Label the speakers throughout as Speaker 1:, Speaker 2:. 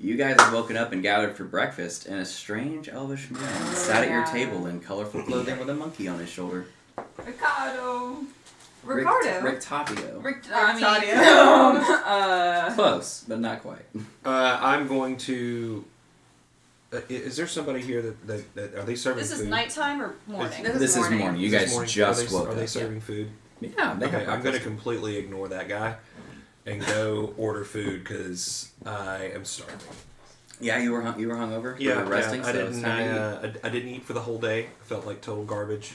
Speaker 1: You guys have woken up and gathered for breakfast, and a strange elvish
Speaker 2: Oh,
Speaker 1: man sat at your table in colorful clothing with a monkey on his shoulder.
Speaker 2: Ricardo.
Speaker 1: Rick-
Speaker 2: Ricardo.
Speaker 1: Rick Tapio.
Speaker 2: Rick, I mean,
Speaker 3: Ricardo.
Speaker 2: uh,
Speaker 1: Close, but not quite.
Speaker 4: Uh, I'm going to. Uh, i- is there somebody here that, that, that are they serving?
Speaker 3: This is
Speaker 4: food?
Speaker 3: nighttime or morning?
Speaker 2: This is
Speaker 1: This is
Speaker 2: morning.
Speaker 1: morning. You
Speaker 4: Is this
Speaker 1: guys
Speaker 4: morning? are
Speaker 1: just
Speaker 4: they,
Speaker 1: woke
Speaker 4: Are they
Speaker 1: up.
Speaker 4: serving food?
Speaker 1: Yeah, they
Speaker 4: Okay,
Speaker 1: have
Speaker 4: I'm going to
Speaker 1: breakfast.
Speaker 4: completely ignore that guy and go order food because I am starving.
Speaker 1: Yeah, you were hung, you were hungover. you
Speaker 4: Yeah,
Speaker 1: were resting.
Speaker 4: yeah,
Speaker 1: so
Speaker 4: I
Speaker 1: it's
Speaker 4: didn't.
Speaker 1: time to eat.
Speaker 4: Uh, I, I didn't eat for the whole day. I felt like total garbage.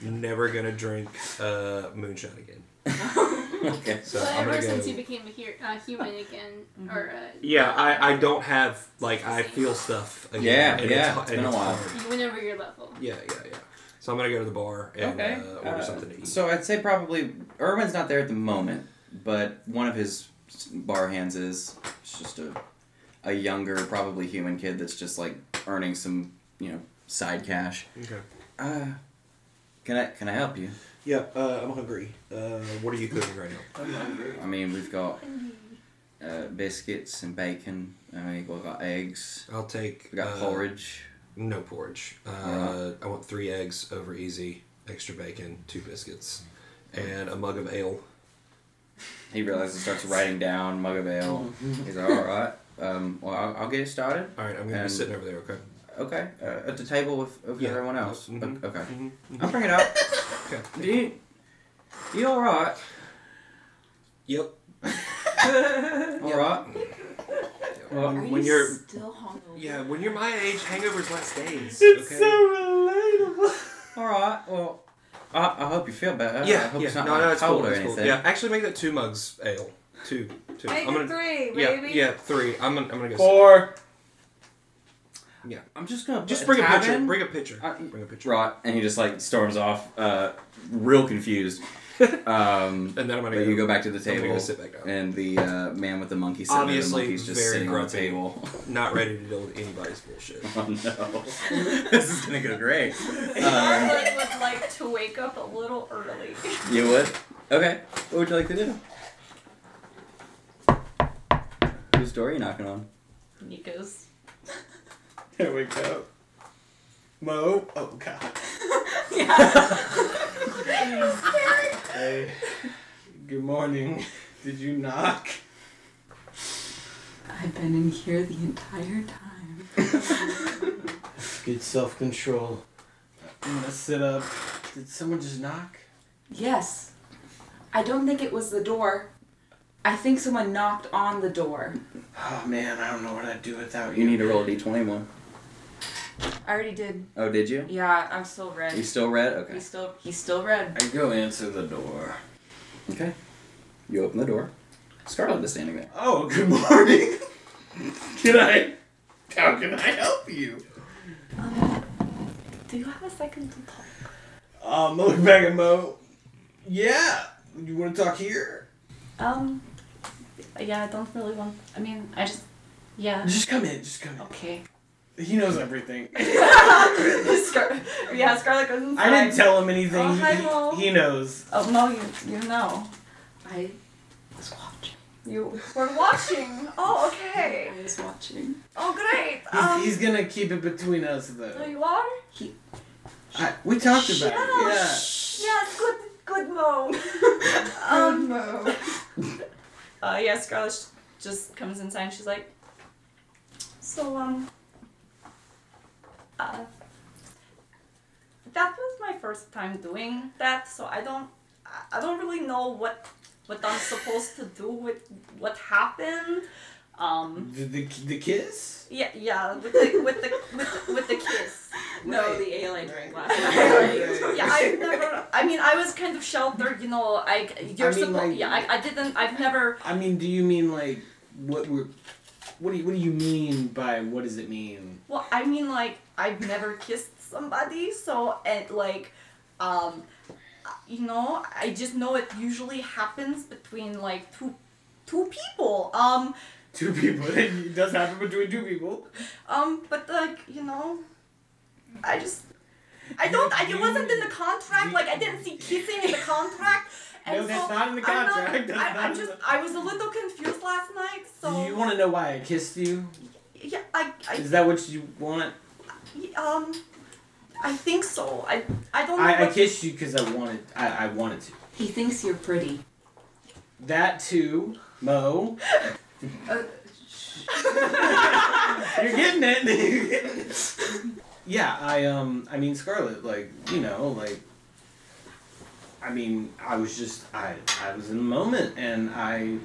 Speaker 4: Never gonna drink uh, moonshine again.
Speaker 1: okay.
Speaker 4: So
Speaker 5: well,
Speaker 4: I'm
Speaker 5: ever
Speaker 4: gonna
Speaker 5: since
Speaker 4: go-
Speaker 5: you became a hu- uh, human again, or uh,
Speaker 4: Yeah, I, I don't have like I feel stuff again.
Speaker 1: Yeah,
Speaker 4: and
Speaker 1: yeah,
Speaker 4: hard-
Speaker 1: it's
Speaker 4: and
Speaker 1: been a while.
Speaker 4: hard.
Speaker 5: you went over your level.
Speaker 4: Yeah, yeah, yeah. So I'm gonna go to the bar and
Speaker 1: okay.
Speaker 4: uh, order something to eat.
Speaker 1: So I'd say probably Irwin's not there at the moment, but one of his s- bar hands is it's just a a younger, probably human kid that's just like earning some you know side cash.
Speaker 4: okay.
Speaker 1: Uh, can I can I help you?
Speaker 4: Yeah, uh, I'm hungry. Uh, what are you cooking right now?
Speaker 1: I mean, we've got uh, biscuits and bacon. I mean, we've got eggs.
Speaker 4: I'll take.
Speaker 1: We got
Speaker 4: uh,
Speaker 1: porridge.
Speaker 4: No porridge.
Speaker 1: Uh-huh.
Speaker 4: Uh, I want three eggs over easy, extra bacon, two biscuits, and a mug of ale.
Speaker 1: He realizes and starts writing down mug of ale. He's like, all right. Um, well, I'll, I'll get it started.
Speaker 4: All right, I'm gonna
Speaker 1: And-
Speaker 4: be sitting over there. Okay.
Speaker 1: Okay, uh, at the table with, with
Speaker 4: Yeah.
Speaker 1: everyone else.
Speaker 4: Mhm.
Speaker 1: O- Okay,
Speaker 4: Mhm.
Speaker 1: I'll bring it up.
Speaker 4: Okay.
Speaker 1: you, you all right?
Speaker 4: Yep.
Speaker 1: All right. Well,
Speaker 2: um, uh, are
Speaker 4: when
Speaker 2: you
Speaker 4: you're-
Speaker 2: still hungover?
Speaker 4: Yeah, when you're my age, hangovers last days. It's okay? so.
Speaker 1: all right. Well, I, I hope you feel better. I
Speaker 4: Yeah,
Speaker 1: hope
Speaker 4: yeah.
Speaker 1: it's not
Speaker 4: No,
Speaker 1: like
Speaker 4: no, it's
Speaker 1: cold
Speaker 4: cool.
Speaker 1: or
Speaker 4: It's cool.
Speaker 1: anything.
Speaker 4: Yeah, actually, make that two mugs ale. Two, two.
Speaker 2: Make
Speaker 4: I'm
Speaker 2: it
Speaker 4: gonna,
Speaker 2: three,
Speaker 4: yeah,
Speaker 2: baby.
Speaker 4: yeah, three. I'm gonna, I'm gonna go.
Speaker 6: Four.
Speaker 1: I'm just gonna put
Speaker 4: Just bring a
Speaker 1: tab
Speaker 4: picture.
Speaker 1: in.
Speaker 4: Bring a picture.
Speaker 1: Uh,
Speaker 4: Bring a picture.
Speaker 1: Right, and he just like storms off, uh, real confused. Um,
Speaker 4: And then I'm gonna
Speaker 1: but
Speaker 4: go.
Speaker 1: you go back to the
Speaker 4: I'm gonna
Speaker 1: table,
Speaker 4: go sit back down.
Speaker 1: and the uh, man with the monkey sitting there, the
Speaker 4: Obviously
Speaker 1: monkey's just
Speaker 4: very
Speaker 1: sitting on the
Speaker 4: grumpy.
Speaker 1: table.
Speaker 4: Not ready to deal with anybody's bullshit.
Speaker 1: oh no, this is gonna go great. Um,
Speaker 2: Charlotte would like to wake up a little early.
Speaker 1: You would? Okay. What would you like to do? Whose door are you knocking on?
Speaker 2: Nico's.
Speaker 6: Here we go. Mo. Oh God. Hey. Good morning. Did you knock?
Speaker 2: I've been in here the entire time.
Speaker 6: Good self control. I'm gonna sit up. Did someone just knock?
Speaker 3: Yes. I don't think it was the door. I think someone knocked on the door.
Speaker 6: Oh man, I don't know what I'd do without
Speaker 1: You need to roll a d21.
Speaker 3: I already did.
Speaker 1: Oh, did you?
Speaker 3: Yeah, I'm still red.
Speaker 1: You still red? Okay.
Speaker 3: He's still he's still red.
Speaker 6: I go answer the door.
Speaker 1: Okay. You open the door. Scarlet is standing there.
Speaker 6: Oh, good morning. can I? How can I help you?
Speaker 2: Do you have a second to talk?
Speaker 6: Um, I look back at Mo. Yeah. You want to talk here?
Speaker 2: Um, yeah, I don't really want. I mean, I just. Yeah.
Speaker 6: Just come in. Just come in.
Speaker 2: Okay.
Speaker 6: He knows everything.
Speaker 2: Scar- yeah, Scarlet goes inside.
Speaker 6: I didn't tell him anything.
Speaker 2: Oh, hi, Mo.
Speaker 6: he, he knows.
Speaker 2: Oh, no, you, you know. I was watching. You were watching? Oh, okay.
Speaker 3: I was watching.
Speaker 2: Oh, great. Um,
Speaker 6: He's, he's gonna keep it between us though.
Speaker 2: you are?
Speaker 6: I, we talked about
Speaker 2: up.
Speaker 6: it. Yeah.
Speaker 2: Yes, good, good mo. um, mo. uh, yeah, Scarlet sh- just comes inside and she's like, so, um, uh, that was my first time doing that, so I don't, I- I don't really know what, what I'm supposed to do with what happened. Um,
Speaker 6: The, the, the kiss?
Speaker 2: yeah, yeah, with the, with the, with the, with the kiss.
Speaker 3: No, the alien
Speaker 6: Right.
Speaker 3: last
Speaker 2: Yeah, I've never. I mean, I was kind of sheltered, you know. I you're
Speaker 6: I mean,
Speaker 2: supposed.
Speaker 6: like-
Speaker 2: yeah, I, I didn't. I've never.
Speaker 6: I mean, do you mean like what we're? What do you, what do you mean by what does it mean?
Speaker 2: Well, I mean, like I've never kissed somebody, so and like, um, you know, I just know it usually happens between like two, two people. Um,
Speaker 6: Two people. It does happen between two people.
Speaker 2: um, but like you know, I just. I don't. I, it wasn't in the contract. Like I didn't see kissing in the contract, And
Speaker 6: No, that's
Speaker 2: so
Speaker 6: not in the
Speaker 2: I'm not-
Speaker 6: contract. That's
Speaker 2: I,
Speaker 6: not
Speaker 2: I
Speaker 6: in
Speaker 2: just
Speaker 6: the-
Speaker 2: I was a little confused last night, so
Speaker 6: Do you want to know why I kissed you?
Speaker 2: yeah, I,
Speaker 6: Is
Speaker 2: I
Speaker 6: that what you want?
Speaker 2: um I think so. I I don't know.
Speaker 6: I, I
Speaker 2: what-
Speaker 6: kissed you because I wanted. I, I wanted to.
Speaker 3: He thinks you're pretty.
Speaker 6: That too, Mo.
Speaker 3: Uh,
Speaker 6: You're getting it. You're getting it. yeah, I um, I mean Scarlet, like you know, like. I mean, I was just I I was in the moment and I.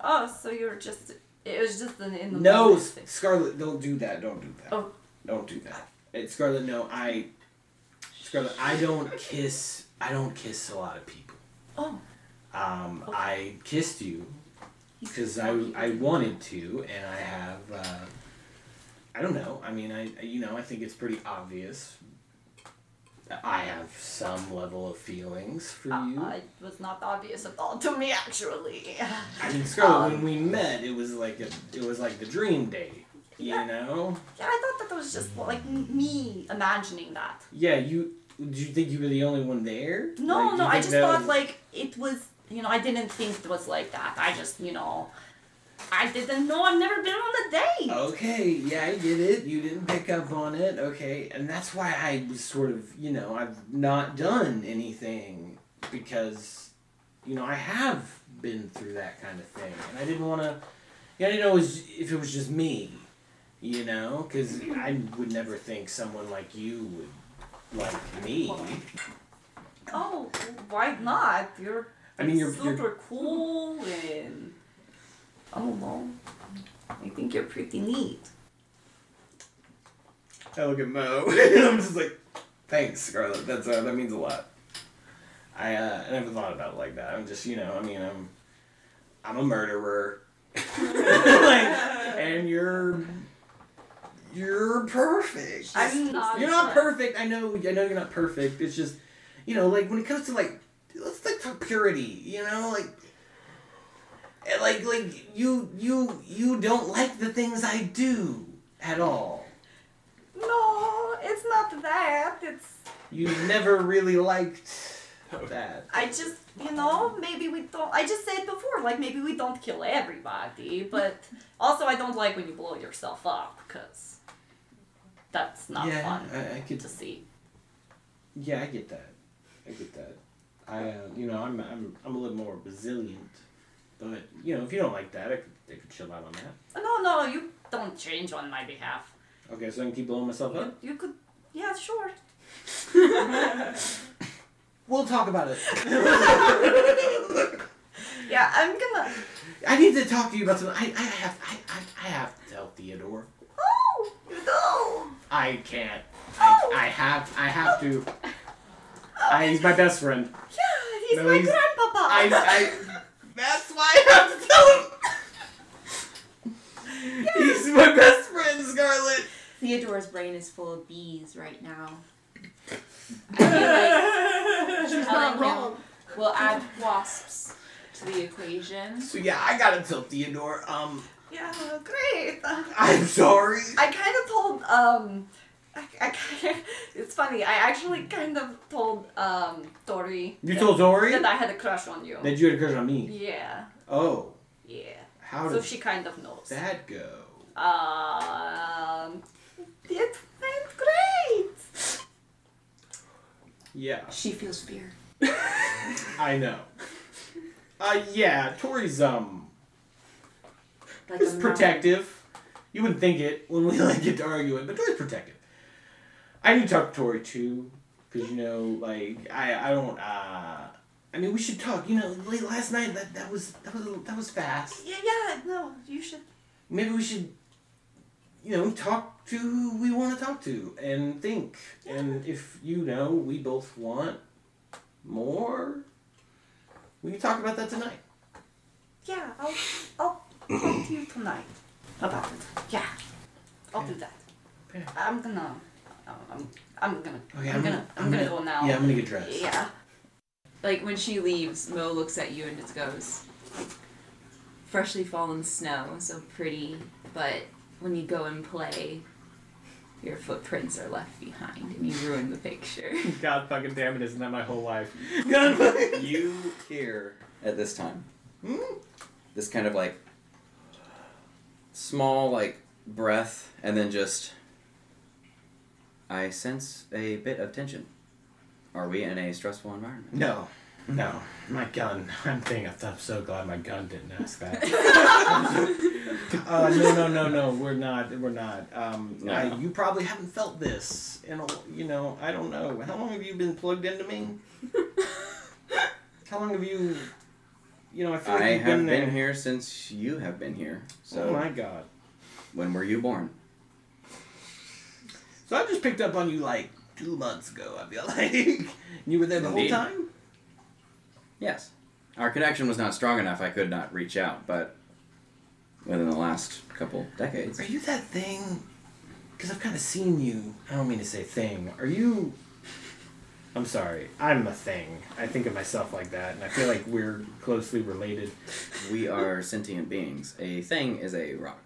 Speaker 2: Oh, so you're just it was just an in the
Speaker 6: No,
Speaker 2: moment thing.
Speaker 6: Scarlet, don't do that. Don't do that.
Speaker 2: Oh.
Speaker 6: Don't do that. It's Scarlet, no, I. Scarlet, I don't kiss. I don't kiss a lot of people.
Speaker 2: Oh.
Speaker 6: Um,
Speaker 2: Okay.
Speaker 6: I kissed you because I, I wanted to, and I have. Uh, I don't know. I mean, I I- you know I think it's pretty obvious. that I have some level of feelings for
Speaker 2: Uh,
Speaker 6: you.
Speaker 2: it was not obvious at all to me actually.
Speaker 6: I mean, Scarlett, when
Speaker 2: um,
Speaker 6: we met, it was like a, it was like the dream day. You
Speaker 2: Yeah.
Speaker 6: know?
Speaker 2: Yeah, I thought that was just like m- me imagining that.
Speaker 6: Yeah. You. Do you think you were the only one there?
Speaker 2: No,
Speaker 6: Like, do you
Speaker 2: no, I
Speaker 6: think
Speaker 2: just
Speaker 6: that
Speaker 2: thought
Speaker 6: was-
Speaker 2: like it was, you know, I didn't think it was like that. I just, you know, I didn't know. I've never been on a date.
Speaker 6: Okay, yeah, I get it. You didn't pick up on it. Okay, and that's why I was sort of, you know, I've not done anything because, you know, I have been through that kind of thing, and I didn't want to. Yeah, I didn't know it was, if it was just me, you know, because I would never think someone like you would like me.
Speaker 2: Oh, why not? You're
Speaker 6: I mean, you're,
Speaker 2: super
Speaker 6: you're
Speaker 2: cool and I don't know. Oh, I think you're pretty neat.
Speaker 6: I look at Mo, and I'm just like, thanks, Scarlett. That's uh, that means a lot. I uh, I never thought about it like that. I'm just, you know, I mean, I'm, I'm a murderer, Like, and you're, you're perfect.
Speaker 2: I'm not.
Speaker 6: You're not perfect. I know. I know you're not perfect. It's just, you know, like when it comes to like, let's like talk purity. You know, like, eh, like like you you you don't like the things I do at all.
Speaker 2: No, it's not that. It's
Speaker 6: You never really liked that.
Speaker 2: I just, you know, maybe we don't. I just said before, like maybe we don't kill everybody, but also I don't like when you blow yourself up because that's not
Speaker 6: yeah,
Speaker 2: fun
Speaker 6: I, I could.
Speaker 2: to see.
Speaker 6: Yeah, I get that. I get that. I uh, you know I'm I'm I'm a little more resilient, but you know if you don't like that, I could I could chill out on that.
Speaker 2: No, no, you don't change on my behalf.
Speaker 6: Okay, so I can keep blowing myself up.
Speaker 2: You, you could, yeah, sure.
Speaker 6: We'll talk about it.
Speaker 2: Yeah, I'm gonna.
Speaker 6: I need to talk to you about something. I, I have I, I, I have to tell Theodore.
Speaker 2: Oh no!
Speaker 6: I can't. I,
Speaker 2: Oh!
Speaker 6: I have I have to. I, he's my best friend.
Speaker 2: Yeah, he's
Speaker 6: No,
Speaker 2: my
Speaker 6: he's-
Speaker 2: grandpapa.
Speaker 6: I, I that's why I have to tell him. He's my best friend, Scarlet.
Speaker 7: Theodore's brain is full of bees right now.
Speaker 3: She's
Speaker 7: not
Speaker 3: wrong. We'll add wasps to the equation.
Speaker 6: So yeah, I gotta tell Theodore. Um,
Speaker 2: yeah, great.
Speaker 6: I'm sorry.
Speaker 2: I kind of told um, I, I kind it's funny. I actually kind of told um Tori.
Speaker 6: You
Speaker 2: that-
Speaker 6: told Dory
Speaker 2: that I had a crush on you.
Speaker 6: that you had a crush on me.
Speaker 2: Yeah,
Speaker 6: Oh,
Speaker 2: yeah.
Speaker 6: how
Speaker 2: so
Speaker 6: did
Speaker 2: she kind of knows.
Speaker 6: that go?
Speaker 2: Um, it went great.
Speaker 6: Yeah,
Speaker 7: She feels fear.
Speaker 6: I know. Uh, yeah, Tori's um,
Speaker 7: Like
Speaker 6: It's
Speaker 7: a
Speaker 6: protective. You wouldn't think it when we like get to arguing, but Tori's protective. I need to talk to Tori too, because you know, like I I don't. uh I mean, we should talk. You know, late last night that that was that was that was fast.
Speaker 2: Yeah, yeah. No, you should.
Speaker 6: Maybe we should, you know, talk to who we want to talk to and think. And if you know we both want more, we can talk about that tonight.
Speaker 2: Yeah, I'll I'll talk to you tonight about it. Yeah, I'll do that.
Speaker 6: Okay.
Speaker 2: I'm gonna.
Speaker 3: Oh,
Speaker 2: I'm, I'm gonna.
Speaker 6: Okay,
Speaker 2: I'm, gonna. I'm gonna, go now.
Speaker 6: Yeah, I'm gonna get dressed.
Speaker 2: Yeah.
Speaker 3: Like when she leaves, Mo looks at you and just goes, freshly fallen snow, so pretty, but when you go and play, Your footprints are left behind, and you ruin the picture.
Speaker 2: God fucking damn it, isn't that my whole life?
Speaker 1: you hear at this time
Speaker 6: Hmm?
Speaker 1: this kind of like small like breath and then just i sense a bit of tension are we in a stressful environment
Speaker 6: No, no, my gun. I'm thinking. I'm so glad my gun didn't ask that. uh, no, no, no, no. We're not. We're not. Um,
Speaker 1: No.
Speaker 6: I- you probably haven't felt this in a. You know, I don't know. How long have you been plugged into me? How long have you? You know, I feel like
Speaker 1: i
Speaker 6: you've
Speaker 1: have
Speaker 6: been
Speaker 1: been,
Speaker 6: there.
Speaker 1: here since you have been here so
Speaker 6: Oh my god.
Speaker 1: when were you born
Speaker 6: So I just picked up on you like two months ago. I feel like And you were there the
Speaker 1: Indeed.
Speaker 6: whole time.
Speaker 1: yes our connection was not strong enough i could not reach out but within the last couple decades
Speaker 6: Are you that thing? Because I've kind of seen you. I don't mean to say thing. Are you? I'm sorry. I'm a thing. I think of myself like that, and I feel like we're closely related.
Speaker 1: we are sentient beings a thing is a rock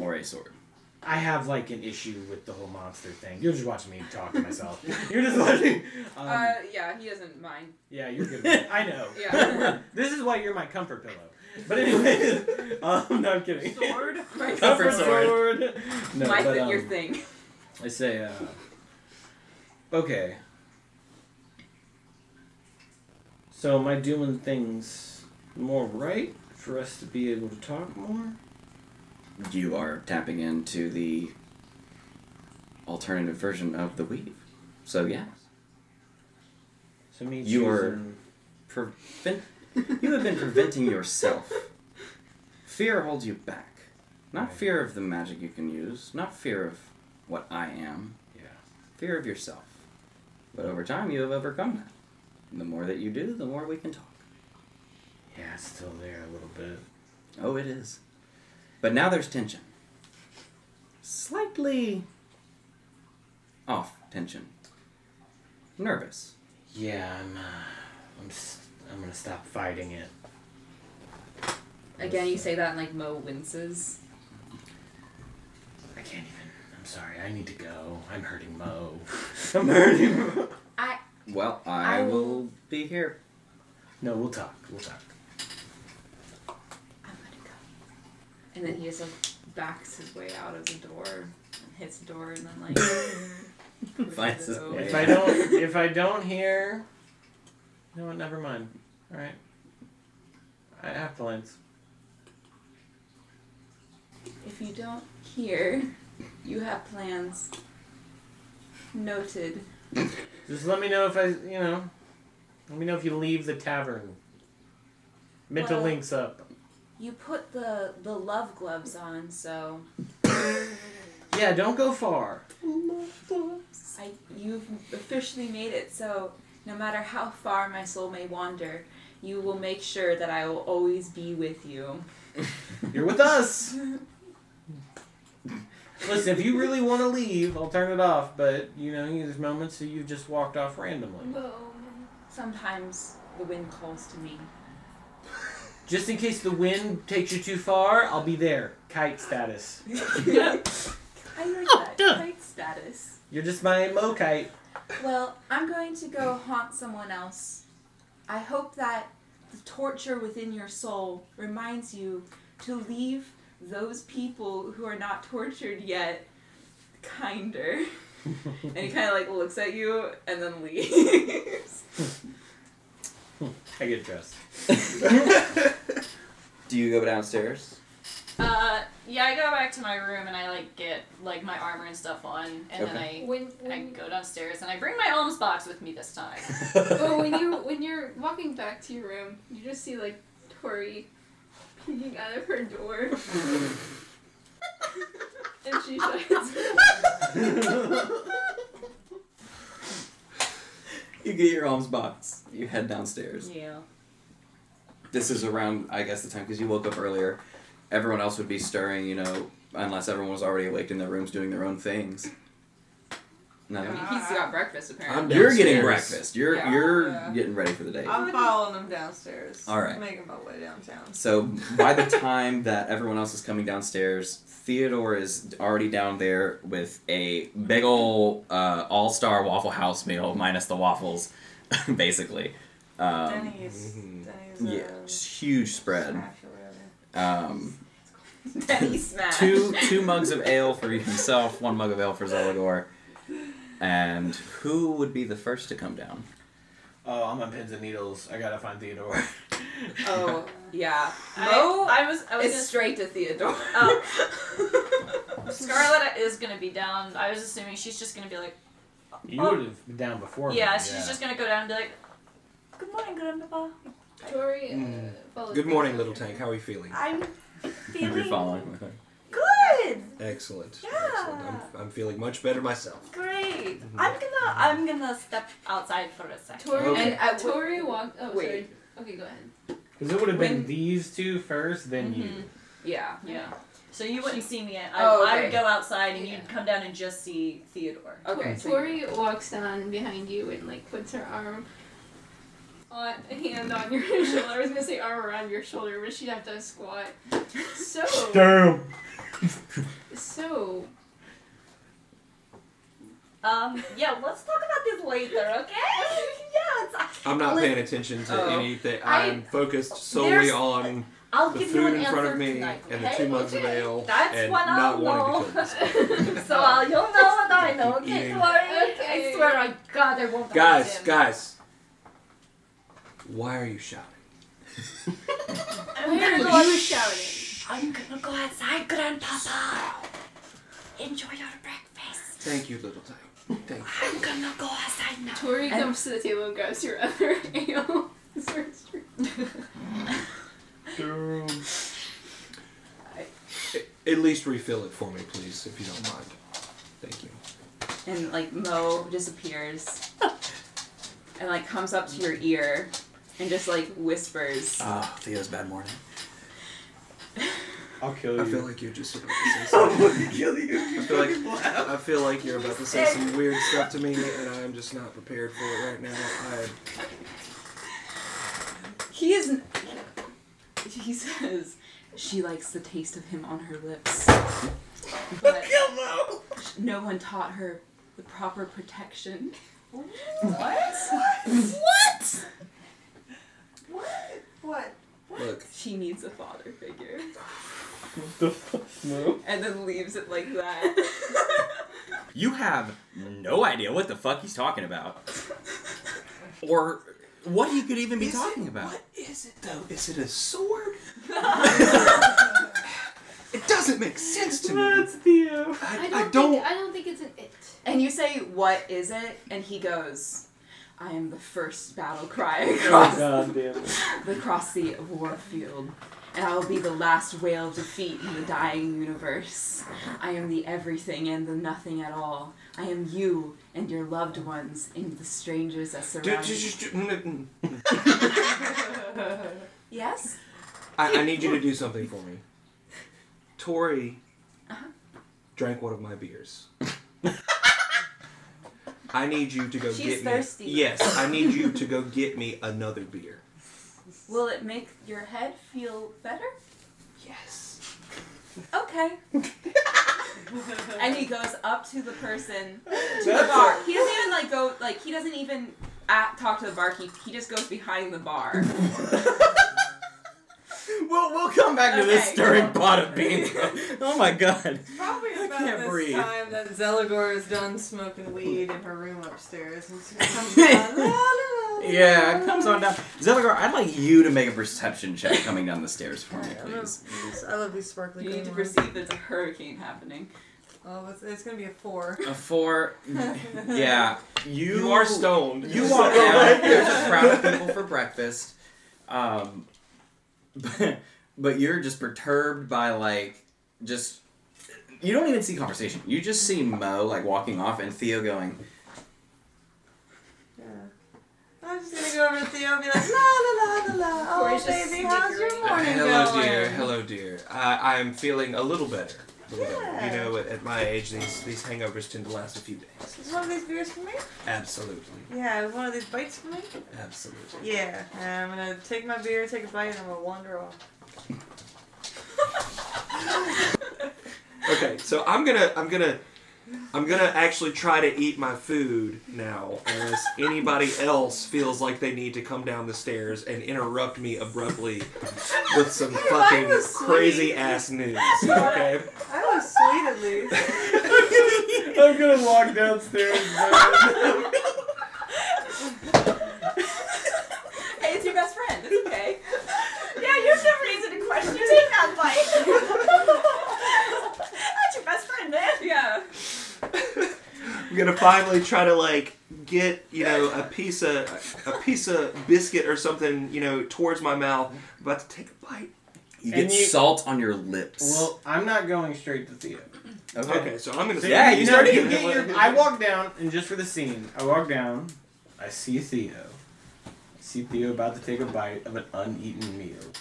Speaker 1: or a sword
Speaker 6: I have like an issue with the whole monster thing. You're just watching me talk to myself. You're just watching. Um,
Speaker 8: uh, yeah, he doesn't mind.
Speaker 6: yeah, you're good. with it. I know.
Speaker 8: Yeah.
Speaker 6: This is why you're my comfort pillow. But anyway, um, no, I'm kidding.
Speaker 8: Sword? My
Speaker 1: Comfort sword.
Speaker 6: No,
Speaker 8: my
Speaker 6: but,
Speaker 8: thi-
Speaker 6: um,
Speaker 8: your thing.
Speaker 6: I say, uh, okay. So am I doing things more right for us to be able to talk more?
Speaker 1: you are tapping into the alternative version of the weave. So yeah,
Speaker 6: So me
Speaker 1: You are-
Speaker 6: choosing-
Speaker 1: prevent. you have been preventing yourself. Fear holds you back. Not
Speaker 6: Right.
Speaker 1: fear of the magic you can use. Not fear of what I am.
Speaker 6: Yeah.
Speaker 1: Fear of yourself. But over time, you have overcome that. And the more that you do, the more we can talk.
Speaker 6: Yeah, it's still there a little bit.
Speaker 1: Oh, it is. But now there's tension. Slightly off tension. Nervous.
Speaker 6: Yeah, I'm. Uh, I'm. St- I'm gonna stop fighting it.
Speaker 8: Again, you say that and like Mo winces.
Speaker 6: I can't even. I'm sorry. I need to go. I'm hurting Mo. I'm hurting. Mo.
Speaker 1: Well, I,
Speaker 3: I will-
Speaker 1: will be here.
Speaker 6: No, we'll talk. We'll talk.
Speaker 3: I'm gonna go. And then he just like backs his way out of the door, and hits the door, and then like pushes
Speaker 1: Finds
Speaker 3: it
Speaker 1: his
Speaker 3: open.
Speaker 1: way.
Speaker 6: If I don't, if I don't hear, no, never mind. All right, I have plans.
Speaker 3: If you don't hear, you have plans. Noted.
Speaker 6: Just let me know if I, you know, let me know if you leave the tavern. Mental
Speaker 3: Well-
Speaker 6: links up.
Speaker 3: You put the the love gloves on, so
Speaker 6: Yeah, don't go far.
Speaker 3: I you've officially made it. So no matter how far my soul may wander, you will make sure that I will always be with you.
Speaker 6: You're with us. Listen, if you really want to leave, I'll turn it off. But you know, there's moments that you've just walked off randomly.
Speaker 5: Whoa.
Speaker 3: Sometimes the wind calls to me.
Speaker 6: Just in case the wind takes you too far, I'll be there. Kite status.
Speaker 3: I like that kite status.
Speaker 6: You're just my mo kite.
Speaker 3: Well, I'm going to go haunt someone else. I hope that the torture within your soul reminds you to leave those people who are not tortured yet kinder. and he kind of like looks at you and then leaves.
Speaker 6: I get dressed.
Speaker 1: Do you go downstairs?
Speaker 2: Uh, yeah, I go back to my room and I like get like my armor and stuff on, and then
Speaker 5: When
Speaker 2: I I
Speaker 5: when,
Speaker 2: go downstairs and I bring my alms box with me this time.
Speaker 5: oh, when you when you're walking back to your room, you just see like Tori peeking out of her door. and she shouts,
Speaker 1: You get your alms box. You head downstairs.
Speaker 3: Yeah.
Speaker 1: This is around, I guess, the time because you woke up earlier. Everyone else would be stirring, you know, unless everyone was already awake in their rooms doing their own things. No.
Speaker 3: I mean, he's got breakfast apparently.
Speaker 4: I'm
Speaker 1: You're getting
Speaker 4: downstairs.
Speaker 1: breakfast. You're
Speaker 9: Yeah.
Speaker 1: you're
Speaker 9: Yeah.
Speaker 1: getting ready for the day.
Speaker 9: I'm following them downstairs.
Speaker 1: All right.
Speaker 9: Making my way downtown.
Speaker 1: So by the time that everyone else is coming downstairs, Theodore is already down there with a big ol' uh, all-star Waffle House meal minus the waffles, basically. Um,
Speaker 9: Denny's.
Speaker 4: mhm.
Speaker 9: Denny's.
Speaker 1: yeah,
Speaker 9: uh,
Speaker 1: just huge spread.
Speaker 9: smash or whatever.
Speaker 1: Um,
Speaker 3: Penny smash.
Speaker 1: two two mugs of ale for himself, one mug of ale for Zelidor. And who would be the first to come down?
Speaker 6: Oh, I'm on pins and needles. I gotta find Theodore.
Speaker 3: Oh yeah.
Speaker 10: Oh,
Speaker 3: Mo
Speaker 10: I, I was. I was
Speaker 3: is
Speaker 10: gonna-
Speaker 3: straight to Theodore.
Speaker 10: Scarlett is gonna be down. I was assuming she's just gonna be like,
Speaker 6: You
Speaker 10: Oh.
Speaker 6: would have been down before. me,
Speaker 10: yeah, she's just gonna go down and be like, good morning, grandpapa.
Speaker 5: Tori, uh,
Speaker 6: Mm.
Speaker 5: follows
Speaker 4: Good morning,
Speaker 5: me.
Speaker 4: little tank. How are you feeling?
Speaker 2: I'm
Speaker 1: You're
Speaker 2: feeling
Speaker 1: following with her.
Speaker 2: good.
Speaker 4: Excellent.
Speaker 2: Yeah.
Speaker 4: Excellent. I'm, I'm feeling much better myself.
Speaker 2: Great. I'm gonna I'm gonna step outside for a second.
Speaker 5: Tori,
Speaker 1: Okay.
Speaker 5: and, uh, Tori walked. Oh,
Speaker 3: Wait.
Speaker 5: sorry. Okay, go ahead.
Speaker 6: Because it would have
Speaker 3: When-
Speaker 6: been these two first, then you.
Speaker 3: yeah.
Speaker 10: Yeah. So you wouldn't see me. I,
Speaker 3: Oh,
Speaker 10: I
Speaker 3: okay.
Speaker 10: would go outside and you'd
Speaker 5: Yeah.
Speaker 10: come down and just see Theodore.
Speaker 3: Okay.
Speaker 5: Tor-
Speaker 3: so-
Speaker 5: Tori walks down behind you and like puts her arm on hand on your shoulder. I was gonna say arm around your shoulder, but she'd have to squat. So
Speaker 6: Damn.
Speaker 5: so
Speaker 10: Um, yeah, let's talk about this later, okay? yeah, it's,
Speaker 4: I'm not
Speaker 10: I'll-
Speaker 4: paying attention to
Speaker 3: Oh.
Speaker 4: anything.
Speaker 10: I-
Speaker 4: I'm focused solely
Speaker 10: there's
Speaker 4: on
Speaker 10: I'll
Speaker 4: the
Speaker 10: give you
Speaker 4: food
Speaker 10: an
Speaker 4: in
Speaker 10: answer
Speaker 4: front of me
Speaker 10: tonight,
Speaker 4: and the
Speaker 10: okay?
Speaker 4: two mugs of ale
Speaker 10: That's
Speaker 4: and
Speaker 10: what
Speaker 4: not
Speaker 10: I'll
Speaker 4: wanting to
Speaker 10: know.
Speaker 4: kill this.
Speaker 10: so I'll, you'll know what I know, okay?
Speaker 4: Eating.
Speaker 10: Tori,
Speaker 5: Okay.
Speaker 10: I swear, I God, I won't.
Speaker 4: Guys,
Speaker 10: hurt him.
Speaker 4: guys. Why are you shouting?
Speaker 10: I'm
Speaker 5: where
Speaker 10: gonna go.
Speaker 5: are you shouting?
Speaker 10: I'm gonna go outside, Grandpapa. Enjoy your breakfast.
Speaker 4: Thank you, little tank. Thank you.
Speaker 10: I'm gonna go outside now.
Speaker 5: Tori comes to the table and grabs your other ale. Sorry, sorry.
Speaker 4: A- At least refill it for me, please, if you don't mind. Thank you.
Speaker 3: And like Mo disappears, and like comes up to your ear, and just like whispers.
Speaker 1: Ah, Theo's bad morning.
Speaker 6: I'll kill you.
Speaker 4: I feel like you're just about to say something.
Speaker 6: would kill you.
Speaker 4: I feel like I feel like you're about to say some weird stuff to me, and I'm just not prepared for it right now. I
Speaker 3: He is. n- He says she likes the taste of him on her lips. But no one taught her the proper protection.
Speaker 9: What?
Speaker 4: look.
Speaker 3: She needs a father figure.
Speaker 6: the fuck, no.
Speaker 3: And then leaves it like that.
Speaker 1: You have no idea what the fuck he's talking about, or what he could even be talking about.
Speaker 4: is it though? Is it a sword? it doesn't make sense to me.
Speaker 6: Theo.
Speaker 5: I
Speaker 4: I,
Speaker 5: don't,
Speaker 4: I
Speaker 5: Think,
Speaker 4: don't.
Speaker 5: I don't think it's an it.
Speaker 3: and you say, What is it? And he goes, I am the first battle cry
Speaker 4: Oh,
Speaker 3: across
Speaker 6: God damn it.
Speaker 3: the cross sea of Warfield, and I will be the last wail of defeat in the dying universe. I am the everything and the nothing at all. I am you and your loved ones and the strangers that
Speaker 4: Do-
Speaker 3: surround
Speaker 4: do-
Speaker 3: you.
Speaker 4: do- do- mm, mm.
Speaker 3: Yes?
Speaker 4: I, I need you to do something for me. Tori drank one of my beers. I need you to go
Speaker 3: She's
Speaker 4: get me.
Speaker 3: thirsty.
Speaker 4: Yes, I need you to go get me another beer.
Speaker 3: Will it make your head feel better?
Speaker 4: Yes.
Speaker 3: Okay. and he goes up to the person to the
Speaker 6: That's
Speaker 3: bar. He doesn't even like go like he doesn't even at, talk to the barkeep. He just goes behind the bar.
Speaker 1: We'll, we'll come back to this
Speaker 3: Okay.
Speaker 1: stirring pot of beans. oh my god.
Speaker 9: Probably
Speaker 1: I
Speaker 9: about
Speaker 1: can't
Speaker 9: this
Speaker 1: breathe.
Speaker 9: time that Zelagor is done smoking weed in her room upstairs, and she comes down. la, la, la, la.
Speaker 1: Yeah, it comes on down. Zelligar, I'd like you to make a perception check coming down the stairs for me,
Speaker 9: I
Speaker 1: please.
Speaker 9: love- I love these sparkly
Speaker 3: you need to
Speaker 9: green ones.
Speaker 3: perceive there's a hurricane happening.
Speaker 9: Oh, it's, it's gonna be a four.
Speaker 1: A four. Yeah. You,
Speaker 4: stoned.
Speaker 1: You walk out. There's a crowd of people for breakfast. Um, but, but you're just perturbed by, like, just. You don't even see conversation. You just see Mo, like, walking off and Theo going,
Speaker 9: Yeah. I'm just gonna go over to Theo and be like, la la la la la. Oh,
Speaker 5: Gorgeous
Speaker 9: baby, how's your
Speaker 5: snickering.
Speaker 9: morning
Speaker 4: Hello,
Speaker 9: going?
Speaker 4: dear. Hello, dear. I, I'm feeling a little better. But whatever.
Speaker 9: Yeah.
Speaker 4: You know, at, at my age, these, these hangovers tend to last a few days.
Speaker 9: Is one of these beers for me?
Speaker 4: Absolutely.
Speaker 9: Yeah, is one of these bites for me?
Speaker 4: Absolutely.
Speaker 9: Yeah. I'm gonna take my beer, take a bite, and I'm gonna wander off.
Speaker 4: Okay, so I'm gonna, I'm gonna, I'm gonna actually try to eat my food now, unless anybody else feels like they need to come down the stairs and interrupt me abruptly with some fucking
Speaker 9: was sweet.
Speaker 4: crazy ass news. Okay.
Speaker 9: I was sweet at least.
Speaker 10: Mm-hmm.
Speaker 6: I'm gonna walk downstairs. man.
Speaker 3: Hey, it's your best friend. It's okay.
Speaker 2: Yeah, you have no reason to question that bite. That's your best friend, man.
Speaker 3: Yeah.
Speaker 4: I'm gonna finally try to like get you know a piece of a piece of biscuit or something you know towards my mouth. I'm about to take a bite.
Speaker 1: You
Speaker 6: And
Speaker 1: get
Speaker 6: you-
Speaker 1: salt on your lips.
Speaker 6: well, I'm not going straight to Theo.
Speaker 4: Okay, so I'm gonna.
Speaker 6: So
Speaker 1: Yeah,
Speaker 6: you,
Speaker 1: you
Speaker 6: know,
Speaker 1: started
Speaker 6: you
Speaker 1: it.
Speaker 6: get your. I walk down, and just for the scene, I walk down. I see Theo. I see Theo about to take a bite of an uneaten meal,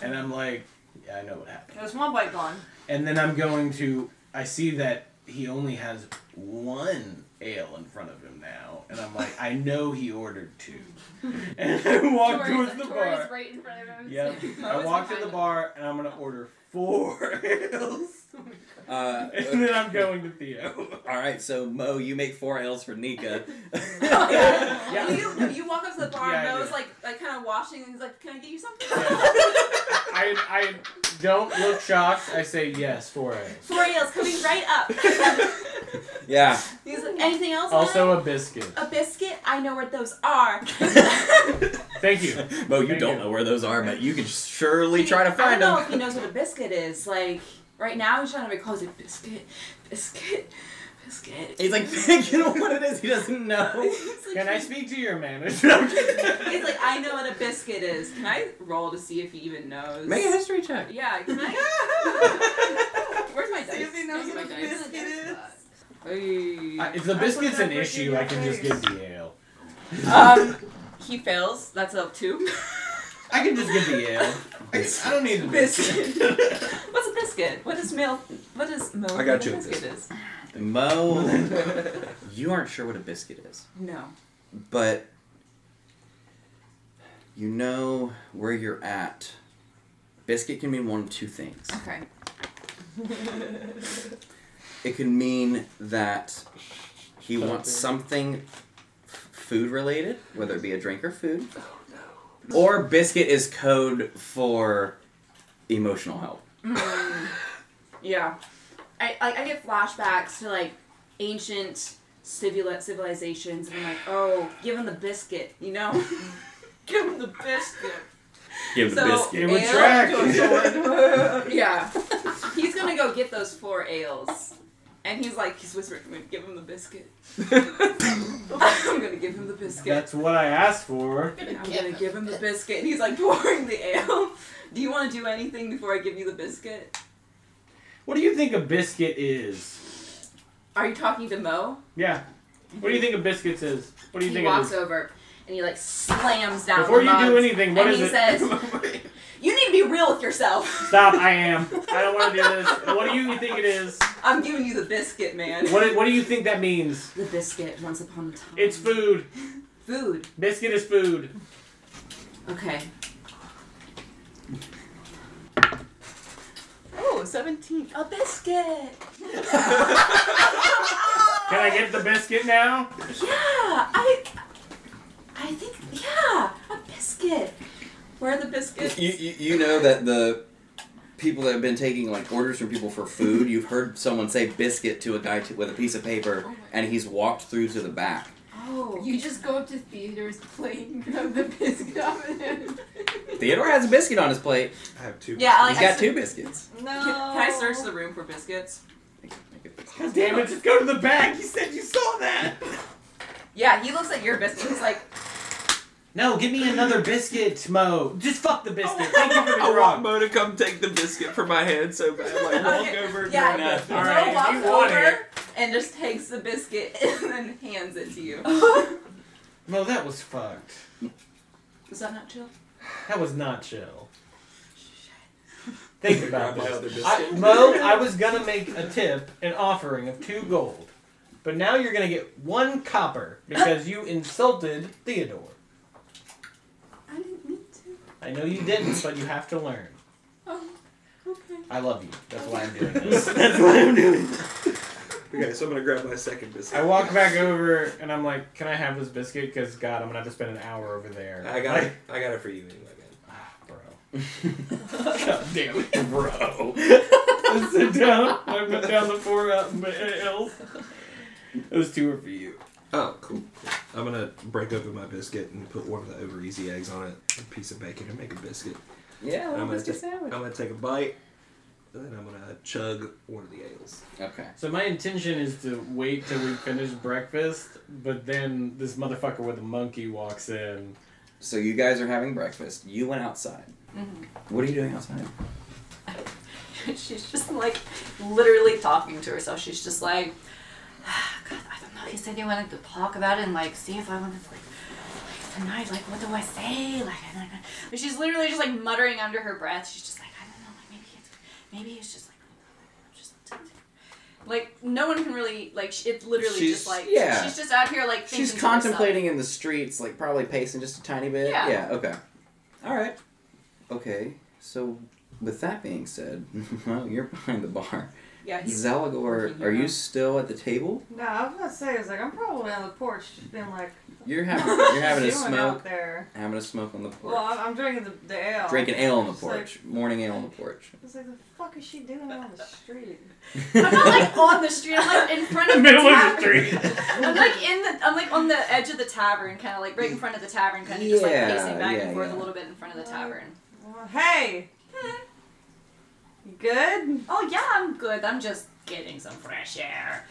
Speaker 6: and I'm like, yeah, I know what happened.
Speaker 9: There's one bite gone.
Speaker 6: And then I'm going to. I see that he only has one ale in front of him now, and I'm like, I know he ordered two. And I walk
Speaker 5: Tori's-
Speaker 6: towards the
Speaker 5: Tori's
Speaker 6: bar.
Speaker 5: right in front of him.
Speaker 6: Yep. I
Speaker 5: was
Speaker 6: walk to
Speaker 5: behind
Speaker 6: the
Speaker 5: him.
Speaker 6: bar, and I'm gonna order four ales,
Speaker 1: Uh,
Speaker 6: and then I'm going to Theo.
Speaker 1: all right, so Mo, you make four L's for Nika.
Speaker 6: Yeah.
Speaker 3: You, no, you walk up to the bar
Speaker 6: Yeah, I
Speaker 3: and I was
Speaker 6: did.
Speaker 3: like, like kind of washing, and he's like, "Can I get you something?"
Speaker 6: I, I don't look shocked. I say yes for it.
Speaker 3: Four ales coming right up.
Speaker 1: yeah.
Speaker 3: He's like, "Anything else?" on
Speaker 6: Also a biscuit.
Speaker 3: it? a biscuit. I know where those are.
Speaker 6: Thank you.
Speaker 1: Mo, you don't
Speaker 6: Thank you.
Speaker 1: know where those are, but you can surely try to
Speaker 3: I
Speaker 1: find
Speaker 3: don't know if he
Speaker 1: them.
Speaker 3: knows what a biscuit is. Like right now, he's trying to recall. He's like, "Biscuit, biscuit, biscuit."
Speaker 1: He's like thinking what it is. He doesn't know.
Speaker 3: It's like,
Speaker 6: Can I speak to your manager? I'm kidding.
Speaker 3: He's like, "I know what a biscuit is. Can I roll to see if he even knows?"
Speaker 1: Make a history check.
Speaker 3: Yeah. Can I? Where's my dice?
Speaker 9: See if he knows
Speaker 3: Can I
Speaker 9: what
Speaker 3: get
Speaker 9: a
Speaker 3: my dice?
Speaker 9: biscuit is.
Speaker 3: Hey.
Speaker 6: Uh, if the biscuit's an issue, I can just give the ale.
Speaker 3: Um, he fails. That's up two.
Speaker 6: I can just give the ale. I, can- I don't need the biscuit.
Speaker 3: What's a biscuit? What is mil? What is milk?
Speaker 4: I got
Speaker 3: what
Speaker 4: you
Speaker 3: a
Speaker 4: a
Speaker 3: biscuit, is?
Speaker 1: Mo, you aren't sure what a biscuit is,
Speaker 3: No.
Speaker 1: but you know where you're at. Biscuit can mean one of two things.
Speaker 3: Okay.
Speaker 1: It can mean that he wants something food related, whether it be a drink or food.
Speaker 4: Oh,
Speaker 1: Or biscuit is code for emotional help.
Speaker 3: Mm. Yeah. I, I I get flashbacks to like ancient civil civilizations, and I'm like, oh, give him the biscuit, you know? give him the biscuit.
Speaker 1: Give him
Speaker 3: So-
Speaker 1: a biscuit.
Speaker 6: It would
Speaker 3: Ale
Speaker 6: track.
Speaker 3: Yeah. He's gonna go get those four ales, and he's like, he's whispering, I'm gonna give him the biscuit. I'm gonna give him the biscuit.
Speaker 6: That's what I asked for.
Speaker 3: I'm gonna give him the biscuit, and he's like pouring the ale. Do you want to do anything before I give you the biscuit?
Speaker 6: What do you think a biscuit is?
Speaker 3: Are you talking to Mo?
Speaker 6: Yeah. What do you think a biscuit is? What do you
Speaker 3: He
Speaker 6: think
Speaker 3: walks
Speaker 6: it is?
Speaker 3: over and he like slams down.
Speaker 6: Before
Speaker 3: the
Speaker 6: you do
Speaker 3: mugs,
Speaker 6: anything, what
Speaker 3: and
Speaker 6: is
Speaker 3: he
Speaker 6: it?
Speaker 3: says, "You need to be real with yourself.
Speaker 6: Stop, I am. I don't want to do this. What do you think it is?
Speaker 3: I'm giving you the biscuit, man.
Speaker 6: What, what do you think that means?
Speaker 3: The biscuit. Once upon a time.
Speaker 6: It's food.
Speaker 3: Food.
Speaker 6: Biscuit is food.
Speaker 3: Okay.
Speaker 9: Oh, 17.
Speaker 3: A biscuit.
Speaker 6: Can I get the biscuit now?
Speaker 3: Yeah, I, I think yeah, a biscuit. Where are the biscuits?
Speaker 1: You, you, you know that the people that have been taking like orders from people for food, you've heard someone say biscuit to a guy t- with a piece of
Speaker 4: Oh
Speaker 1: paper, and he's walked through to the back.
Speaker 3: Oh,
Speaker 5: You just go up to theaters, plate, and grab the biscuit off of him.
Speaker 1: Theodore has a biscuit on his plate.
Speaker 4: I have two.
Speaker 3: yeah. I Like,
Speaker 1: He's
Speaker 3: I
Speaker 1: got
Speaker 3: s-
Speaker 1: two biscuits.
Speaker 9: No.
Speaker 3: Can, can I search the room for biscuits?
Speaker 6: God damn it, just go to the back. You said you saw that.
Speaker 3: Yeah, he looks at your biscuit. He's like,
Speaker 6: No, give me another biscuit, Mo. Just fuck the biscuit. Thank you for
Speaker 4: I
Speaker 6: the
Speaker 4: want
Speaker 6: rock.
Speaker 4: Mo to come take the biscuit from my hand so bad. Like walk
Speaker 3: Okay,
Speaker 4: over. and
Speaker 3: yeah,
Speaker 4: grab it.
Speaker 3: Mo
Speaker 6: All right, if
Speaker 3: walks
Speaker 6: you want
Speaker 3: over
Speaker 6: it.
Speaker 3: and just takes the biscuit and then hands it to you.
Speaker 6: Mo, that was fucked.
Speaker 3: Is that not chill?
Speaker 6: That was not chill. Think
Speaker 4: They
Speaker 6: about
Speaker 4: grab
Speaker 6: this.
Speaker 4: another biscuit.
Speaker 6: I, Mo, I was gonna make a tip, an offering of two gold, but now you're gonna get one copper because you insulted Theodore.
Speaker 7: I didn't mean to. Oh,
Speaker 6: I know you didn't, but you have to learn.
Speaker 7: Okay.
Speaker 6: I love you. That's why I'm doing this. That's why I'm doing. This.
Speaker 4: Okay, so I'm gonna grab my second
Speaker 6: I
Speaker 4: biscuit.
Speaker 6: walk back over and I'm like, "Can I have this biscuit? Because God, I'm gonna have to spend an hour over there."
Speaker 4: I got
Speaker 6: Like,
Speaker 4: it. I got it for you anyway, man.
Speaker 6: ah, bro. God damn it, bro. I sit down. I put down the four out my ale. Those two are for you.
Speaker 4: Oh, cool. cool. I'm gonna break open my biscuit and put one of the over easy eggs on it, a piece of bacon, and make a biscuit.
Speaker 1: Yeah,
Speaker 4: I'm
Speaker 1: well,
Speaker 4: gonna,
Speaker 1: let's
Speaker 4: take,
Speaker 1: just
Speaker 4: I'm
Speaker 1: sandwich.
Speaker 4: gonna take a bite, and then I'm gonna chug one of the ales.
Speaker 1: Okay.
Speaker 6: So my intention is to wait till we finish breakfast, but then this motherfucker with a monkey walks in.
Speaker 1: So you guys are having breakfast. You went outside.
Speaker 10: Mm-hmm.
Speaker 1: What are you doing outside?
Speaker 2: she's just like literally talking to herself. She's just like, God, I don't know. He said he wanted to talk about it and like see if I wanted to like. like Tonight, like, what do I say? Like, I don't know.
Speaker 10: But she's literally just like muttering under her breath. She's just like, I don't know, like maybe it's, maybe it's just like, just like no one can really like. sh- It's literally
Speaker 4: She's-
Speaker 10: just like
Speaker 1: yeah.
Speaker 10: she's just out here like. thinking
Speaker 1: She's
Speaker 10: to herself.
Speaker 1: contemplating in the streets, like probably pacing just a tiny bit.
Speaker 10: Yeah.
Speaker 1: okay. All right. Okay. So with that being said, well, you're behind the bar.
Speaker 3: Yeah, he's
Speaker 1: Zalagor,
Speaker 3: working,
Speaker 1: are you
Speaker 3: yeah.
Speaker 1: still at the table?
Speaker 9: No, I was gonna say, I was like, I'm probably on the porch, just being like,
Speaker 1: You're having you're having a
Speaker 9: "What's doing out
Speaker 1: smoke,
Speaker 9: there.
Speaker 1: having a smoke on the porch,
Speaker 9: Well, I'm, I'm drinking the, the ale.
Speaker 1: drinking ale on the
Speaker 9: It's like-
Speaker 1: porch, morning ale on the porch.
Speaker 9: It's like, the fuck is she doing on the street?
Speaker 10: I'm not like on the street. I'm like in front of the
Speaker 6: Middle of the
Speaker 10: tavern.
Speaker 6: street.
Speaker 10: I'm like in the. I'm like on the edge of the tavern, kind of like right in front of the tavern, kind of just like
Speaker 1: Yeah,
Speaker 10: pacing back
Speaker 1: yeah,
Speaker 10: and forth
Speaker 1: yeah.
Speaker 10: a little bit in front of the tavern.
Speaker 9: Well, hey,
Speaker 10: Hmm.
Speaker 9: you good?
Speaker 10: Oh yeah, I'm good. I'm just getting some fresh air.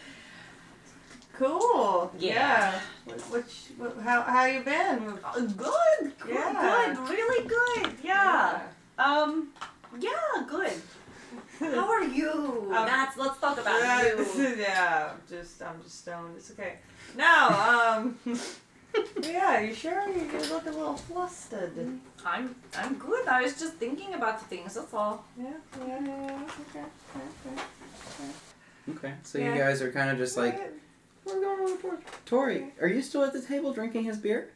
Speaker 9: Cool.
Speaker 10: Yeah.
Speaker 9: What, what, you- what, how, how you been?
Speaker 10: Uh, Good, good,
Speaker 9: Yeah.
Speaker 10: good, really good. Yeah. Um. Yeah, good. How are you?
Speaker 9: Um,
Speaker 10: That's let's talk about you.
Speaker 9: yeah, I'm just I'm just stoned. It's okay. No, um, yeah, you sure? You you look a little flustered.
Speaker 10: I'm I'm good. I was just thinking about the things. That's all.
Speaker 9: Yeah, yeah, yeah, yeah. Okay, okay,
Speaker 1: Okay. So
Speaker 9: Yeah.
Speaker 1: you guys are kind of just like,
Speaker 9: okay.
Speaker 1: what's going on on the porch? Tori, are you still at the table drinking his beer,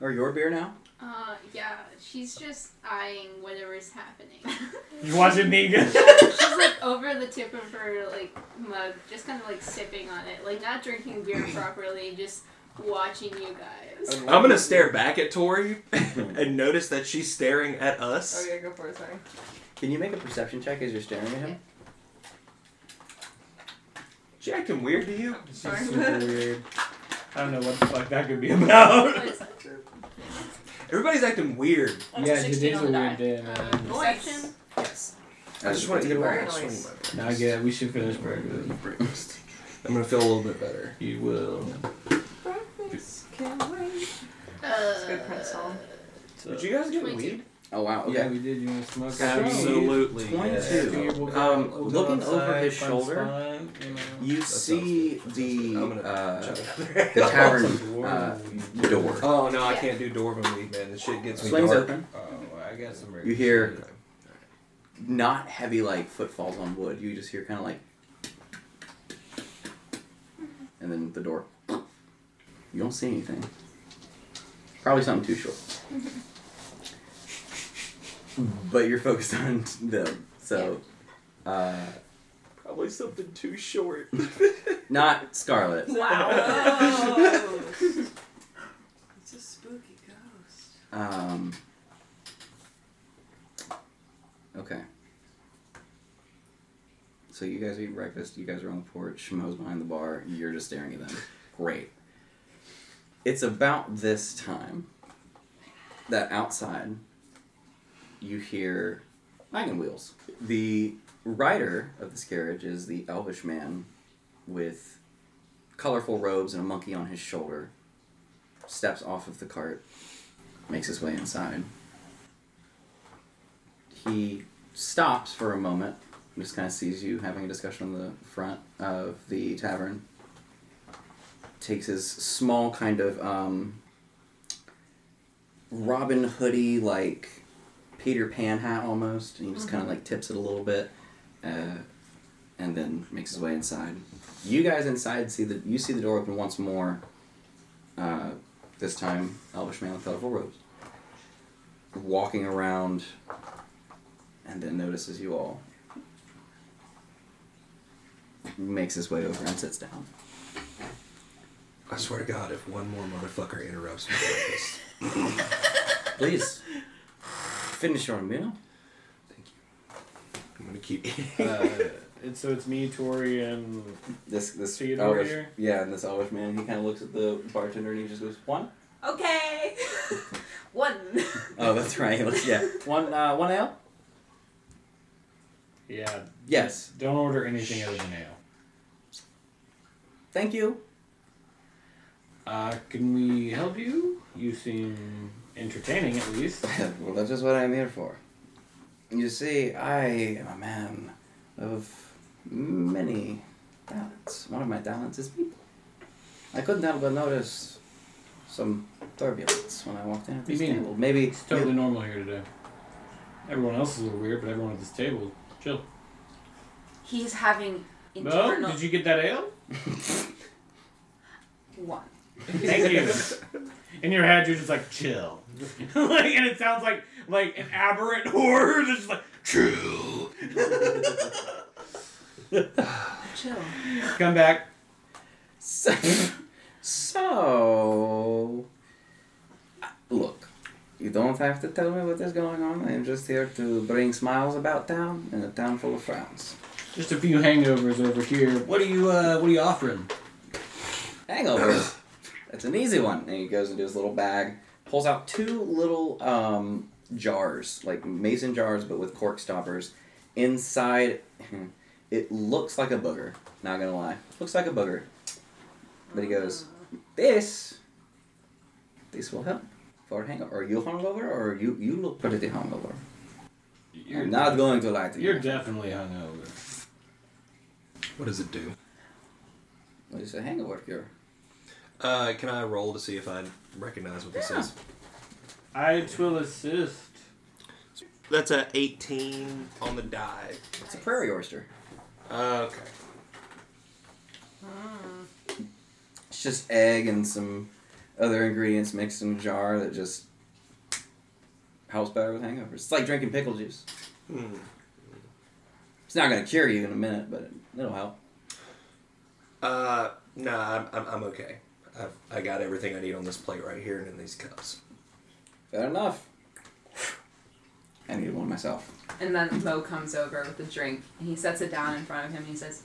Speaker 1: or your beer now?
Speaker 5: Uh, yeah, she's just eyeing whatever's happening.
Speaker 6: You watching Negan?
Speaker 5: she's like over the tip of her like mug, just kind of like sipping on it, like not drinking beer properly, just watching you guys.
Speaker 4: I'm gonna stare back at Tori and notice that she's staring at us.
Speaker 9: Oh yeah, go for it. Sorry.
Speaker 1: Can you make a perception check as you're staring at him?
Speaker 4: She acting weird to you?
Speaker 6: She's
Speaker 9: Sorry.
Speaker 6: super weird. I don't know what the fuck that could be about.
Speaker 5: What is that?
Speaker 4: Everybody's acting weird.
Speaker 10: That's
Speaker 6: yeah,
Speaker 10: a 16
Speaker 6: today's a
Speaker 10: on the
Speaker 6: weird
Speaker 10: die.
Speaker 6: day,
Speaker 5: Uh,
Speaker 6: man.
Speaker 5: perception?
Speaker 1: Yes.
Speaker 4: I just want to eat a
Speaker 9: Very
Speaker 4: bite.
Speaker 9: nice.
Speaker 6: Now I get it. We should finish breakfast.
Speaker 4: breakfast. I'm gonna feel a little bit better.
Speaker 6: You will.
Speaker 9: Breakfast can wait. It's a good Prince song.
Speaker 6: So,
Speaker 4: Did you guys get
Speaker 5: 22.
Speaker 4: weed?
Speaker 1: Oh wow. Okay.
Speaker 6: Yeah, we did. You want to smoke?
Speaker 4: Absolutely. yes.
Speaker 1: 22. Um, looking over his shoulder, You
Speaker 4: That sounds
Speaker 1: see
Speaker 4: good.
Speaker 1: the
Speaker 4: I'm gonna
Speaker 1: uh,
Speaker 4: chug another
Speaker 1: the
Speaker 4: ale.
Speaker 1: tavern uh, door
Speaker 4: Oh no, I
Speaker 5: Yeah.
Speaker 4: can't do Dwarven weed, man. This shit gets me
Speaker 1: swings
Speaker 4: dark.
Speaker 1: open.
Speaker 6: Oh, I got some.
Speaker 1: You hear not heavy like footfalls on wood. You just hear kind of like, and then the door. You don't see anything. Probably something too short. but you're focused on them, so uh,
Speaker 4: Probably something too short.
Speaker 1: not Scarlet.
Speaker 9: Whoa. it's a spooky ghost.
Speaker 1: Um. Okay. So you guys are eating breakfast. You guys are on the porch. Mo's behind the bar. You're just staring at them. Great. It's about this time that outside you hear wagon wheels. The rider of this carriage is the elvish man with colorful robes and a monkey on his shoulder. Steps off of the cart makes his way inside. He stops for a moment, just kind of sees you having a discussion on the front of the tavern. Takes his small kind of um, Robin Hoodie like Peter Pan hat almost, and he just kind of like tips it a little bit, uh, and then makes his way inside. You guys inside see the you see the door open once more. Uh, this time, Elvish Man with colorful robes walking around, and then notices you all. Makes his way over and sits down.
Speaker 4: I swear to God, if one more motherfucker interrupts me like this,
Speaker 1: Please finish your meal.
Speaker 4: thank you. I'm gonna keep eating.
Speaker 6: Uh, and so it's me, Tori, and
Speaker 1: This this
Speaker 6: So you're the
Speaker 1: elvish,
Speaker 6: warrior?
Speaker 1: yeah, and this elvish man, he kind of looks at the bartender and he just goes one.
Speaker 7: Okay. One.
Speaker 1: Oh, that's right. he looks- yeah, one uh, one ale.
Speaker 6: yeah.
Speaker 1: Yes,
Speaker 6: Don't order anything other than ale.
Speaker 1: thank you.
Speaker 6: Uh, can we help you? You seem entertaining, at least.
Speaker 1: well, that's just what I'm here for. You see, I am a man of many talents. One of my talents is people. I couldn't help but notice some turbulence when I walked in at
Speaker 6: You
Speaker 1: this
Speaker 6: mean-
Speaker 1: table. Maybe
Speaker 6: It's totally normal here today. Everyone else is a little weird, but everyone at this table, chill.
Speaker 3: He is having
Speaker 6: Mo,
Speaker 3: internal
Speaker 6: did you get that ale?
Speaker 3: one.
Speaker 6: Thank you. In your head, you're just like chill, like, and it sounds like like an aberrant horror. Just like chill.
Speaker 3: Chill.
Speaker 6: Come back.
Speaker 1: So, so look, you don't have to tell me what is going on. I'm just here to bring smiles about town in a town full of frowns.
Speaker 6: Just a few hangovers over here. What are you? Uh, what are you offering?
Speaker 1: Hangovers. That's an easy one. And he goes into his little bag, pulls out two little um, jars, like mason jars, but with cork stoppers. Inside, it looks like a booger. Not gonna lie, looks like a booger. But he goes, "This, this will help for hangover. Are you hungover, or you you look pretty hungover?
Speaker 6: You're
Speaker 1: I'm not going to lie to you.
Speaker 6: You're definitely hungover.
Speaker 4: What does it do?
Speaker 1: It's a hangover cure.
Speaker 4: Uh, can I roll to see if I recognize what this is?
Speaker 6: I will assist.
Speaker 4: That's a 18 on the die.
Speaker 1: It's a prairie oyster.
Speaker 4: Uh, okay.
Speaker 1: It's just egg and some other ingredients mixed in a jar that just helps better with hangovers. It's like drinking pickle juice.
Speaker 4: Hmm.
Speaker 1: It's not gonna cure you in a minute, but it'll help.
Speaker 4: Uh, no, I'm, I'm, I'm okay. I've, I got everything I need on this plate right here and in these cups.
Speaker 1: Fair enough. I need one myself.
Speaker 3: And then Mo comes over with a drink and he sets it down in front of him and he says,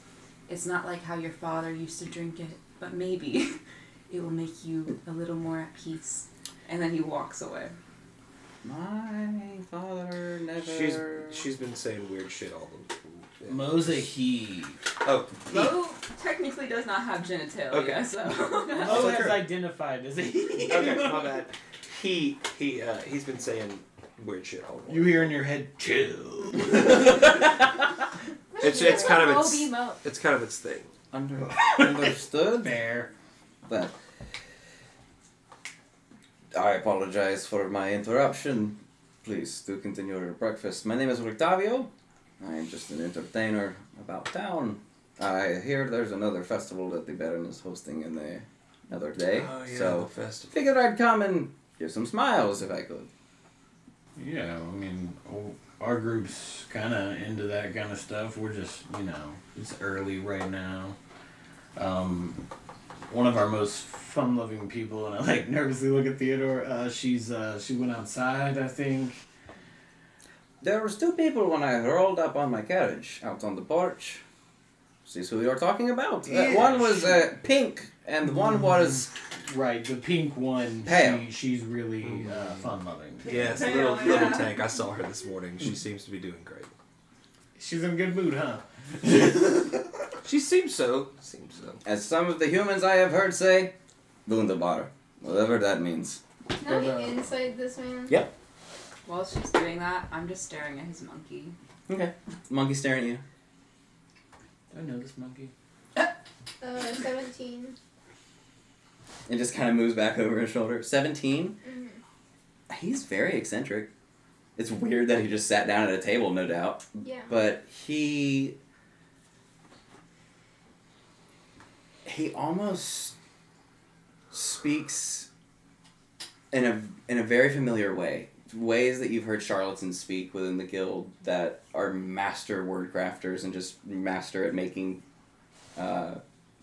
Speaker 3: It's not like how your father used to drink it, but maybe it will make you a little more at peace. And then he walks away.
Speaker 1: My father never.
Speaker 4: She's she's been saying weird shit all the. yeah.
Speaker 6: Mo's a he.
Speaker 4: Oh,
Speaker 3: Mo technically does not have genitalia,
Speaker 4: Okay.
Speaker 3: so.
Speaker 6: Mo
Speaker 4: Sure.
Speaker 6: has identified as a he.
Speaker 4: okay, my bad. He he uh, he's been saying weird shit all the.
Speaker 6: You hear in your head, chill.
Speaker 4: It's it's kind of
Speaker 5: Mo be
Speaker 4: its
Speaker 5: Mo.
Speaker 4: it's kind of its thing.
Speaker 1: Under, understood.
Speaker 6: Bear.
Speaker 1: But I apologize for my interruption. Please do continue your breakfast. My name is Rictavio. I am just an entertainer about town. I hear there's another festival that the Baron is hosting in the another day. So
Speaker 4: festival.
Speaker 1: figured I'd come and give some smiles if I could.
Speaker 6: Yeah, I mean, o- our group's kind of into that kind of stuff. We're just, you know, it's early right now. Um, one of our most fun-loving people, and I like nervously look at Theodore. Uh, she's uh, she went outside, I think.
Speaker 1: There was two people when I rolled up on my carriage out on the porch. This who you're talking about. That one was uh, pink and one was
Speaker 6: Mm-hmm. Right, the pink one.
Speaker 1: Pale.
Speaker 6: She, she's really uh, fun-loving.
Speaker 4: Yes,
Speaker 9: Hang
Speaker 4: little
Speaker 9: on,
Speaker 4: little
Speaker 9: yeah.
Speaker 4: tank. I saw her this morning. She seems to be doing great.
Speaker 6: She's in good mood, huh?
Speaker 4: She seems so. Seems so.
Speaker 1: as some of the humans I have heard say, Wunderbar. Whatever that means.
Speaker 5: Can I be inside this man?
Speaker 1: Yeah.
Speaker 3: While she's doing that, I'm just staring at his monkey.
Speaker 1: Okay. Monkey staring at you.
Speaker 6: Do I know this monkey?
Speaker 5: Uh, 17.
Speaker 1: It just kind of moves back over his shoulder. 17.
Speaker 5: Mhm.
Speaker 1: He's very eccentric. It's weird that he just sat down at a table, no doubt.
Speaker 5: Yeah.
Speaker 1: But he. He almost speaks in a, in a very familiar way. Ways that you've heard charlatans speak within the guild that are master word crafters and just master at making uh,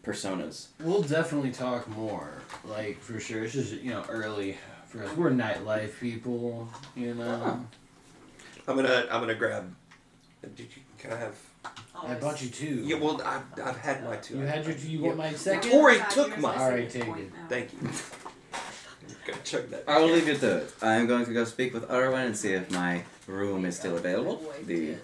Speaker 1: personas.
Speaker 6: We'll definitely talk more, like for sure. It's just you know early for us. We're nightlife people, you know.
Speaker 4: I'm gonna I'm gonna grab. Did you, can I have?
Speaker 6: I bought you two.
Speaker 4: Yeah, well, I've, I've had my two.
Speaker 6: you had your. You want my
Speaker 4: Yeah.
Speaker 6: second?
Speaker 4: Tori
Speaker 3: Five
Speaker 4: took
Speaker 3: years I
Speaker 4: mine.
Speaker 3: see
Speaker 6: Alright,
Speaker 3: your
Speaker 6: take
Speaker 3: point
Speaker 6: it.
Speaker 3: now.
Speaker 4: Thank you. Gotta chug that.
Speaker 1: I will leave you to it. I'm going to go speak with Erwin and see if my room is still available. The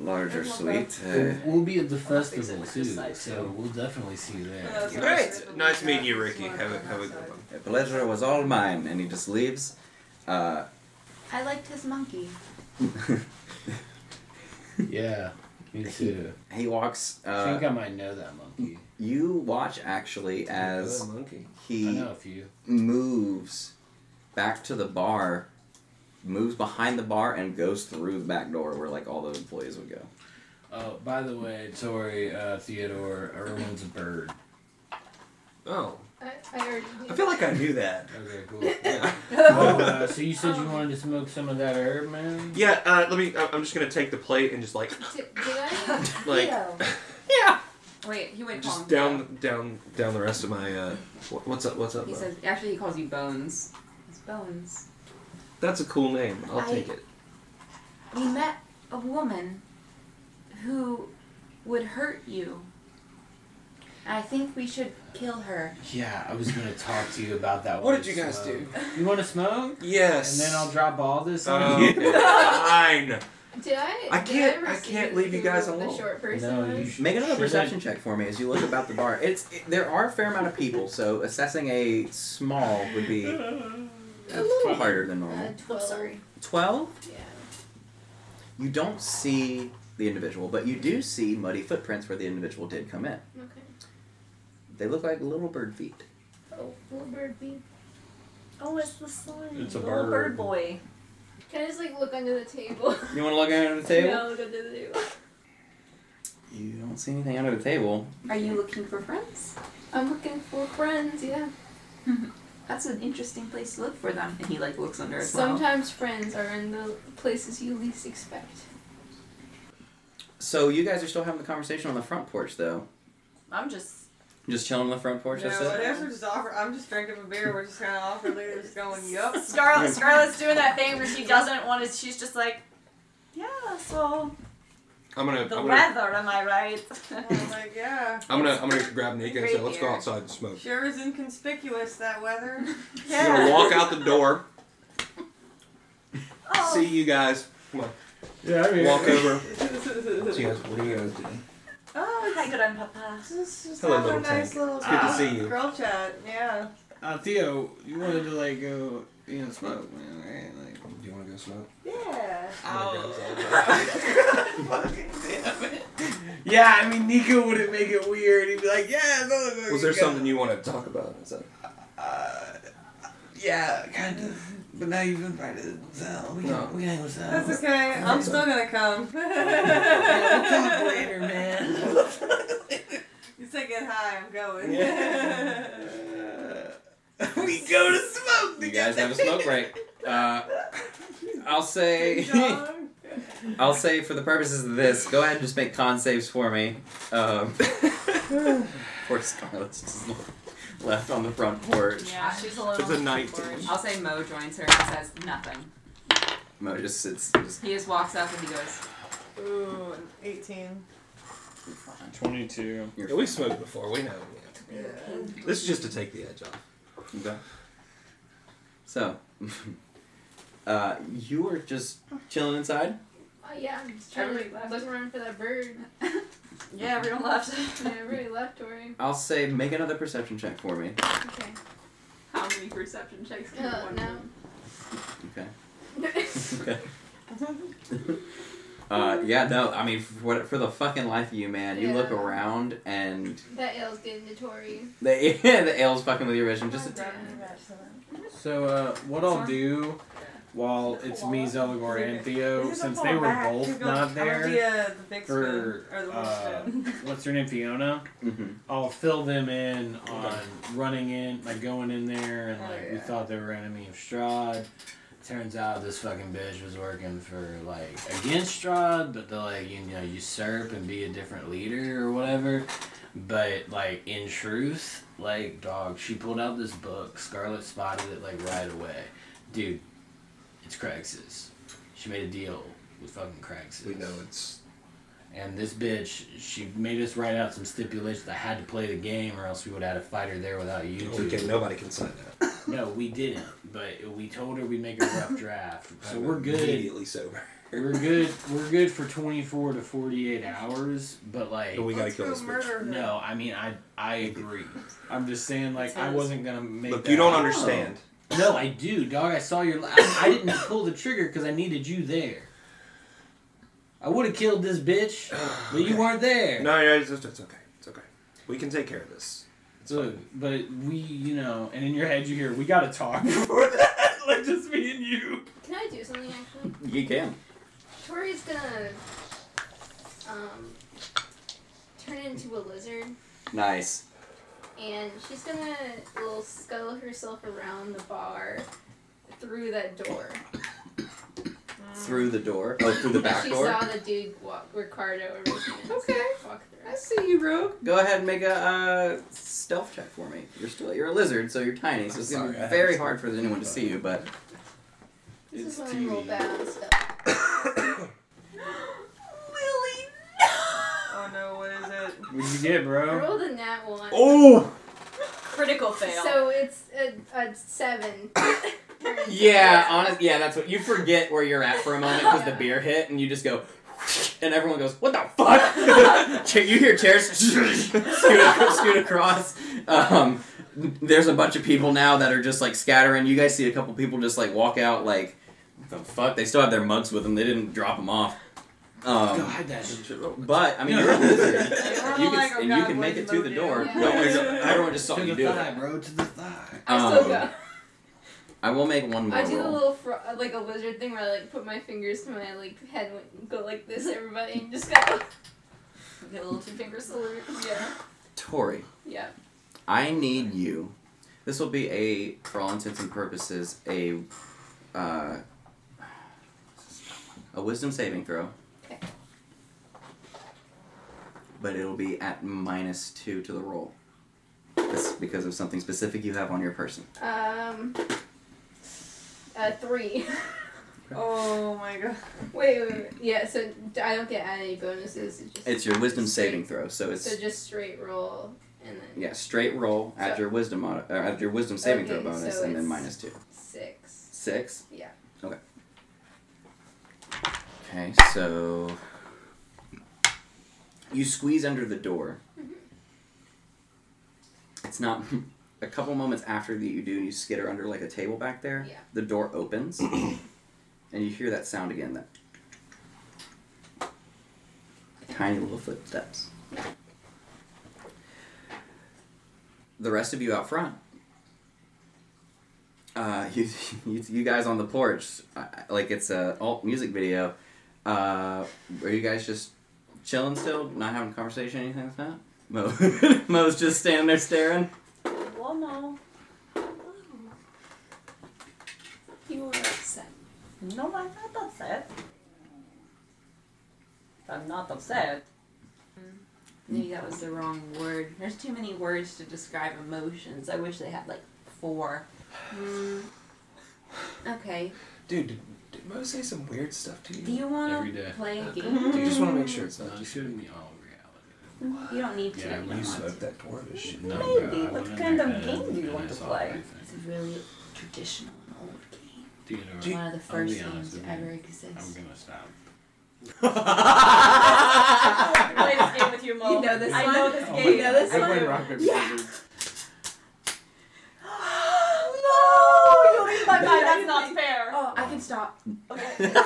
Speaker 1: larger suite. Uh,
Speaker 6: We'll, we'll be at the festival
Speaker 3: with
Speaker 6: too,
Speaker 3: this side,
Speaker 6: so
Speaker 3: too.
Speaker 6: we'll definitely see you there.
Speaker 9: That's
Speaker 4: All
Speaker 9: nice.
Speaker 4: right. Nice meeting you, Ricky. Have a have a good one.
Speaker 1: Uh, the pleasure was all mine, and he just leaves. Uh,
Speaker 10: I liked his monkey.
Speaker 6: Yeah, me too.
Speaker 1: he walks.
Speaker 6: I think
Speaker 1: Uh,
Speaker 6: I might know that monkey.
Speaker 1: you watch actually as
Speaker 4: monkey.
Speaker 6: I
Speaker 1: he
Speaker 6: know a few.
Speaker 1: moves back to the bar, moves behind the bar, and goes through the back door where like all the employees would go.
Speaker 6: Oh, by the way, Tori, uh, Theodore, everyone's a bird.
Speaker 4: Oh,
Speaker 5: I, I already
Speaker 4: I feel like I knew that.
Speaker 6: Okay, cool.
Speaker 4: Yeah.
Speaker 6: Uh, so you said you wanted to smoke some of that herb, man?
Speaker 4: Yeah. Uh, let me. I- I'm just gonna take the plate and just like
Speaker 5: did, did I?
Speaker 4: like
Speaker 3: Wait, he went
Speaker 4: just
Speaker 3: Kong.
Speaker 4: down down down the rest of my. Uh, wh- what's up? What's up?
Speaker 3: He
Speaker 4: bro?
Speaker 3: says, actually, he calls you Bones. It's Bones.
Speaker 4: That's a cool name. I'll
Speaker 7: I-
Speaker 4: take it.
Speaker 7: We met a woman who would hurt you. I think we should kill her.
Speaker 6: Yeah, I was gonna talk to you about that.
Speaker 4: What
Speaker 6: one
Speaker 4: did you guys
Speaker 6: smoke. You want to smoke?
Speaker 4: Yes.
Speaker 6: And then I'll drop all this
Speaker 4: Oh,
Speaker 6: on
Speaker 4: okay.
Speaker 6: you.
Speaker 4: Fine.
Speaker 5: Did I?
Speaker 4: I
Speaker 5: did
Speaker 4: can't-
Speaker 5: ever
Speaker 4: I
Speaker 5: see
Speaker 4: can't leave you
Speaker 5: who
Speaker 4: guys
Speaker 5: The
Speaker 4: alone.
Speaker 5: short person.
Speaker 6: No, you
Speaker 5: was?
Speaker 6: sh-
Speaker 1: Make another
Speaker 6: should
Speaker 1: perception check for me as you look about the bar. It's it, there are a fair amount of people, so assessing a small would be a little harder than
Speaker 5: Uh,
Speaker 1: normal.
Speaker 5: 12.
Speaker 10: sorry.
Speaker 1: Twelve.
Speaker 5: Yeah.
Speaker 1: You don't see the individual, but you do see muddy footprints where the individual did come in.
Speaker 5: Okay.
Speaker 1: They look like little bird feet.
Speaker 5: Oh, little bird bee.
Speaker 2: Oh, it's the sun.
Speaker 6: It's a
Speaker 2: Little bird.
Speaker 6: bird.
Speaker 2: boy.
Speaker 5: Can I just like look under the table?
Speaker 1: You want to look under the table?
Speaker 5: Yeah, look under the table.
Speaker 1: You don't see anything under the table.
Speaker 3: Are you looking for friends?
Speaker 5: I'm looking for friends. Yeah.
Speaker 3: That's an interesting place to look for them. And he like looks under his well.
Speaker 5: Sometimes friends are in the places you least expect.
Speaker 1: So you guys are still having the conversation on the front porch, though.
Speaker 2: I'm just.
Speaker 1: Just chilling on the front porch.
Speaker 9: No,
Speaker 1: that's
Speaker 9: I
Speaker 1: it.
Speaker 9: guess we're just offer. I'm just drinking a beer. We're just kind of awkwardly just going, yup.
Speaker 2: Scarlet, Scarlet's doing that thing where she doesn't want to. She's just like, yeah. So
Speaker 4: I'm
Speaker 2: the
Speaker 4: gonna. I'm gonna
Speaker 2: weather, am I right?
Speaker 9: I'm like, yeah.
Speaker 4: I'm gonna I'm gonna grab Nika and say,
Speaker 2: Great
Speaker 4: let's go
Speaker 2: beer.
Speaker 4: outside and smoke.
Speaker 9: Sure is inconspicuous that weather.
Speaker 4: I'm gonna
Speaker 2: yeah.
Speaker 4: walk out the door.
Speaker 2: Oh.
Speaker 4: See you guys.
Speaker 6: Yeah, I
Speaker 4: Walk over.
Speaker 9: oh,
Speaker 4: See you guys. What are you guys doing?
Speaker 2: Hi,
Speaker 9: it's
Speaker 2: grandpapa.
Speaker 9: just, just
Speaker 4: Hello,
Speaker 9: have a
Speaker 4: little
Speaker 9: nice
Speaker 4: tank.
Speaker 9: little
Speaker 4: It's good to see you.
Speaker 9: girl chat. Yeah.
Speaker 6: Uh, Theo, you wanted to like go, you know, smoke, man, right? Like,
Speaker 4: Do you want to go smoke?
Speaker 9: Yeah.
Speaker 4: Oh.
Speaker 6: yeah, I mean, Nico wouldn't make it weird. He'd be like, yeah, no, no,
Speaker 4: Was there something you want to talk about? Is that-
Speaker 6: Uh, yeah, kind of. But now you've invited Zell. We
Speaker 4: No.
Speaker 6: we hang with Zell.
Speaker 9: That's okay. I'm still gonna come.
Speaker 6: We'll talk later, man.
Speaker 9: you say good hi. I'm going.
Speaker 6: we go to smoke
Speaker 1: You guys have a smoke break. Uh, I'll say.
Speaker 9: Dong.
Speaker 1: I'll say for the purposes of this, go ahead and just make con saves for me. Um, poor Scarlett's just le- left on the front porch.
Speaker 2: Yeah, she's alone.
Speaker 4: It's a
Speaker 2: on the
Speaker 4: 19.
Speaker 2: porch.
Speaker 3: I'll say Mo joins her and says nothing.
Speaker 1: Mo just sits. Just,
Speaker 3: He just walks up and he goes,
Speaker 9: Ooh, an 18.
Speaker 1: you're fine.
Speaker 11: 22.
Speaker 1: You're
Speaker 4: Yeah, we smoked before. We know. This is just to take the edge off.
Speaker 1: fine. Okay. So, uh, you were just chilling inside.
Speaker 3: Uh,
Speaker 5: Oh yeah, I'm just trying
Speaker 2: Everybody
Speaker 5: to
Speaker 2: left.
Speaker 5: look around for that bird.
Speaker 2: Yeah, everyone left.
Speaker 5: Yeah, everybody left Tori.
Speaker 1: I'll say make another perception check for me.
Speaker 5: Okay.
Speaker 3: How many perception checks can
Speaker 5: Uh,
Speaker 3: one
Speaker 5: no.
Speaker 1: Okay. Okay. Uh, yeah, no, I mean, for, what- for the fucking life of you, man, you look
Speaker 5: Yeah.
Speaker 1: around and
Speaker 5: that ale's getting to Tori.
Speaker 1: the,
Speaker 5: Oh
Speaker 1: the ale's fucking with your vision just a
Speaker 5: Okay.
Speaker 1: tad.
Speaker 6: So, uh, what I'll do while it's me, Zelagor, and Theo,
Speaker 9: This is a
Speaker 6: since they were
Speaker 9: callback to
Speaker 6: both
Speaker 9: go-
Speaker 6: not
Speaker 9: I'm gonna be
Speaker 6: there
Speaker 9: a, the big
Speaker 6: for
Speaker 9: spoon, or the little
Speaker 6: uh,
Speaker 9: spoon.
Speaker 6: what's her name, Fiona,
Speaker 1: Mm-hmm.
Speaker 6: I'll fill them in on running in, like going in there, and
Speaker 9: Oh,
Speaker 6: like we
Speaker 9: yeah.
Speaker 6: thought they were enemy of Strahd. Turns out this fucking bitch was working for like against Strahd, but to like you know usurp and be a different leader or whatever. But like in truth, like dog, she pulled out this book. Scarlet spotted it like right away. Dude, it's Craigslist. She made a deal with fucking Craigslist.
Speaker 4: We know it's
Speaker 6: And this bitch, she made us write out some stipulations that had to play the game, or else we would have had to fight her there without you two.
Speaker 4: Oh, we can, nobody can sign that.
Speaker 6: No, we didn't. But we told her we'd make a rough draft, so we're good.
Speaker 4: Immediately sober.
Speaker 6: We're good. We're good for twenty four to forty eight hours. But like,
Speaker 4: But we gotta
Speaker 9: Let's
Speaker 4: kill
Speaker 9: go
Speaker 4: this bitch.
Speaker 9: murder her.
Speaker 6: no, I mean, I I agree. I'm just saying, like, I wasn't gonna make.
Speaker 4: Look,
Speaker 6: that
Speaker 4: you don't
Speaker 6: up.
Speaker 4: understand.
Speaker 6: No, I do, dog. I saw your. La- I, I didn't pull the trigger because I needed you there. I would have killed this bitch, but you weren't there.
Speaker 4: No, no, it's, it's okay. It's okay. We can take care of this. It's
Speaker 6: Look,
Speaker 4: fine.
Speaker 6: but we, you know, and in your head you hear, we gotta talk before that. like, just me and you.
Speaker 5: Can I do something actually?
Speaker 1: You can.
Speaker 5: Tori's gonna um, turn into a lizard
Speaker 1: Nice.
Speaker 5: and she's gonna little scuttle herself around the bar through that door.
Speaker 1: Through the door. Oh, through the back
Speaker 5: she
Speaker 1: door.
Speaker 5: saw the dude walk Ricardo originally.
Speaker 1: Okay.
Speaker 5: Walk through.
Speaker 1: I see you, Rogue. Go ahead and make a uh, stealth check for me. You're still you're a lizard, so you're tiny, so it's gonna be
Speaker 4: Sorry, I
Speaker 1: very
Speaker 4: haven't-
Speaker 1: hard for anyone to see you. But
Speaker 5: This
Speaker 6: It's
Speaker 5: is when I roll
Speaker 6: TV.
Speaker 5: bad on stuff.
Speaker 2: Lily, no!
Speaker 9: Oh no, what is it?
Speaker 6: What'd you get,
Speaker 5: I
Speaker 6: bro?
Speaker 5: rolled a nat one.
Speaker 4: Oh!
Speaker 2: Critical fail.
Speaker 5: So it's a, a seven.
Speaker 1: yeah, honest. Yeah, that's what you forget where you're at for a moment because the beer hit, and you just go, and everyone goes, "What the fuck?" Cha- you hear chairs scoot, ac- scoot across. Um, there's a bunch of people now that are just like scattering. You guys see a couple people just like walk out, like, "What the fuck?" They still have their mugs with them. They didn't drop them off. Um,
Speaker 6: God, that shit.
Speaker 1: but I mean, you're a lizard.
Speaker 9: We're
Speaker 1: You
Speaker 9: all
Speaker 1: can,
Speaker 9: like, oh,
Speaker 1: and
Speaker 9: God,
Speaker 1: you can
Speaker 9: what
Speaker 1: make
Speaker 9: did
Speaker 1: it through
Speaker 9: Mo
Speaker 1: the
Speaker 9: do?
Speaker 1: door.
Speaker 5: Yeah.
Speaker 1: No one- everyone just saw
Speaker 6: to
Speaker 1: you
Speaker 6: the
Speaker 1: do
Speaker 6: thigh,
Speaker 1: it.
Speaker 6: bro, to the thigh.
Speaker 5: I still
Speaker 1: Um,
Speaker 5: go.
Speaker 1: I will make one more
Speaker 5: I do the
Speaker 1: roll.
Speaker 5: little fro- uh, like a lizard thing where I like put my fingers to my like head and go like this. Everybody and just go.
Speaker 2: Get a little two finger salute.
Speaker 5: Yeah.
Speaker 1: Tori,
Speaker 5: Yeah.
Speaker 1: I need you. This will be a, for all intents and purposes, a, uh, a wisdom saving throw.
Speaker 5: Okay.
Speaker 1: But it'll be at minus two to the roll. That's because of something specific you have on your person.
Speaker 5: Um. Uh, three.
Speaker 9: Oh my god.
Speaker 5: wait, wait, wait. Yeah. So d- I don't get any bonuses. It's just
Speaker 1: It's your wisdom saving throw, so it's
Speaker 5: so just straight roll and then
Speaker 1: yeah straight roll add
Speaker 5: So-
Speaker 1: your wisdom mod- or add your wisdom saving
Speaker 5: Okay,
Speaker 1: throw bonus
Speaker 5: so
Speaker 1: and then
Speaker 5: it's-
Speaker 1: minus two.
Speaker 5: six.
Speaker 1: Six?
Speaker 5: Yeah.
Speaker 1: Okay. Okay, so you squeeze under the door. It's not a couple moments after that you do you skitter under like a table back there.
Speaker 5: Yeah.
Speaker 1: The door opens and you hear that sound again that tiny little footsteps. The rest of you out front uh, you, you, you guys on the porch, uh, like it's a alt music video. Uh, are you guys just chilling still, not having a conversation, anything like that? Mo, Mo's just standing there staring.
Speaker 2: Well, no.
Speaker 5: You were upset.
Speaker 2: No, I'm not upset. I'm not upset.
Speaker 3: Mm-hmm. Maybe that was the wrong word. There's too many words to describe emotions. I wish they had like four.
Speaker 7: Mm.
Speaker 3: Okay.
Speaker 4: Dude, did, did Mo say some weird stuff to you?
Speaker 3: Do you
Speaker 6: Every
Speaker 3: want
Speaker 6: day.
Speaker 3: to play a game?
Speaker 4: Dude, just want to make sure it's
Speaker 6: No,
Speaker 4: not
Speaker 6: you
Speaker 4: just
Speaker 6: shouldn't be all reality.
Speaker 3: You don't need to.
Speaker 6: Yeah,
Speaker 3: if you
Speaker 6: when
Speaker 3: don't
Speaker 4: you
Speaker 3: want
Speaker 4: smoked
Speaker 3: to.
Speaker 4: that dwarvish.
Speaker 6: No,
Speaker 2: Maybe,
Speaker 6: bro, I
Speaker 2: what
Speaker 6: wouldn't
Speaker 2: kind
Speaker 6: make
Speaker 2: of
Speaker 6: that
Speaker 2: game
Speaker 6: up,
Speaker 2: do you
Speaker 6: and
Speaker 2: want
Speaker 6: I
Speaker 2: to
Speaker 6: saw
Speaker 2: play?
Speaker 6: everything.
Speaker 3: It's a really traditional and old game.
Speaker 6: Theodore,
Speaker 4: Do you-
Speaker 3: One of the
Speaker 6: I'll be
Speaker 3: first
Speaker 6: honest
Speaker 3: games
Speaker 6: with
Speaker 3: to
Speaker 6: you.
Speaker 3: ever
Speaker 6: I'm
Speaker 3: exist.
Speaker 6: gonna stop.
Speaker 2: I play this game with you, Mo.
Speaker 7: You know this
Speaker 2: I
Speaker 7: one?
Speaker 2: know this
Speaker 7: You
Speaker 2: game.
Speaker 7: know this
Speaker 2: I
Speaker 7: one?
Speaker 2: know-
Speaker 6: rock, paper,
Speaker 7: Yeah.
Speaker 6: scissors.
Speaker 2: no! Oh, You read my mind. That's not fair.
Speaker 7: Oh, I can stop.
Speaker 2: Okay.
Speaker 6: Wow.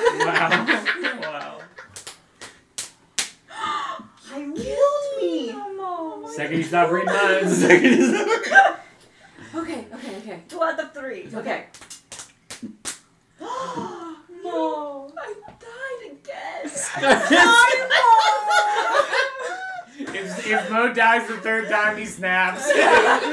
Speaker 6: wow.
Speaker 2: You killed me.
Speaker 6: Second you stop reading mine. Second you stop reading
Speaker 7: Okay, okay, okay.
Speaker 2: Two out of three.
Speaker 7: Okay.
Speaker 11: if, if Mo dies the third time, he snaps.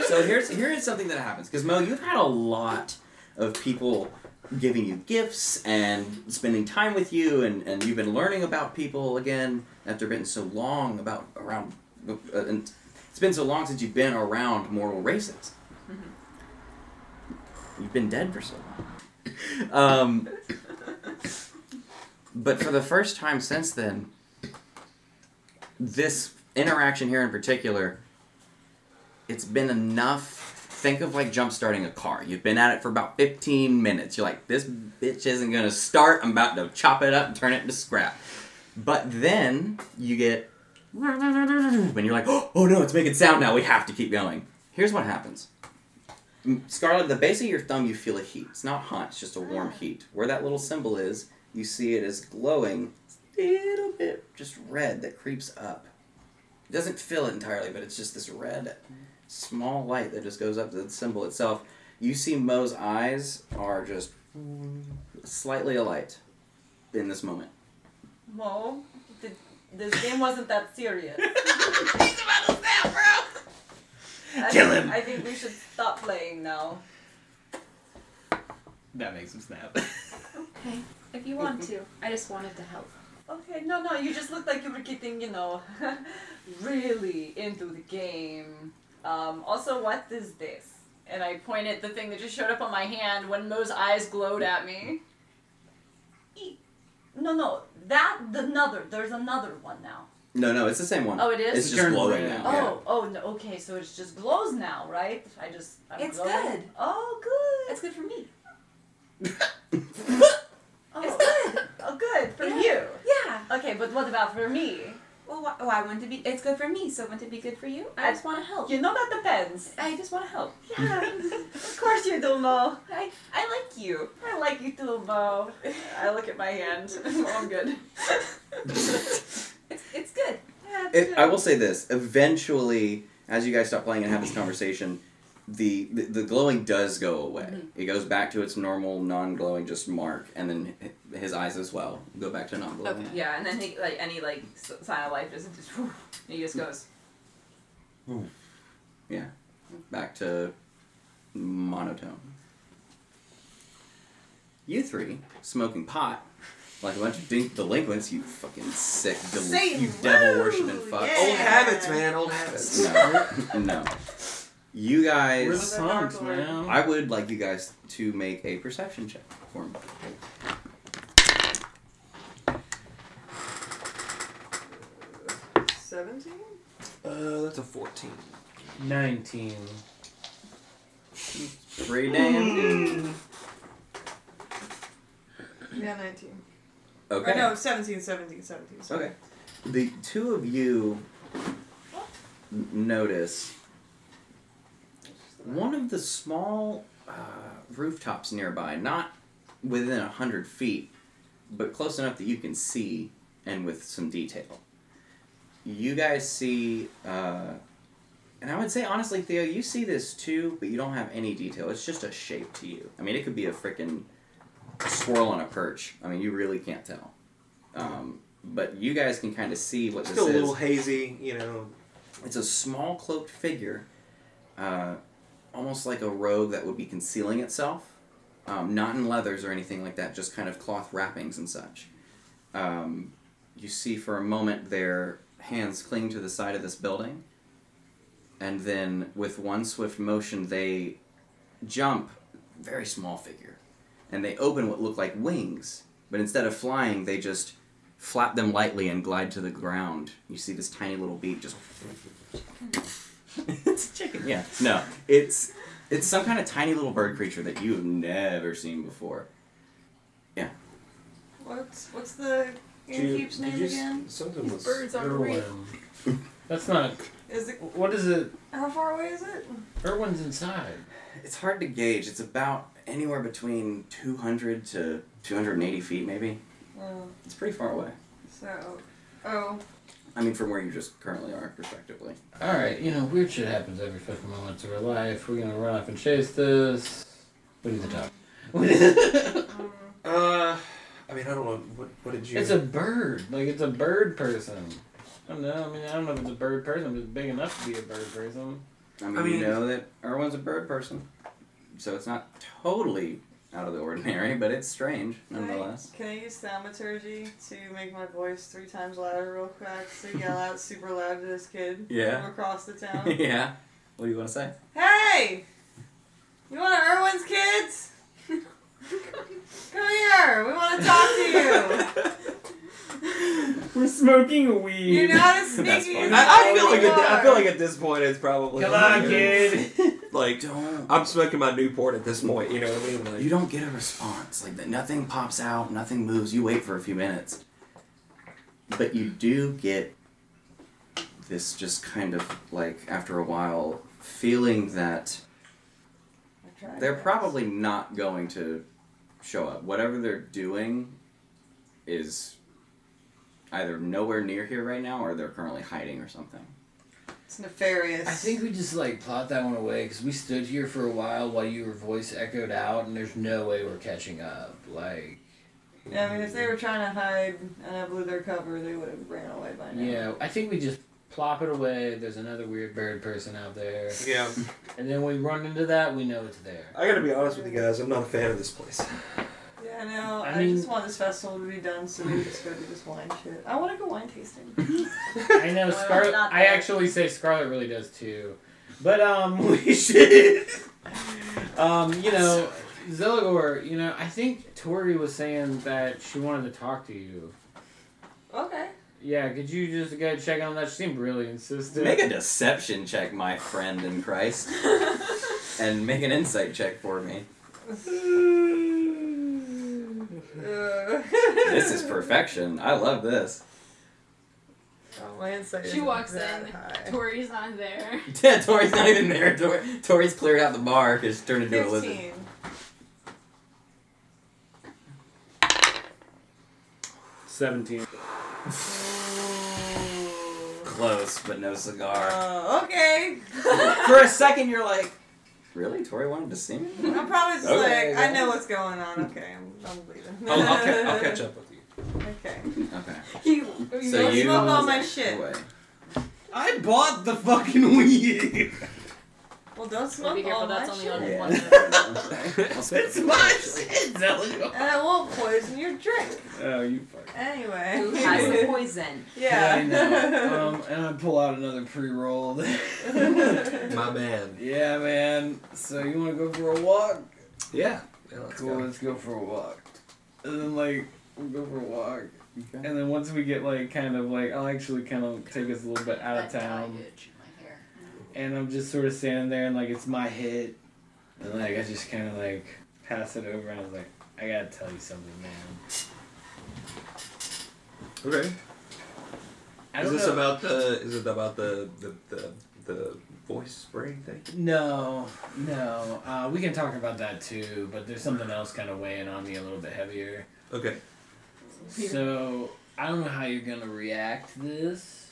Speaker 1: so here's here is something that happens because Mo, you've had a lot of people giving you gifts and spending time with you, and, and you've been learning about people again after being so long about around, uh, and it's been so long since you've been around mortal races. You've been dead for so long. Um, but for the first time since then, this interaction here in particular it's been enough. Think of like jump starting a car. You've been at it for about 15 minutes. You're like, this bitch isn't gonna start. I'm about to chop it up and turn it into scrap. But then you get, and you're like, oh no, it's making sound now. We have to keep going. Here's what happens. M- Scarlet, the base of your thumb, you feel a heat. It's not hot. It's just a warm heat. Where that little symbol is, you see it as glowing, little bit just red that creeps up. It doesn't fill it entirely, but it's just this red small light that just goes up to the symbol itself. You see Mo's eyes are just slightly alight in this moment.
Speaker 9: Mo, th- this game wasn't that serious. I
Speaker 1: Kill
Speaker 9: think-
Speaker 1: him.
Speaker 9: I think we should stop playing now.
Speaker 11: That makes him snap.
Speaker 5: Okay, if you want to. I just wanted to help.
Speaker 9: Okay, no, no, you just looked like you were getting, you know, really into the game. Um, also, what is this?
Speaker 2: And I pointed the thing that just showed up on my hand when Mo's eyes glowed at me.
Speaker 9: E, No, no, that, the another, there's another one now.
Speaker 1: No, no, it's the same one.
Speaker 2: Oh, it is?
Speaker 1: It's just
Speaker 6: Turned
Speaker 1: glowing
Speaker 6: red.
Speaker 1: now. yeah.
Speaker 9: Oh, oh, no, okay, so it's just glows now, right? I just, I'm
Speaker 7: It's
Speaker 9: glowing.
Speaker 7: good.
Speaker 9: Oh, good.
Speaker 7: It's good for me.
Speaker 9: oh,
Speaker 7: It's good.
Speaker 9: Oh, good for
Speaker 7: Yeah.
Speaker 9: you.
Speaker 7: Yeah.
Speaker 9: Okay, but what about for me?
Speaker 7: Well, wh- oh, I want to be. It's good for me, so wouldn't it be good for you? I
Speaker 9: I-
Speaker 7: just want to help.
Speaker 9: You know that depends.
Speaker 7: I just want to help.
Speaker 9: Yeah, of course you do, Mo.
Speaker 7: I I like you.
Speaker 9: I like you too, Mo. I look at my hand. Oh, I'm good.
Speaker 7: It's it's good.
Speaker 9: Yeah, it's
Speaker 1: It,
Speaker 9: good.
Speaker 1: I will say this. Eventually, as you guys stop playing and have this conversation, the the, the glowing does go away. It goes back to its normal non-glowing, just mark, and then hi- his eyes as well go back to non-glowing.
Speaker 7: Okay. Yeah, and then he, like any like s- sign of life doesn't just. He just goes.
Speaker 1: back to monotone. You three smoking pot like a bunch of dink- delinquents. You fucking sick, del- you devil worshiping fucks.
Speaker 4: Old habits, man. Old habits.
Speaker 1: No, no. You
Speaker 6: We're the
Speaker 1: guys,
Speaker 6: punks, man.
Speaker 1: I would like you guys to make a perception check for me.
Speaker 9: Seventeen.
Speaker 4: Uh, that's a fourteen.
Speaker 6: 19.
Speaker 1: Pretty damn.
Speaker 9: Yeah, nineteen.
Speaker 1: Okay.
Speaker 9: Or no, 17, 17, 17.
Speaker 1: Okay. The two of you n- notice one of the small uh, rooftops nearby, not within a hundred feet, but close enough that you can see and with some detail. You guys see, uh, and I would say honestly, Theo, you see this too, but you don't have any detail. It's just a shape to you. I mean, it could be a freaking squirrel on a perch. I mean, you really can't tell. Um, but you guys can kind of see what
Speaker 4: Still a
Speaker 1: this is.
Speaker 4: little hazy, you know.
Speaker 1: It's a small cloaked figure, uh, almost like a robe that would be concealing itself, um, not in leathers or anything like that, just kind of cloth wrappings and such. Um, you see for a moment their hands cling to the side of this building, and then with one swift motion, they jump, very small figure, and they open what look like wings, but instead of flying, they just flap them lightly and glide to the ground. You see this tiny little beak just it's a chicken. Yeah. No, it's it's some kind of tiny little bird creature that you have never seen before.
Speaker 9: What's what's the innkeep's name again?
Speaker 4: Something was.
Speaker 5: Birds are real.
Speaker 6: Erwin. That's not.
Speaker 9: Is it
Speaker 6: What is it?
Speaker 9: how far away is it?
Speaker 6: Erwin's inside.
Speaker 1: It's hard to gauge. It's about anywhere between 200 to 280 feet, maybe.
Speaker 9: Oh,
Speaker 1: Uh, It's pretty far away.
Speaker 9: so oh
Speaker 1: I mean, from where you just currently are, respectively.
Speaker 6: Alright, you know, weird shit happens every fucking moment of our life. We're gonna run up and chase this. We need to talk.
Speaker 4: Uh, I mean, I don't know. What, what did you.
Speaker 6: It's a bird. Like it's a bird person. I don't know. I mean, I don't know if it's a bird person, but it's big enough to be a bird person.
Speaker 1: I mean,
Speaker 4: I mean-
Speaker 1: you know that Erwin's a bird person, so it's not totally out of the ordinary, but it's strange nonetheless.
Speaker 9: Can I use thaumaturgy to make my voice three times louder, real quick, to yell out super loud to this kid
Speaker 1: Yeah.
Speaker 9: from across the
Speaker 7: um.
Speaker 9: town?
Speaker 1: yeah. What do you want to say?
Speaker 9: hey, you want to Irwin's kids? Come here. We want to talk to
Speaker 11: We're smoking weed.
Speaker 9: you. You're not as
Speaker 1: That's
Speaker 9: sneaky
Speaker 1: funny.
Speaker 9: as you
Speaker 4: I, I feel
Speaker 9: think
Speaker 4: like
Speaker 9: you
Speaker 4: at, I
Speaker 9: are.
Speaker 4: feel like at this point it's probably
Speaker 11: Come on, kid.
Speaker 4: like
Speaker 1: Don't.
Speaker 4: I'm smoking my Newport at this point. You know what I mean? Like,
Speaker 1: You don't get a response. Like that, nothing pops out, nothing moves. You wait for a few minutes, but you do get this just kind of like after a while feeling that
Speaker 9: I'm trying
Speaker 1: they're
Speaker 9: to-
Speaker 1: probably not going to show up. Whatever they're doing is either nowhere near here right now, or they're currently hiding or something.
Speaker 9: It's nefarious.
Speaker 6: I think we just like plot that one away because we stood here for a while while your voice echoed out, and there's no way we're catching up. Like,
Speaker 9: Yeah, I mean, if they were trying to hide and I blew their cover, they would have ran away by now.
Speaker 6: yeah, I think we just plop it away. There's another weird bird person out there,
Speaker 4: yeah.
Speaker 6: and then we run into that. We know it's there.
Speaker 4: I gotta be honest with you guys. I'm not a fan of this place.
Speaker 9: Yeah, I know.
Speaker 6: I
Speaker 9: I,
Speaker 6: mean-
Speaker 9: just want this festival to be done so we can just go do this wine shit. I want to go wine tasting.
Speaker 6: I know
Speaker 2: Well,
Speaker 6: Scarlet.
Speaker 2: not
Speaker 6: I
Speaker 2: there.
Speaker 6: actually say Scarlet really does too, but um, we should. Um, you know, Zelagor. You know, I think Tori was saying that she wanted to talk to you.
Speaker 9: okay.
Speaker 6: Yeah, could you just go check on that? She seemed really insistent.
Speaker 1: Make a deception check, my friend in Christ, and make an insight check for me. This
Speaker 9: this
Speaker 1: is perfection. I love this.
Speaker 9: Oh, my insight
Speaker 5: She
Speaker 9: isn't
Speaker 5: walks
Speaker 9: that
Speaker 5: in.
Speaker 9: high.
Speaker 5: Tori's not there.
Speaker 1: Yeah, Tori's not even there. Tori, Tori's cleared out the bar because she turned into a lizard.
Speaker 9: Fifteen.
Speaker 11: Seventeen.
Speaker 1: Close, but no cigar.
Speaker 9: Uh, okay.
Speaker 1: For a second, you're like, really? Tori wanted to see me?
Speaker 9: I'm probably just
Speaker 1: Okay,
Speaker 9: like, I
Speaker 1: guys.
Speaker 9: know what's going on. Okay, I'm, I'm leaving.
Speaker 1: Oh,
Speaker 4: I'll, I'll, ca- I'll catch up with you.
Speaker 9: Okay.
Speaker 1: Okay.
Speaker 9: You
Speaker 1: So
Speaker 9: don't
Speaker 1: you-
Speaker 9: smoke all my shit.
Speaker 1: Away.
Speaker 6: I bought the fucking weed.
Speaker 9: Well, don't smoke
Speaker 10: Be careful,
Speaker 9: all my
Speaker 10: that's only
Speaker 9: shit.
Speaker 10: on one.
Speaker 1: Yeah.
Speaker 6: it's my shit, Zelagor.
Speaker 9: And I won't poison your drink.
Speaker 6: Oh, you fuck.
Speaker 9: Anyway.
Speaker 3: Who has
Speaker 1: Anyway.
Speaker 3: poison?
Speaker 9: yeah.
Speaker 6: I know. um, and I pull out another pre-roll.
Speaker 4: My man.
Speaker 6: yeah, man. So you want to go for a walk?
Speaker 4: Yeah. yeah let's
Speaker 6: cool,
Speaker 4: go.
Speaker 6: let's go for a walk. And then like we'll go for a walk. And then once we get like kind of like I'll actually kind of take us a little bit out of town. And I'm just sort of standing there and like it's my hit. And like I just kind of like pass it over and I was like, I gotta tell you something, man.
Speaker 4: Okay.
Speaker 6: I
Speaker 4: Is
Speaker 6: don't
Speaker 4: this
Speaker 6: know.
Speaker 4: about the? Is it about the the the, the voice spraying thing?
Speaker 6: No, no. Uh, we can talk about that too, but there's something else kind of weighing on me a little bit heavier.
Speaker 4: Okay.
Speaker 6: So I don't know how you're gonna react to this,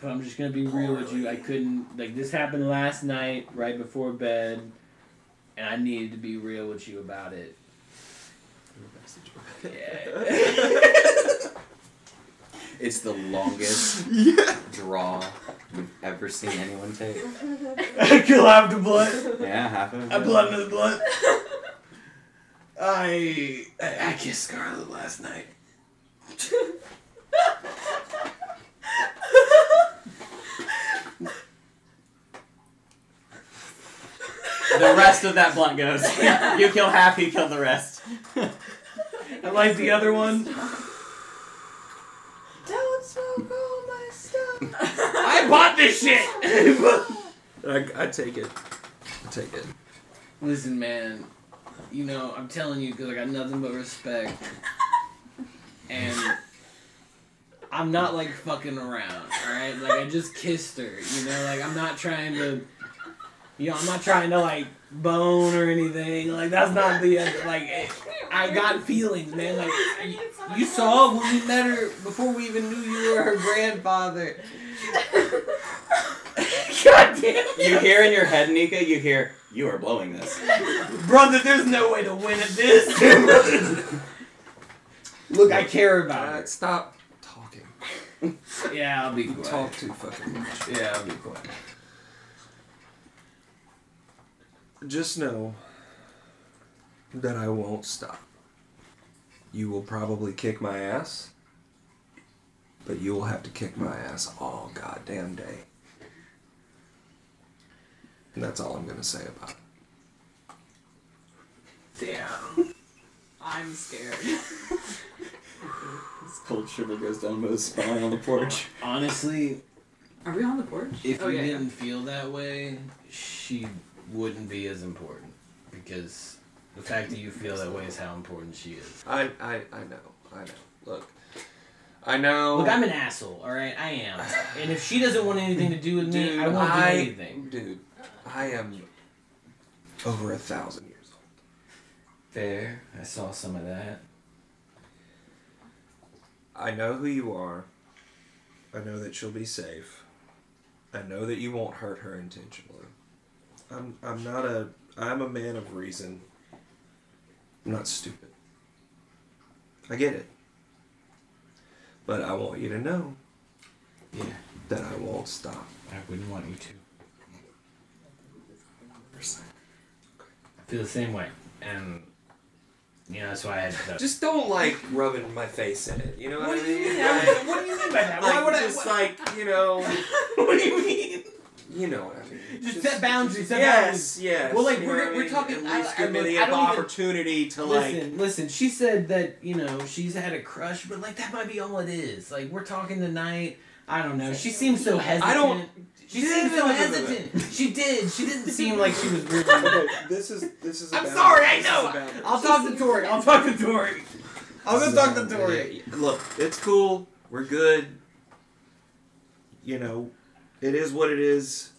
Speaker 6: but I'm just gonna be real with you. I couldn't like this happened last night, right before bed, and I needed to be real with you about it.
Speaker 1: It's the longest draw you've ever seen anyone take.
Speaker 6: Kill half the blood.
Speaker 1: Yeah, half of it.
Speaker 6: another blood. I I kissed Scarlet last night.
Speaker 1: The rest of that blunt goes. you kill half, he killed the rest.
Speaker 6: I like the other one.
Speaker 9: Don't smoke all my stuff.
Speaker 6: I bought this shit.
Speaker 4: I, I take it. I take it.
Speaker 6: Listen, man. You know, I'm telling you because I got nothing but respect, and I'm not like fucking around. All right, like I just kissed her. You know, like I'm not trying to. You know, I'm not trying to like bone or anything. Like that's not the like. I got feelings, man. Like you saw when we met her before we even knew you were her grandfather. God damn it.
Speaker 1: You hear in your head, Nika, you hear, you are blowing this.
Speaker 6: Brother, there's no way to win at this. Look, I care about
Speaker 4: Uh,
Speaker 6: it.
Speaker 4: stop talking.
Speaker 6: Yeah, I'll be
Speaker 4: You
Speaker 6: quiet.
Speaker 4: talk too fucking much.
Speaker 6: Yeah, I'll be quiet.
Speaker 4: Just know that I won't stop. You will probably kick my ass, but you will have to kick my ass all goddamn day. And that's all I'm gonna say about it.
Speaker 6: Damn.
Speaker 3: I'm scared.
Speaker 1: This cold shiver goes down Mo's spine on the porch.
Speaker 6: Honestly,
Speaker 3: Are we on the porch?
Speaker 6: if
Speaker 3: Oh,
Speaker 6: you
Speaker 3: yeah, yeah.
Speaker 6: didn't feel that way, she wouldn't be as important because the fact that you feel that way is how important she is.
Speaker 4: I, I, I know, I know. Look, I know.
Speaker 6: Look, I'm an asshole. All right, I am. And if she doesn't want anything to do with me,
Speaker 4: Dude,
Speaker 6: I won't
Speaker 4: I-
Speaker 6: do anything.
Speaker 4: Dude, I am over a thousand years old.
Speaker 6: Fair. I saw some of that.
Speaker 4: I know who you are. I know that she'll be safe. I know that you won't hurt her intentionally. I'm I'm not a I'm a man of reason. I'm not stupid. I get it. But I want you to know
Speaker 6: Yeah,
Speaker 4: that I won't stop.
Speaker 6: I wouldn't want you to. I feel the same way, and you know that's why I had to.
Speaker 4: Just don't like rubbing my face in it. You know what, I mean?
Speaker 6: Yeah, what do you mean by that? Why would I?
Speaker 4: just like you know,
Speaker 6: What do you mean?
Speaker 4: you know what I mean.
Speaker 6: Just set boundaries. Set boundaries.
Speaker 4: yes, yes.
Speaker 6: Well, like,
Speaker 4: you know
Speaker 6: we're-
Speaker 4: what I
Speaker 6: we're
Speaker 4: mean?
Speaker 6: talking-
Speaker 4: At least
Speaker 6: I-
Speaker 4: give
Speaker 6: I
Speaker 4: me
Speaker 6: look-
Speaker 4: the
Speaker 6: I don't even-
Speaker 4: opportunity to like.
Speaker 6: Listen, listen. She said that you know she's had a crush, but like that might be all it is. Like we're talking tonight. I don't know. She seems so hesitant.
Speaker 4: I don't.
Speaker 6: She seemed so hesitant. She did. She didn't seem like she was really.
Speaker 4: this is this is.
Speaker 6: I'm about- sorry, I this is know. I'll talk to Tori. I'll talk to Tori. I'll go talk to Tori.
Speaker 4: Look, it's cool. We're good. You know, it is what it is.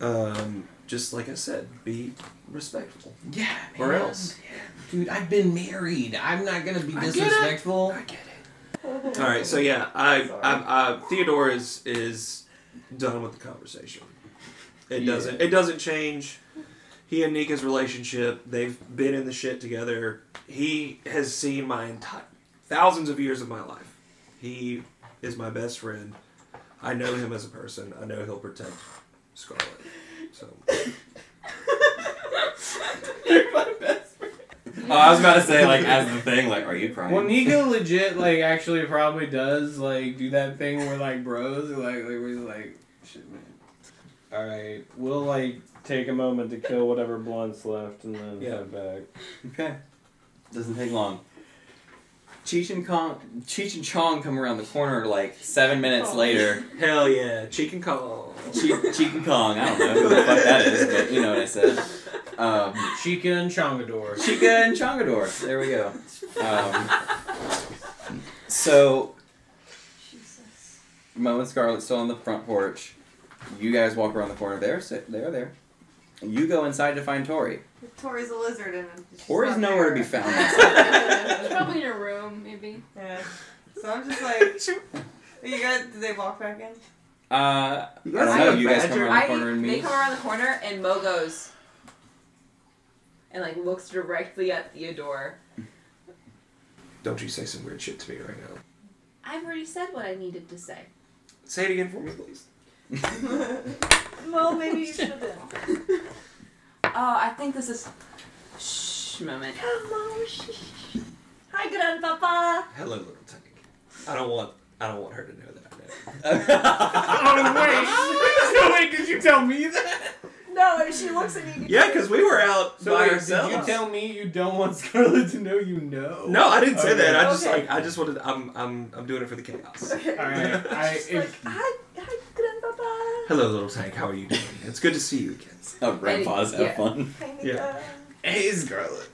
Speaker 4: Um, just like I said, be respectful.
Speaker 6: Yeah.
Speaker 4: Or
Speaker 6: man.
Speaker 4: else.
Speaker 6: Dude, I've been married. I'm not gonna be
Speaker 4: I get it.
Speaker 6: disrespectful.
Speaker 4: get it. All right, so yeah, I, I, I Theodore is is done with the conversation. It
Speaker 6: Yeah.
Speaker 4: doesn't it doesn't change. He and Nika's relationship, they've been in the shit together. He has seen my entire thousands of years of my life. He is my best friend. I know him as a person. I know he'll protect Scarlet. So
Speaker 1: Oh, I was about to say, like, as the thing, like, are you crying?
Speaker 11: Well, Nico legit like actually probably does like do that thing where like bros are like like where he's like shit man. All right, we'll like take a moment to kill whatever blunts left and then
Speaker 4: Yeah.
Speaker 11: head back.
Speaker 1: Okay. Doesn't take long. Cheech and, Kong, Cheech and Chong come around the corner like seven minutes
Speaker 9: Oh.
Speaker 1: later.
Speaker 4: hell yeah, cheek and call.
Speaker 1: Cheech, Cheech and Kong, I don't know who the fuck that is, but you know what I said. Um,
Speaker 11: Chica and Chongador.
Speaker 1: Chica and Chongador. There we go. Um, so,
Speaker 5: Jesus.
Speaker 1: Mo and Scarlett's still on the front porch. You guys walk around the corner. They're, sit, they're there. You go inside to find Tori.
Speaker 9: Tori's a lizard and she's
Speaker 1: Tori's
Speaker 9: not
Speaker 1: nowhere to be
Speaker 9: there.
Speaker 1: found.
Speaker 5: She's probably in her room, maybe.
Speaker 9: Yeah. So I'm just like, you guys, did they walk back in?
Speaker 1: Uh,
Speaker 4: You
Speaker 1: I
Speaker 4: guys
Speaker 1: don't
Speaker 4: have
Speaker 1: know.
Speaker 4: a
Speaker 1: You guys come
Speaker 4: badger?
Speaker 1: around the
Speaker 3: I,
Speaker 1: corner and
Speaker 3: they
Speaker 1: meet.
Speaker 3: come around the corner and Mo goes and like looks directly at Theodore.
Speaker 4: Don't you say some weird shit to me right now.
Speaker 3: I've already said what I needed to say.
Speaker 4: Say it again for me, please.
Speaker 9: well, maybe you shouldn't.
Speaker 3: Oh, I think this is shh moment.
Speaker 2: Hi, Grandpapa.
Speaker 4: Hello, little tank. I don't want. I don't want her to know that. I know.
Speaker 11: oh wait, no wait, did you tell me that?
Speaker 9: No, Oh, she looks at me.
Speaker 4: Yeah, because we were out
Speaker 11: So
Speaker 4: by
Speaker 11: wait,
Speaker 4: ourselves.
Speaker 11: did you tell me you don't want Scarlett to know you know?
Speaker 4: no, I didn't say
Speaker 11: Okay.
Speaker 4: that. I just
Speaker 9: Okay.
Speaker 4: like. I just wanted. I'm. I'm. I'm doing it for the chaos.
Speaker 9: Okay.
Speaker 11: All right, I
Speaker 9: She's like,
Speaker 11: if,
Speaker 9: hi, hi, Grandpapa.
Speaker 4: Hello, little tank. How are you doing? It's good to see you again.
Speaker 1: Oh, grandpa's
Speaker 3: Yeah.
Speaker 1: have fun.
Speaker 9: Hi, Nika.
Speaker 4: Yeah.
Speaker 11: hey Scarlett.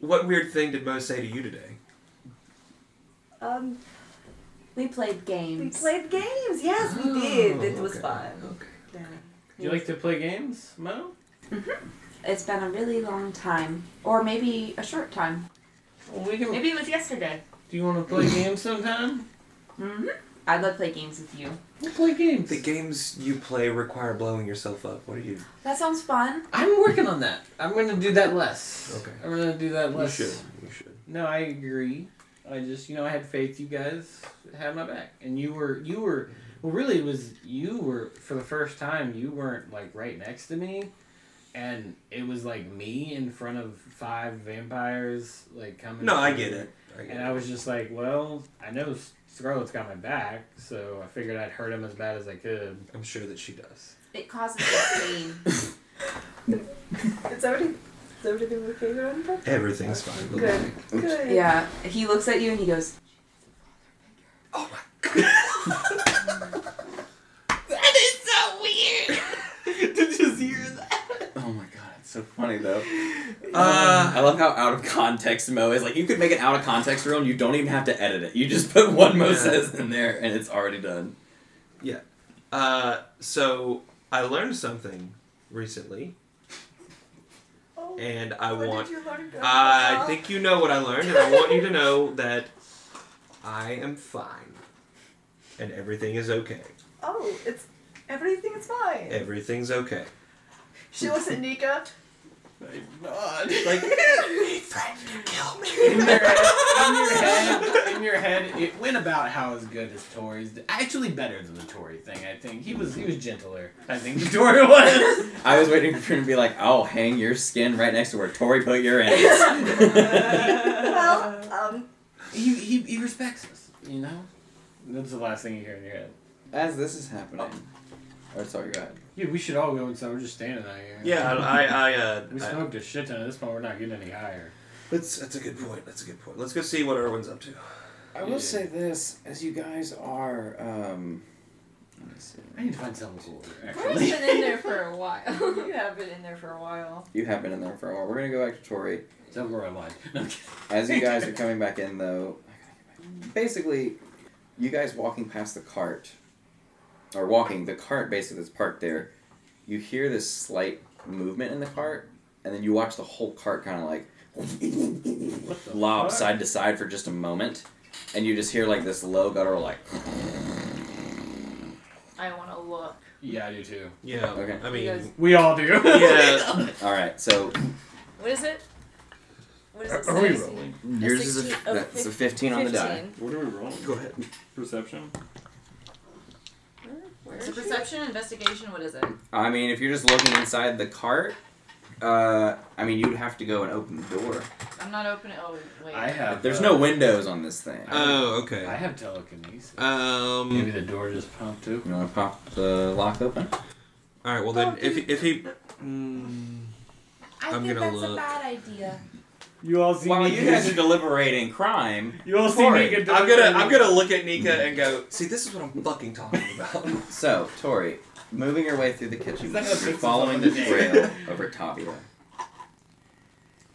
Speaker 4: What weird thing did Mo say to you today?
Speaker 9: Um,
Speaker 3: We played
Speaker 9: we
Speaker 3: games.
Speaker 9: played games. Yes, we did. It was
Speaker 4: okay.
Speaker 9: fun.
Speaker 4: Okay.
Speaker 9: Yeah.
Speaker 11: Do you like to play games, Mo?
Speaker 3: It's been a really long time. Or maybe a short time.
Speaker 11: Well, we can.
Speaker 2: Maybe it was yesterday.
Speaker 11: Do you want to play games sometime?
Speaker 3: Mm-hmm. I'd love to play games with you.
Speaker 11: We'll play games.
Speaker 4: The games you play require blowing yourself up. What are you?
Speaker 3: That sounds fun.
Speaker 6: I'm working on that. I'm gonna do that less.
Speaker 4: Okay.
Speaker 6: I'm gonna do that
Speaker 4: You
Speaker 6: less.
Speaker 4: should. You should.
Speaker 11: No, I agree.
Speaker 6: I just, you know, I had faith you guys had my back, and you were, you were, well, really, it was you were for the first time. You weren't like right next to me, and it was like me in front of five vampires, like coming.
Speaker 4: No, I
Speaker 6: through.
Speaker 4: get it. I get
Speaker 6: And
Speaker 4: it.
Speaker 6: I was just like, well, I know Scarlet's got my back, so I figured I'd hurt him as bad as I could.
Speaker 4: I'm sure that she does.
Speaker 3: It causes pain.
Speaker 9: Is everything, is everything okay, Veronica?
Speaker 4: Everything's fine. We'll be
Speaker 9: Good. Good.
Speaker 3: yeah. He looks at you and he goes,
Speaker 4: "Oh
Speaker 1: Did you just hear that? Oh my god, it's so funny though.
Speaker 4: back.
Speaker 1: I
Speaker 4: Uh,
Speaker 1: love how out of context Mo is. Like you could make an out of context rule and you don't even have to edit it. You just put one Mo
Speaker 4: Yeah.
Speaker 1: says in there and it's already done.
Speaker 4: uh, so I learned something recently,
Speaker 9: Oh,
Speaker 4: and I
Speaker 9: what
Speaker 4: want.
Speaker 9: did you learn about
Speaker 4: I
Speaker 9: yourself?
Speaker 4: think you know what I learned, and I want you to know that I am fine, and everything is okay.
Speaker 9: Oh, it's everything is fine.
Speaker 4: Everything's okay.
Speaker 9: She looks at Nika.
Speaker 4: Like
Speaker 6: in your head, in your head, in your head, it went about how as good as Tori's. Actually, better than the Tori thing. I think he was he was gentler. I think the Tori was.
Speaker 1: I was waiting for him to be like, I'll hang your skin right next to where Tori put your anus.
Speaker 2: well, um,
Speaker 6: He, he he respects us. You know, that's the last thing you hear in your head.
Speaker 1: As this is happening. Oh, sorry, go ahead.
Speaker 6: Yeah, we should all go inside. We're just standing out here.
Speaker 4: yeah, I I, I uh.
Speaker 6: We
Speaker 4: I-
Speaker 6: smoked a shit ton. At this point, we're not getting any higher.
Speaker 4: That's that's a good point. That's a good point. Let's go see what Irwin's up to.
Speaker 1: I will say this, as you guys are, um, let me see.
Speaker 6: I need to find something cooler.
Speaker 5: Brian's
Speaker 6: Actually,
Speaker 5: been in there for a while.
Speaker 9: You have been in there for a while.
Speaker 1: You have been in there for a while. We're gonna go back to Tori.
Speaker 6: something where I lied. No, I'm kidding.
Speaker 1: As you guys are coming back in, though, basically, you guys walking past the cart, or walking the cart basically that's parked there, you hear this slight movement in the cart, and then you watch the whole cart kind of like
Speaker 6: What the
Speaker 1: lob
Speaker 6: fuck?
Speaker 1: side to side for just a moment, and you just hear like this low guttural like.
Speaker 2: I want to look.
Speaker 6: Yeah, I do too.
Speaker 4: Yeah.
Speaker 1: Okay.
Speaker 4: I mean,
Speaker 5: Because-
Speaker 6: We all do.
Speaker 4: yeah.
Speaker 1: All right, so
Speaker 10: What is it? What is it?
Speaker 11: Are we
Speaker 10: say?
Speaker 11: rolling?
Speaker 1: yours is a
Speaker 10: 16 oh,
Speaker 1: that's a fifteen on the die.
Speaker 10: 15.
Speaker 11: What are we rolling?
Speaker 4: go ahead.
Speaker 11: Perception.
Speaker 10: It's a perception investigation. What is it?
Speaker 1: I mean, if you're just looking inside the cart, uh, I mean, you'd have to go and open the door.
Speaker 10: I'm not opening. Oh wait.
Speaker 6: I have.
Speaker 1: There's
Speaker 6: uh,
Speaker 1: no windows on this thing.
Speaker 4: Oh,
Speaker 6: I
Speaker 4: okay.
Speaker 6: have telekinesis. Maybe
Speaker 4: Um.
Speaker 6: the door just popped open.
Speaker 1: You want to pop the lock open?
Speaker 4: All right. Well, then, if he- if he. Mm,
Speaker 7: I
Speaker 4: I'm
Speaker 7: think
Speaker 4: gonna
Speaker 7: that's a
Speaker 4: look.
Speaker 7: bad idea.
Speaker 11: You all see
Speaker 1: While
Speaker 11: me.
Speaker 1: you guys are deliberating crime,
Speaker 11: you all see
Speaker 1: Corey,
Speaker 11: me get
Speaker 4: I'm gonna I'm gonna look at Nika and go. See, this is what I'm fucking talking about.
Speaker 1: Mm-hmm. so Tori, moving your way through the kitchen,
Speaker 11: He's not gonna
Speaker 1: you're
Speaker 11: fix this
Speaker 1: following
Speaker 11: up
Speaker 1: the
Speaker 11: in a day.
Speaker 1: trail over Tavia.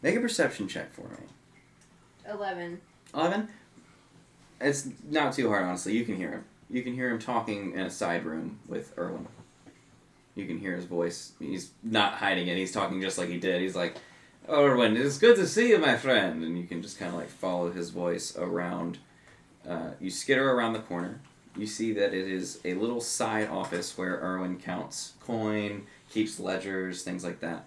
Speaker 1: Make a perception check for me.
Speaker 5: Eleven.
Speaker 1: Eleven. It's not too hard, honestly. You can hear him. You can hear him talking in a side room with Erwin. You can hear his voice. He's not hiding it. He's talking just like he did. He's like, Erwin, it's good to see you, my friend. And you can just kind of like follow his voice around. Uh, you skitter around the corner. You see that it is a little side office where Erwin counts coin, keeps ledgers, things like that.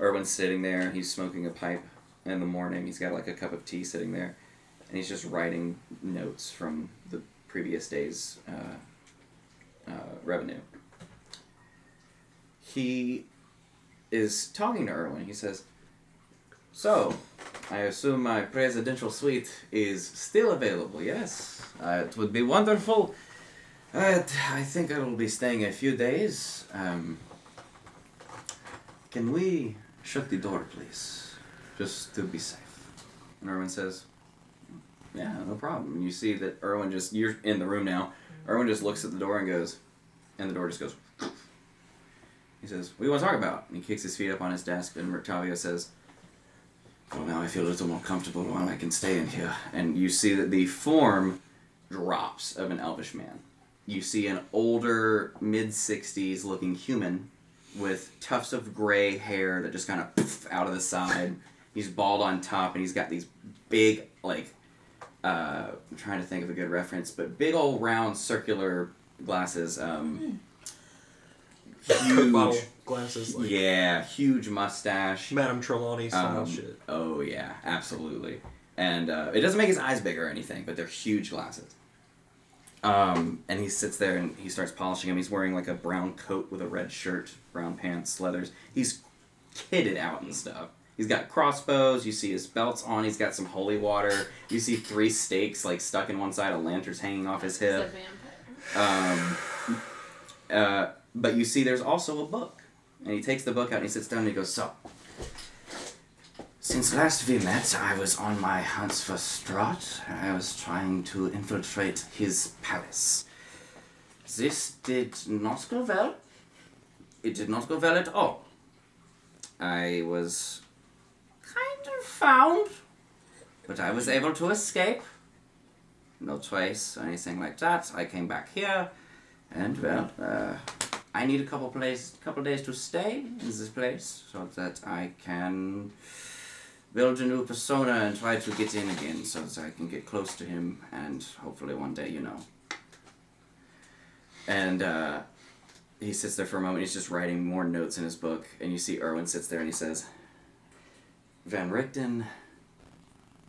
Speaker 1: Erwin's sitting there and he's smoking a pipe in the morning. He's got like a cup of tea sitting there, and he's just writing notes from the previous day's uh, uh, revenue. He is talking to Erwin. He says, "So, I assume my presidential suite is still available. Yes, uh, it would be wonderful. Uh, I think I will be staying a few days. Um, can we shut the door, please?" just to be safe. And Erwin says, Yeah, no problem. And you see that Erwin just, you're in the room now. Erwin just looks at the door and goes, and the door just goes. He says, What do you want to talk about? And he kicks his feet up on his desk, and Murtavio says, Well, now I feel a little more comfortable while I can stay in here. And you see that the form drops of an elvish man. You see an older, mid 60s looking human with tufts of gray hair that just kind of poof out of the side. He's bald on top, and he's got these big, like, uh, I'm trying to think of a good reference, but big old round circular glasses. Um, huge,
Speaker 4: Bottle glasses, like
Speaker 1: yeah, huge mustache.
Speaker 4: Madame Trelawney style
Speaker 1: Um,
Speaker 4: shit.
Speaker 1: Oh yeah, absolutely. and uh, it doesn't make his eyes big or anything, but they're huge glasses. Um, and he sits there and he starts polishing them. He's wearing like a brown coat with a red shirt, brown pants, leathers. He's kitted out and stuff. He's got crossbows. You see his belts on. He's got some holy water. You see three stakes like stuck in one side. A lantern's hanging off his
Speaker 5: He's a
Speaker 1: hip.
Speaker 5: vampire.
Speaker 1: Um, uh, but you see, there's also a book, and he takes the book out and he sits down and he goes, "So, since last we met, I was on my hunts for Strahd. I was trying to infiltrate his palace. This did not go well. It did not go well at all. I was kind of found, but I was able to escape. No trace or anything like that. I came back here, and well, uh, I need a couple place, couple days to stay in this place so that I can build a new persona and try to get in again so that I can get close to him and hopefully one day, you know. And uh, he sits there for a moment. He's just writing more notes in his book, and you see Erwin sits there and he says, "Van Richten,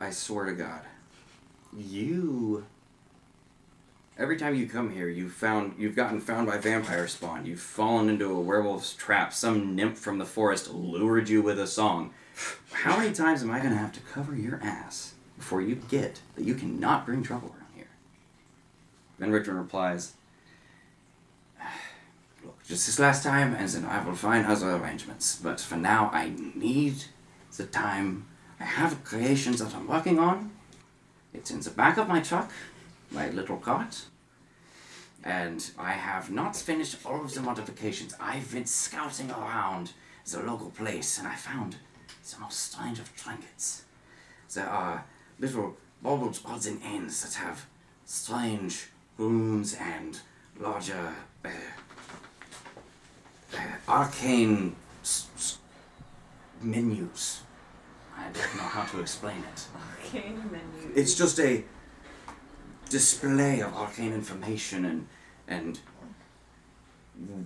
Speaker 1: I swear to God, you." Every time you come here, you found you've gotten found by vampire spawn. You've fallen into a werewolf's trap. Some nymph from the forest lured you with a song. How many times am I gonna have to cover your ass before you get that you cannot bring trouble around here? Then Richard replies, "Look, just this last time, and then I will find other arrangements. But for now, I need the time. I have creations that I'm working on. It's in the back of my truck." my little cart. And I have not finished all of the modifications. I've been scouting around the local place and I found the most strange of trinkets. There are little baubles, odds and ends that have strange runes and larger uh, uh, arcane s- s- menus. I don't know how to explain it.
Speaker 9: Okay, menu.
Speaker 1: It's just a display of arcane information and and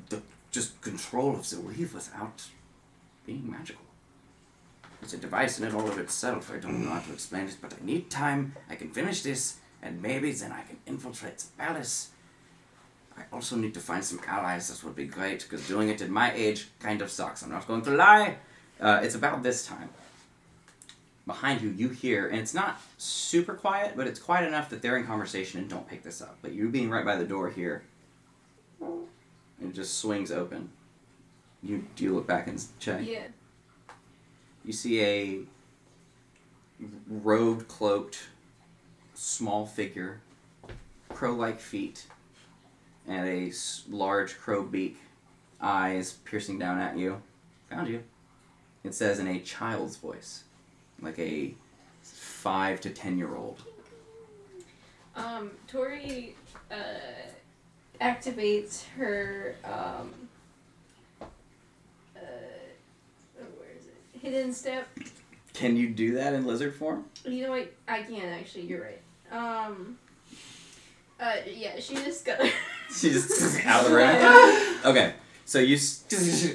Speaker 1: the just control of the weave without being magical. It's a device in and all of itself. I don't know how to explain it, but I need time. I can finish this, and maybe then I can infiltrate the palace. I also need to find some allies. This would be great because doing it at my age kind of sucks. I'm not going to lie. Uh, it's about this time behind you, you hear, and it's not super quiet, but it's quiet enough that they're in conversation and don't pick this up. But you being right by the door here, and it just swings open. You do you look back and check.
Speaker 5: Yeah.
Speaker 1: You see a robed, cloaked, small figure, crow-like feet, and a s- large crow beak, eyes piercing down at you. Found you. It says in a child's voice like a five to ten year old.
Speaker 5: Um, Tori uh, activates her. Um, uh, oh, where is it? Hidden step.
Speaker 1: Can you do that in lizard form?
Speaker 5: You know what? I can actually. You're right. Um. Uh, yeah, she just got.
Speaker 1: She just out of the room. okay, so you s-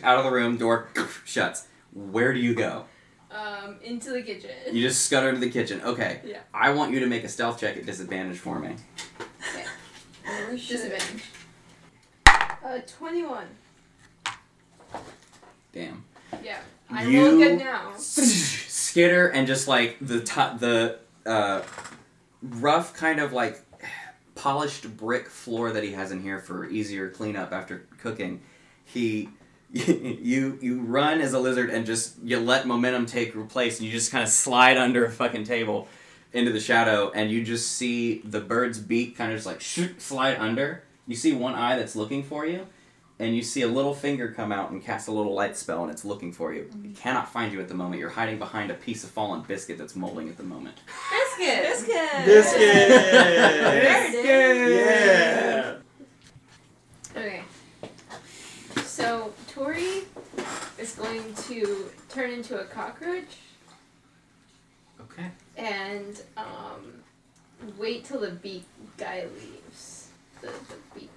Speaker 1: out of the room. Door shuts. Where do you go?
Speaker 5: um, into the kitchen.
Speaker 1: You just scutter into the kitchen. Okay.
Speaker 5: Yeah.
Speaker 1: I want you to make a stealth check at disadvantage for me.
Speaker 5: Disadvantage. Uh, 21.
Speaker 1: Damn.
Speaker 5: Yeah. I
Speaker 1: You-
Speaker 5: roll good now.
Speaker 1: Skitter and just like the top, the uh, rough kind of like polished brick floor that he has in here for easier cleanup after cooking. He, you, you run as a lizard and just you let momentum take your place and you just kind of slide under a fucking table into the shadow and you just see the bird's beak kind of just like shoot, slide under. You see one eye that's looking for you. And you see a little finger come out and cast a little light spell, and it's looking for you. It cannot find you at the moment. You're hiding behind a piece of fallen biscuit that's molding at the moment.
Speaker 7: Biscuit. Biscuit.
Speaker 11: Biscuit!
Speaker 7: There it is.
Speaker 11: yeah!
Speaker 5: Okay. So Tori is going to turn into a cockroach
Speaker 1: Okay.
Speaker 5: and um, wait till the beak guy leaves. The, the beak.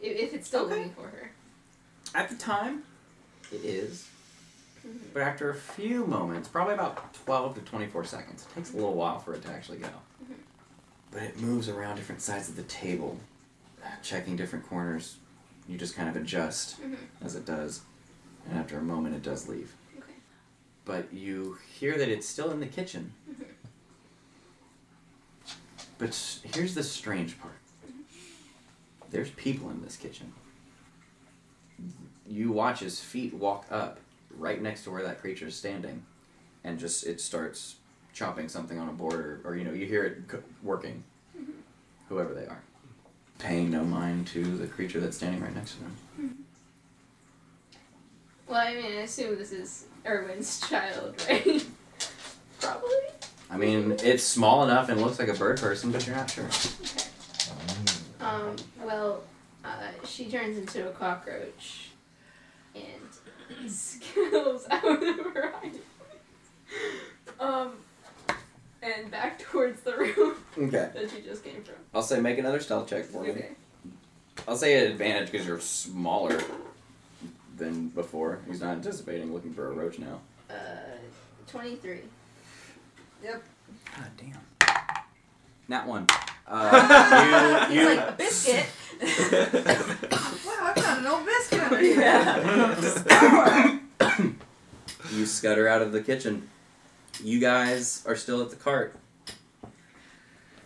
Speaker 5: If, if it's still
Speaker 1: Okay.
Speaker 5: looking for her.
Speaker 1: At the time, it is But after a few moments, probably about 12 to 24 seconds, it takes a little while for it to actually go. But it moves around different sides of the table, checking different corners. You just kind of adjust as it does. And after a moment, it does leave.
Speaker 5: Okay.
Speaker 1: But you hear that it's still in the kitchen. But s- here's the strange part there's people in this kitchen. You watch his feet walk up right next to where that creature is standing, and just it starts chopping something on a board, or, or you know, you hear it c- working, whoever they are. Paying no mind to the creature that's standing right next to them.
Speaker 5: Well, I mean, I assume this is Erwin's child, right? Probably.
Speaker 1: I mean, it's small enough and looks like a bird person, but you're not sure.
Speaker 5: Um, well, uh, she turns into a cockroach and scales out of her eye. Um, and back towards the room
Speaker 1: Okay.
Speaker 5: that she just came from.
Speaker 1: I'll say make another stealth check for me.
Speaker 5: Okay.
Speaker 1: I'll say an advantage because you're smaller than before. He's not anticipating looking for a roach now.
Speaker 5: Uh, 23.
Speaker 1: God damn. Not one. Uh,
Speaker 2: It's
Speaker 1: you, you,
Speaker 2: like biscuit.
Speaker 9: Wow, I've got an old biscuit under here.
Speaker 1: you scutter out of the kitchen. You guys are still at the cart,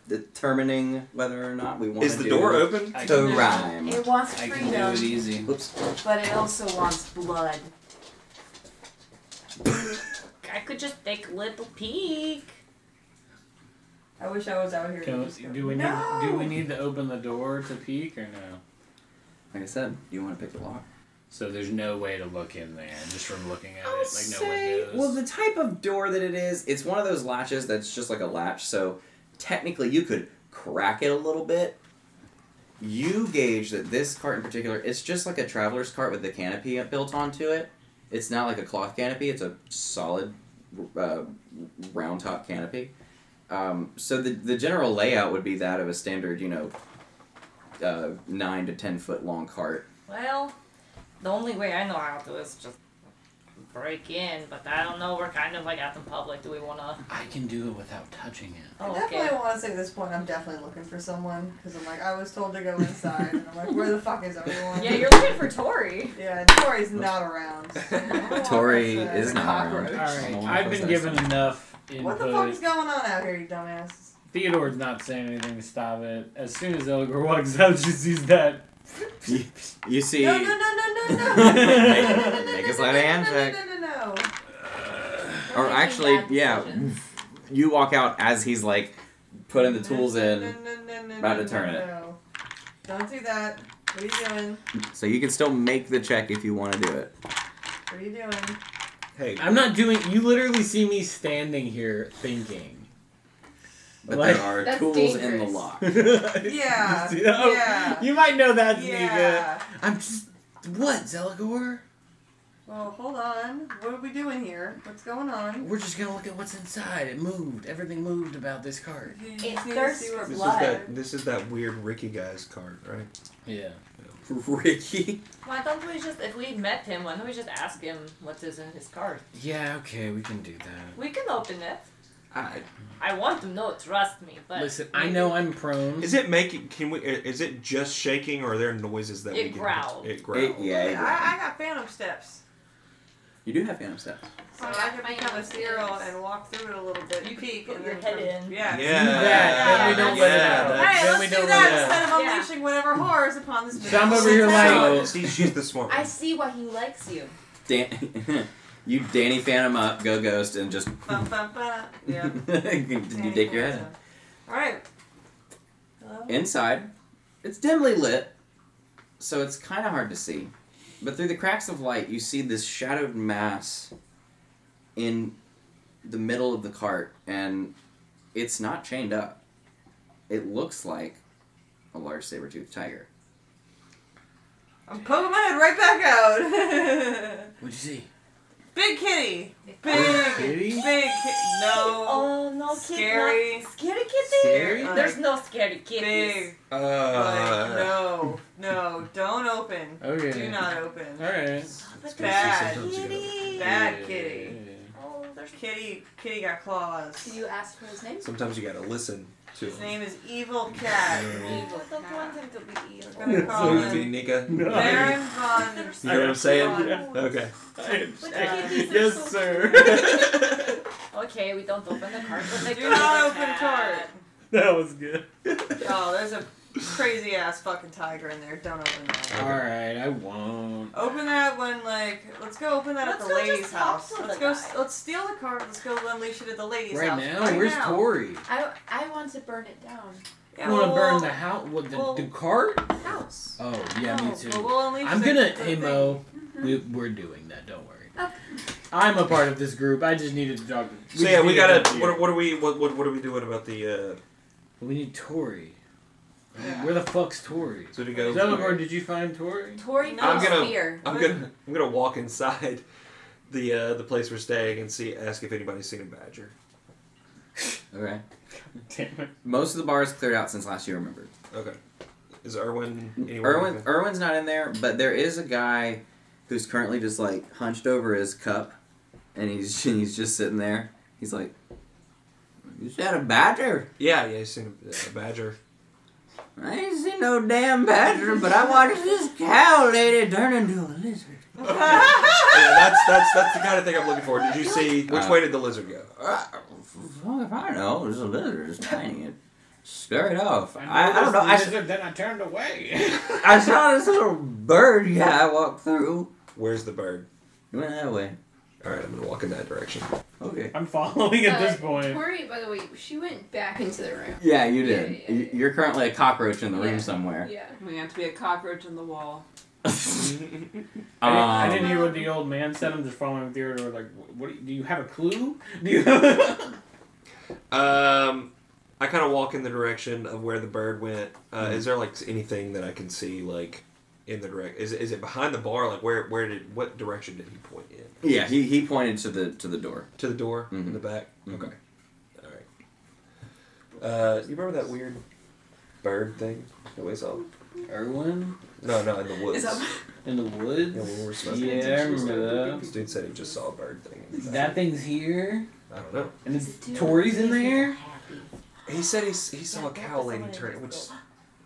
Speaker 1: determining whether or not we want
Speaker 4: Is
Speaker 1: to
Speaker 4: the
Speaker 1: do
Speaker 4: door open?
Speaker 11: I
Speaker 1: The
Speaker 11: can-
Speaker 1: rhyme.
Speaker 3: It wants
Speaker 11: I can do it
Speaker 3: freedom,
Speaker 11: easy.
Speaker 1: Oops.
Speaker 3: but it also wants blood.
Speaker 10: I could just take a little peek.
Speaker 9: I wish I was out here.
Speaker 11: Can,
Speaker 9: to
Speaker 11: do we need
Speaker 9: no!
Speaker 11: do we need to open the door to peek or no?
Speaker 1: Like I said, you want to pick the lock.
Speaker 11: So there's no way to look in there just from looking at
Speaker 9: Oh,
Speaker 11: it, like no windows.
Speaker 1: well, the type of door that it is, it's one of those latches that's just like a latch. So technically, you could crack it a little bit. You gauge that this cart in particular, it's just like a traveler's cart with the canopy built onto it. It's not like a cloth canopy; it's a solid, uh, round top canopy. Um, so the the general layout would be that of a standard, you know, uh, nine to ten foot long cart.
Speaker 2: Well, the only way I know how to is just break in, but I don't know. We're kind of like out in public. Do we Oh, want to?
Speaker 11: I can do it without touching it.
Speaker 9: I definitely want to say at this point, I'm definitely looking for someone because I'm like, I was told to go inside, and I'm like, where the fuck is everyone?
Speaker 2: Yeah, you're looking for Tori.
Speaker 9: Yeah, Tori's not around. So I don't know
Speaker 1: Tori
Speaker 9: what's, uh,
Speaker 1: is
Speaker 9: the
Speaker 1: not around.
Speaker 9: cockroach.
Speaker 11: All
Speaker 1: I
Speaker 11: right,
Speaker 1: wanna
Speaker 11: I've been
Speaker 1: process
Speaker 11: given enough input.
Speaker 9: What the fuck is going on out here, you dumbasses?
Speaker 11: Theodore's not saying anything to stop it. As soon as Elgar walks out, she sees that.
Speaker 1: You, you see,
Speaker 9: No, no, no, no, no, no.
Speaker 1: Make- make a sleight of hand
Speaker 9: No,
Speaker 1: check.
Speaker 9: No, no, no, no.
Speaker 1: Or
Speaker 5: Making
Speaker 1: actually,
Speaker 5: bad
Speaker 1: yeah.
Speaker 5: decisions.
Speaker 1: you walk out as he's like putting the tools
Speaker 9: No,
Speaker 1: in,
Speaker 9: no, no, no,
Speaker 1: about to
Speaker 9: no,
Speaker 1: turn
Speaker 9: no,
Speaker 1: it.
Speaker 9: no. Don't do that. What are you doing?
Speaker 1: so you can still make the check if you want to do it.
Speaker 9: What are you doing?
Speaker 4: Hey,
Speaker 6: I'm not doing. You literally see me standing here thinking.
Speaker 1: But
Speaker 6: Like-
Speaker 1: there are
Speaker 5: That's
Speaker 1: tools in the
Speaker 5: dangerous.
Speaker 1: lock.
Speaker 9: Yeah,
Speaker 6: You know?
Speaker 9: yeah.
Speaker 6: You might know that's me, but
Speaker 9: Yeah.
Speaker 6: I'm just. What, Zelagor?
Speaker 9: Well, hold on. What are we doing here? What's going on?
Speaker 6: We're just gonna look at what's inside. It moved. Everything moved about this card.
Speaker 9: You
Speaker 10: It
Speaker 9: just need to
Speaker 10: thirsts
Speaker 9: see what
Speaker 10: for
Speaker 4: this
Speaker 10: blood.
Speaker 4: is that this is that weird Ricky guy's card, right?
Speaker 11: Yeah.
Speaker 1: Ricky.
Speaker 2: Why don't we just, if we met him, why don't we just ask him what is in his cart?
Speaker 6: Yeah, okay, we can do that.
Speaker 2: We can open it.
Speaker 4: I,
Speaker 2: I want to know. Trust me. But
Speaker 6: Listen, I know I'm prone.
Speaker 4: is it making? Can we? Is it just shaking, or are there noises that we
Speaker 2: It
Speaker 4: can?
Speaker 2: growled.
Speaker 4: It growled.
Speaker 1: It, yeah,
Speaker 9: Hey,
Speaker 1: it-
Speaker 9: I, I got phantom steps.
Speaker 1: you do have phantom stuff.
Speaker 9: So I can
Speaker 5: Phantom
Speaker 9: become a zero
Speaker 5: steps.
Speaker 9: and walk through it a little bit.
Speaker 2: You can
Speaker 9: peek
Speaker 2: put
Speaker 9: and
Speaker 2: your
Speaker 9: then
Speaker 2: head
Speaker 9: come-
Speaker 2: in.
Speaker 4: Yeah.
Speaker 9: Yeah.
Speaker 6: Do that,
Speaker 9: Yeah,
Speaker 6: then we don't let it
Speaker 4: yeah,
Speaker 6: out.
Speaker 4: that's-
Speaker 9: Hey,
Speaker 6: then we
Speaker 9: let's
Speaker 6: don't
Speaker 9: do that
Speaker 6: let it out.
Speaker 9: instead of
Speaker 10: Yeah.
Speaker 9: unleashing whatever horrors upon this.
Speaker 6: So I'm over
Speaker 9: bitch.
Speaker 6: here
Speaker 9: So-
Speaker 6: like,
Speaker 4: See, she's the smart
Speaker 3: I
Speaker 4: one.
Speaker 3: see why he likes you.
Speaker 1: Dan- you Danny Phantom up, go ghost, and just
Speaker 9: Bum, bum, bum. Yeah.
Speaker 1: you dig your head
Speaker 9: All right. Hello?
Speaker 1: in. Inside, it's dimly lit, so it's kind of hard to see. But through the cracks of light, you see this shadowed mass in the middle of the cart, and it's not chained up. It looks like a large saber-toothed tiger.
Speaker 9: I'm poking my head right back out.
Speaker 6: What'd you see?
Speaker 9: Big kitty. Big.
Speaker 6: Kitty?
Speaker 9: Big. Ki- no.
Speaker 2: Oh no,
Speaker 9: Scary.
Speaker 2: Kid, scary kitty.
Speaker 6: Scary?
Speaker 2: There's no scary kitties.
Speaker 9: Big. Like,
Speaker 4: Uh,
Speaker 9: no. No. Don't open.
Speaker 11: Okay.
Speaker 9: Do not open.
Speaker 11: All right.
Speaker 4: it's
Speaker 9: bad.
Speaker 4: conspiracy sometimes, you know.
Speaker 9: Bad kitty.
Speaker 2: Oh, there's
Speaker 9: Kitty, kitty got claws.
Speaker 5: you ask for his name?
Speaker 4: Sometimes you gotta listen to
Speaker 9: His
Speaker 4: him.
Speaker 9: name is Evil Cat.
Speaker 2: people that want him to be
Speaker 9: We're
Speaker 2: evil.
Speaker 9: gonna call
Speaker 4: Louis V.
Speaker 9: him
Speaker 4: Nika. You
Speaker 11: No.
Speaker 9: Baron von.
Speaker 4: know what I'm saying?
Speaker 11: Yeah.
Speaker 4: Okay.
Speaker 11: yes, sir.
Speaker 2: Okay, we don't open the cart. But they
Speaker 9: Do not open cart.
Speaker 11: that was good.
Speaker 9: Oh, there's a crazy ass fucking tiger in there. Don't open that.
Speaker 6: All right, I won't.
Speaker 9: Open that when like let's go open that
Speaker 2: Let's
Speaker 9: at the
Speaker 2: go
Speaker 9: lady's
Speaker 2: just talk
Speaker 9: house.
Speaker 2: to
Speaker 9: Let's
Speaker 2: the
Speaker 9: go.
Speaker 2: guy.
Speaker 9: s- Let's steal the cart. Let's go unleash it at the lady's
Speaker 6: Right
Speaker 9: house.
Speaker 6: now,
Speaker 9: right
Speaker 6: where's
Speaker 9: now.
Speaker 6: Corey?
Speaker 5: I, I want to burn it down.
Speaker 9: Yeah,
Speaker 6: you want to
Speaker 9: well,
Speaker 6: burn the house? What the,
Speaker 9: well-
Speaker 6: the cart?
Speaker 5: House.
Speaker 6: Oh yeah, me
Speaker 9: no,
Speaker 6: too.
Speaker 9: but we'll unleash
Speaker 6: I'm
Speaker 9: the-
Speaker 6: gonna
Speaker 9: the
Speaker 6: hey
Speaker 9: thing.
Speaker 6: Mo, we, we're doing that. Don't worry. I'm a part of this group. I just needed to talk. To,
Speaker 4: So
Speaker 6: just
Speaker 4: yeah, we
Speaker 6: needed to
Speaker 4: gotta.
Speaker 6: talk to you.
Speaker 4: What, what are we? What, what what are we doing about the? uh
Speaker 6: We need Tori. Where the fuck's Tori?
Speaker 4: So to go.
Speaker 6: Zelagor, did you find Tori?
Speaker 3: Tori
Speaker 9: No. I'm
Speaker 3: feels
Speaker 4: gonna-
Speaker 3: fear.
Speaker 4: I'm gonna I'm gonna walk inside the uh, the place we're staying and see ask if anybody's seen a badger.
Speaker 1: Okay.
Speaker 11: Damn it.
Speaker 1: Most of the bar is cleared out since last year. Remember,
Speaker 4: Okay. Is Erwin anywhere?
Speaker 1: Erwin. Erwin's not in there, but there is a guy who's currently just like hunched over his cup, and he's he's just sitting there. He's like, "Is that a badger?
Speaker 4: Yeah, yeah, he's seen a, a badger.
Speaker 1: I ain't seen no damn badger, but I watched this cow lady turn into a lizard."
Speaker 4: Yeah, that's that's that's the kind of thing I'm looking for. Did you see which
Speaker 1: Uh,
Speaker 4: way did the lizard go?
Speaker 1: Uh, fuck if I know. There's a lizard. It's tiny. It scared off. I, I,
Speaker 11: noticed
Speaker 1: don't know.
Speaker 11: the
Speaker 1: I, s-
Speaker 11: lizard, then I turned away.
Speaker 1: I saw this little bird guy walk through.
Speaker 4: Where's the bird?
Speaker 1: He went that way.
Speaker 4: All right, I'm gonna walk in that direction.
Speaker 1: Okay.
Speaker 11: I'm following at this
Speaker 5: Uh,
Speaker 11: point.
Speaker 5: Tori, by the way, she went back into the room.
Speaker 1: Yeah, you did.
Speaker 5: Yeah, yeah,
Speaker 1: You-
Speaker 5: yeah.
Speaker 1: You're currently a cockroach in the
Speaker 5: Yeah.
Speaker 1: room somewhere.
Speaker 5: Yeah.
Speaker 3: We have to be a cockroach on the wall.
Speaker 11: I didn't, I
Speaker 1: Um,
Speaker 11: didn't hear what the old man said. I'm just following the order. Like, "Wh- what do you, do you have a clue? Do you?
Speaker 4: Um, I kind of walk in the direction of where the bird went. Uh,
Speaker 1: Mm-hmm.
Speaker 4: Is there like anything that I can see like in the direct? Is is it behind the bar? Like where where did what direction did he point in?
Speaker 1: Yeah, he, he pointed to the to the door.
Speaker 4: To the door in
Speaker 1: Mhm.
Speaker 4: the back.
Speaker 1: Mhm.
Speaker 4: Okay. All right. Uh, you remember that weird bird thing that we saw?
Speaker 6: Erwin
Speaker 4: No, no, in the woods.
Speaker 3: Is that
Speaker 6: in the woods.
Speaker 4: Yeah, when we were smoking.
Speaker 6: yeah, I remember
Speaker 4: This dude said he just saw a bird thing. in the back.
Speaker 6: that. That thing's here,
Speaker 4: I don't know.
Speaker 6: and it's Tori's in there.
Speaker 4: He said he, s- he saw a cow lady turn, which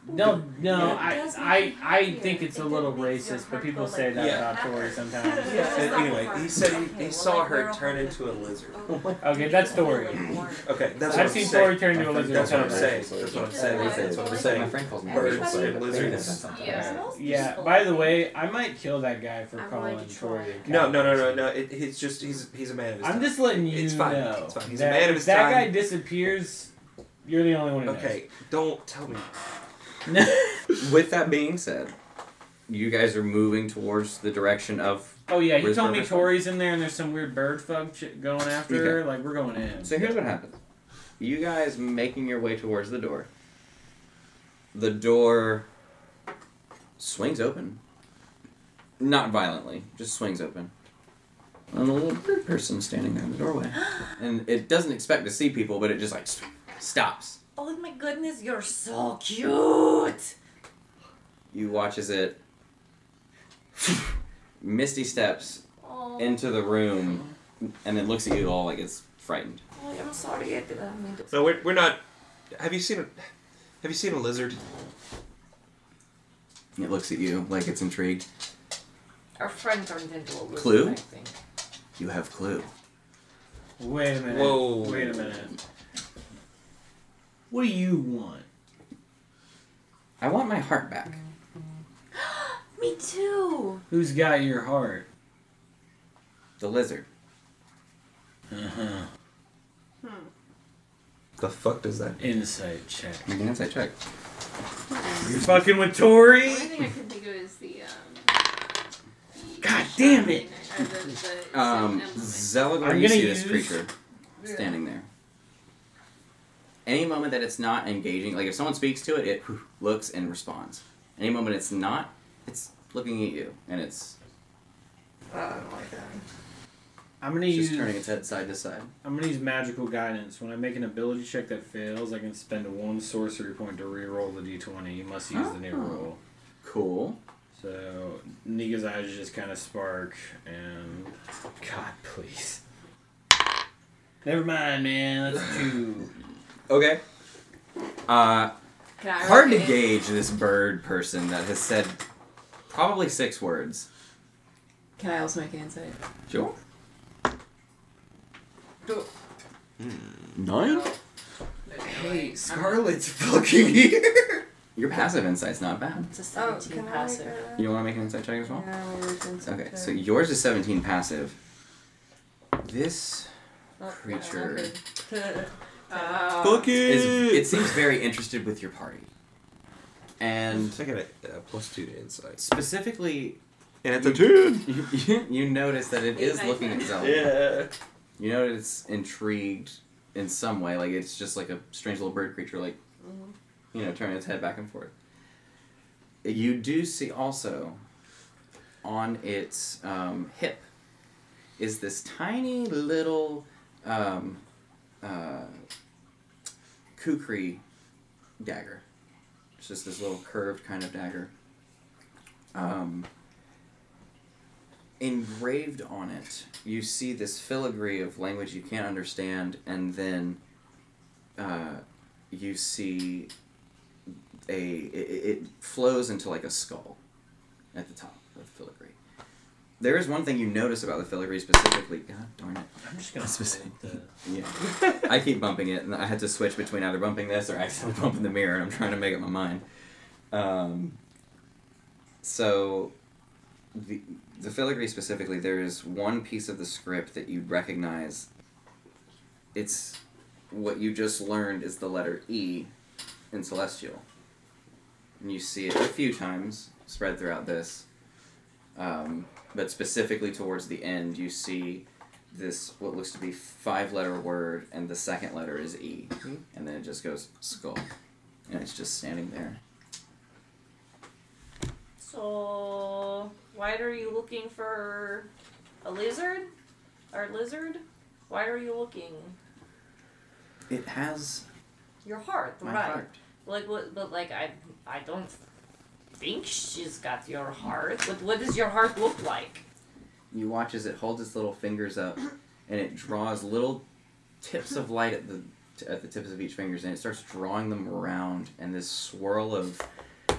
Speaker 11: No, no.
Speaker 4: Yeah.
Speaker 11: I, I, I think it's a little racist, but people say that
Speaker 4: Yeah.
Speaker 11: about Tori sometimes.
Speaker 4: yeah. Anyway, he said he, he saw her turn into a lizard.
Speaker 11: Oh Okay, that's Tori.
Speaker 4: Okay, that's
Speaker 11: I've
Speaker 4: what I'm
Speaker 11: seen
Speaker 4: saying.
Speaker 11: Tori turn into a
Speaker 1: I think
Speaker 11: lizard.
Speaker 4: That's what I'm
Speaker 11: sometimes.
Speaker 4: saying. That's what I'm saying. That's what I'm
Speaker 1: My
Speaker 4: saying.
Speaker 1: friend calls me
Speaker 4: Birds
Speaker 1: birds.
Speaker 4: and lizards.
Speaker 5: Yeah.
Speaker 11: Yeah. By the way, I might kill that guy for
Speaker 3: I'm going
Speaker 11: calling
Speaker 3: to try.
Speaker 11: Tori. a cow.
Speaker 4: No, no, no, no, no. It, he's just he's he's a man of his
Speaker 11: I'm
Speaker 4: time.
Speaker 11: just letting you
Speaker 4: It's fine.
Speaker 11: know
Speaker 4: It's fine. He's a
Speaker 11: that
Speaker 4: man of
Speaker 11: if
Speaker 4: his
Speaker 11: that
Speaker 4: time.
Speaker 11: guy disappears, you're the only one who knows.
Speaker 4: okay. Don't tell me.
Speaker 1: With that being said, you guys are moving towards the direction of.
Speaker 11: Oh yeah, he
Speaker 1: Where's
Speaker 11: told me
Speaker 1: Burberry?
Speaker 11: Tori's in there, and there's some weird bird fuck shit going after her. Like we're going in.
Speaker 1: So here's what happens. You guys making your way towards the door. The door swings open. Not violently, just swings open. And a little bird person standing there in the doorway. And it doesn't expect to see people, but it just like stops.
Speaker 2: Oh my goodness, you're so cute.
Speaker 1: you watch as it misty steps
Speaker 2: Oh,
Speaker 1: into the room and then looks at you all like it's frightened
Speaker 2: oh, I'm sorry, I didn't mean to.
Speaker 4: No, we're, we're not. Have you seen a Have you seen a lizard?
Speaker 1: it looks at you like it's intrigued
Speaker 2: Our friend turned into a lizard,
Speaker 1: Clue?
Speaker 2: I think.
Speaker 1: you have clue
Speaker 11: Wait a minute.
Speaker 4: Whoa.
Speaker 11: Wait a minute.
Speaker 6: What do you want?
Speaker 1: i want my heart back
Speaker 3: Me too.
Speaker 6: Who's got your heart?
Speaker 1: the lizard
Speaker 6: Uh-huh.
Speaker 4: The fuck does that?
Speaker 6: Insight check.
Speaker 1: you can insight check
Speaker 6: You're fucking with Tori.
Speaker 5: The only thing I can think of is the. Um, the
Speaker 6: God damn it.
Speaker 5: shrine, or the- the-
Speaker 1: um
Speaker 5: some emblem.
Speaker 1: Zelagor,
Speaker 11: I'm
Speaker 1: you
Speaker 11: gonna
Speaker 1: see this
Speaker 11: use-
Speaker 1: creature standing there any moment that it's not engaging like if someone speaks to it it looks and responds any moment it's not it's looking at you and it's
Speaker 11: I'm gonna
Speaker 1: just
Speaker 11: use.
Speaker 1: turning its head side to side
Speaker 11: I'm gonna use magical guidance. When I make an ability check that fails, I can spend one sorcery point to re-roll the d20. You must use the new
Speaker 1: Oh.
Speaker 11: roll.
Speaker 1: cool
Speaker 11: So Nika's eyes just kind of spark, and
Speaker 6: God, please. Never mind, man. That's two.
Speaker 1: Okay.
Speaker 3: Can
Speaker 1: Uh,
Speaker 3: I
Speaker 1: hard to
Speaker 3: roll it?
Speaker 1: gauge this bird person that has said probably six words.
Speaker 3: Can I also make an insight?
Speaker 1: Sure. Nine?
Speaker 6: Hey, Scarlet's fucking here.
Speaker 1: Your passive insight's not bad.
Speaker 3: It's a
Speaker 9: Oh,
Speaker 3: 17
Speaker 9: can I?
Speaker 3: passive.
Speaker 1: You want to make an insight check as well?
Speaker 9: Uh,
Speaker 1: Okay, so yours is 17 passive. This Oh,
Speaker 3: Oh,
Speaker 1: creature
Speaker 9: Uh,
Speaker 4: Fuck
Speaker 1: is, it seems very interested with your party. And
Speaker 4: I got a, a plus two to insight.
Speaker 1: specifically,
Speaker 4: And
Speaker 1: it's a
Speaker 4: two.
Speaker 1: you, you notice that it is looking at Zelda.
Speaker 11: Yeah.
Speaker 1: You know that it's intrigued in some way, like it's just like a strange little bird creature, like you know, turning its head back and forth. You do see also on its um, hip is this tiny little um, uh, kukri dagger. It's just this little curved kind of dagger. Um, engraved on it, you see this filigree of language you can't understand, and then uh, you see a it, it flows into like a skull at the top of the filigree. There is one thing you notice about the filigree specifically. God darn it!
Speaker 6: I'm just gonna
Speaker 1: That's
Speaker 6: spit the.
Speaker 1: Yeah, I keep bumping it, and I had to switch between either bumping this or accidentally bumping the mirror, and I'm trying to make up my mind. Um, so, the the filigree specifically, there is one piece of the script that you recognize. It's what you just learned is the letter E in celestial, and you see it a few times spread throughout this. Um, but specifically towards the end, you see this what looks to be five letter word and the second letter is e and then it just goes skull and it's just standing there
Speaker 2: So, why are you looking for a lizard? Or lizard? Why are you looking?
Speaker 1: it has
Speaker 2: Your heart,
Speaker 1: my
Speaker 2: right?
Speaker 1: heart
Speaker 2: Like what? But like I, I don't think she's got your heart. But what does your heart look like?
Speaker 1: you watch as it holds its little fingers up and it draws little tips of light at the t- at the tips of each fingers and it starts drawing them around and this swirl of uh,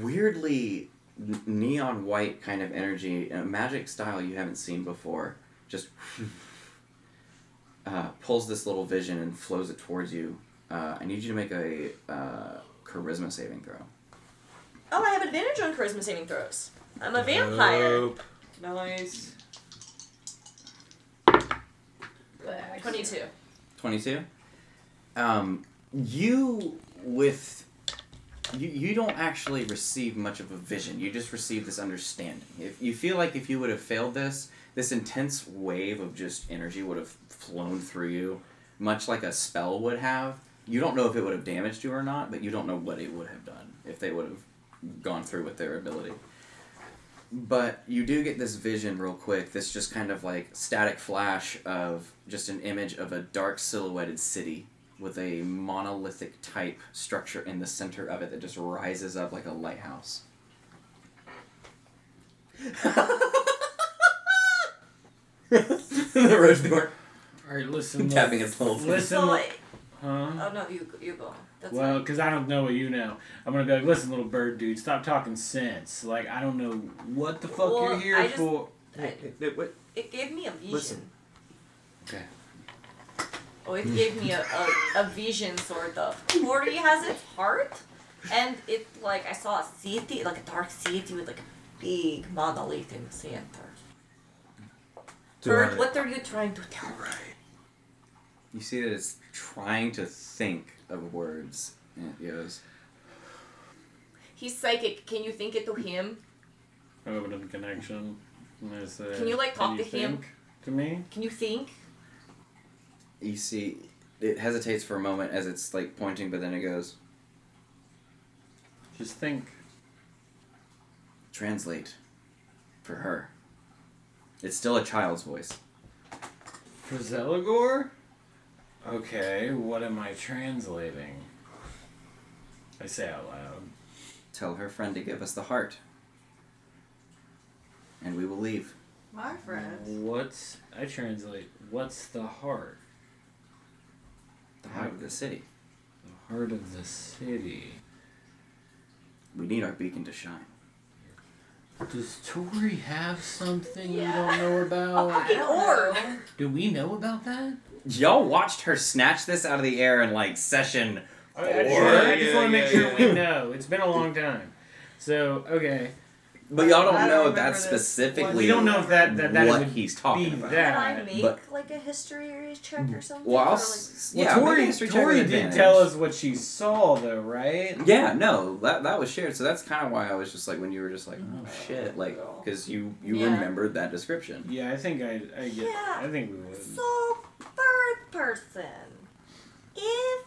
Speaker 1: weirdly n- neon white kind of energy a magic style you haven't seen before just uh, pulls this little vision and flows it towards you uh, i need you to make a uh, charisma saving throw
Speaker 2: Oh, I have advantage on charisma saving throws. I'm a vampire.
Speaker 9: Nice.
Speaker 2: Twenty-two.
Speaker 1: 22 um, you with you, you don't actually receive much of a vision you just receive this understanding if you feel like if you would have failed this this intense wave of just energy would have flown through you much like a spell would have you don't know if it would have damaged you or not but you don't know what it would have done if they would have gone through with their ability but you do get this vision real quick this just kind of like static flash of just an image of a dark silhouetted city with a monolithic type structure in the center of it that just rises up like a lighthouse the road door
Speaker 6: All right, listen.
Speaker 1: Tapping its little finger.
Speaker 6: Listen,
Speaker 2: So like,
Speaker 6: huh?
Speaker 2: oh no, you you go. That's
Speaker 6: Well, because I don't know what you know. I'm gonna be like, listen, little bird dude, stop talking sense. Like, I don't know what the fuck
Speaker 2: Well,
Speaker 6: you're here
Speaker 2: I just-
Speaker 6: for.
Speaker 2: I- it gave me a vision.
Speaker 4: Listen.
Speaker 1: Okay.
Speaker 2: Oh, it gave me a, a, a vision sort of. Mori has its heart, and it like I saw a city, like a dark city with like a big monolith in the center. Bird, what are you trying to tell me?
Speaker 1: you see that it's trying to think of words and it goes
Speaker 2: He's psychic. Can you think it to him?
Speaker 11: Open up a connection. And I say,
Speaker 2: Can you, like, talk to
Speaker 11: you
Speaker 2: him?"
Speaker 11: think To me?
Speaker 2: Can you think?
Speaker 1: you see it hesitates for a moment as it's like pointing but then it goes
Speaker 11: Just think.
Speaker 1: translate for her. It's still a child's voice.
Speaker 6: For Zelagor? Okay, what am I translating? I Um. say out loud.
Speaker 1: Tell her friend to give us the heart. and we will leave.
Speaker 9: My friend.
Speaker 6: What's I translate? What's the heart?
Speaker 1: The heart of the city.
Speaker 6: The heart of the city.
Speaker 1: We need our beacon to shine.
Speaker 6: Does Tori have something we don't know about?
Speaker 2: Fucking orb.
Speaker 6: Do we know about that?
Speaker 1: Y'all watched her snatch this out of the air in like session.
Speaker 6: Oh, I, I just,
Speaker 1: Or-
Speaker 6: I just
Speaker 4: Yeah,
Speaker 6: want to make
Speaker 4: yeah,
Speaker 6: sure we know. It's been a long time. So okay,
Speaker 1: But y'all don't
Speaker 9: I don't
Speaker 1: know if
Speaker 9: remember
Speaker 1: that's
Speaker 9: this.
Speaker 1: specifically
Speaker 6: we don't know if that that that
Speaker 1: what
Speaker 6: would
Speaker 1: he's talking
Speaker 6: be
Speaker 1: about.
Speaker 6: that.
Speaker 2: Can I make
Speaker 1: but-
Speaker 2: like a history check or something?
Speaker 1: Well, I'll
Speaker 2: Or, like,
Speaker 1: s-
Speaker 12: Well,
Speaker 1: yeah, make a
Speaker 12: Tori,
Speaker 1: history check
Speaker 12: Tori
Speaker 1: with
Speaker 12: did
Speaker 1: advantage.
Speaker 12: tell us what she saw, though, right?
Speaker 1: Yeah, no, that, that was shared. So that's kind of why I was just like, when you were just like, oh shit, like, because you you
Speaker 13: Yeah.
Speaker 1: remembered that description.
Speaker 12: Yeah, I think I, I get.
Speaker 2: Yeah.
Speaker 12: I think we would.
Speaker 2: So, third person, if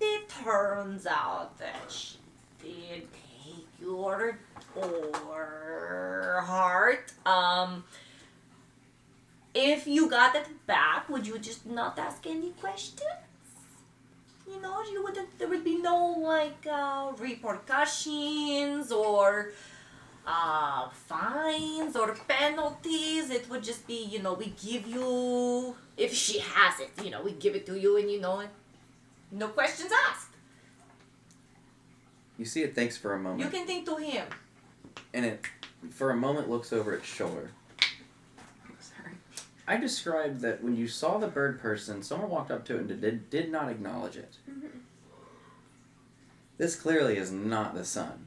Speaker 2: it turns out that she did take your or heart, um, if you got it back, would you just not ask any questions? You know, you wouldn't. There would be no like uh, repercussions or uh, fines or penalties. It would just be, you know, we give you, if she has it, you know, we give it to you and, you know, no questions asked.
Speaker 1: You see it thinks for a
Speaker 2: You
Speaker 1: moment,
Speaker 2: can think to him.
Speaker 1: and it for a moment looks over its shoulder.
Speaker 3: Sorry.
Speaker 1: I described that when you saw the bird person, someone walked up to it and did, did not acknowledge it. This clearly is not the sun.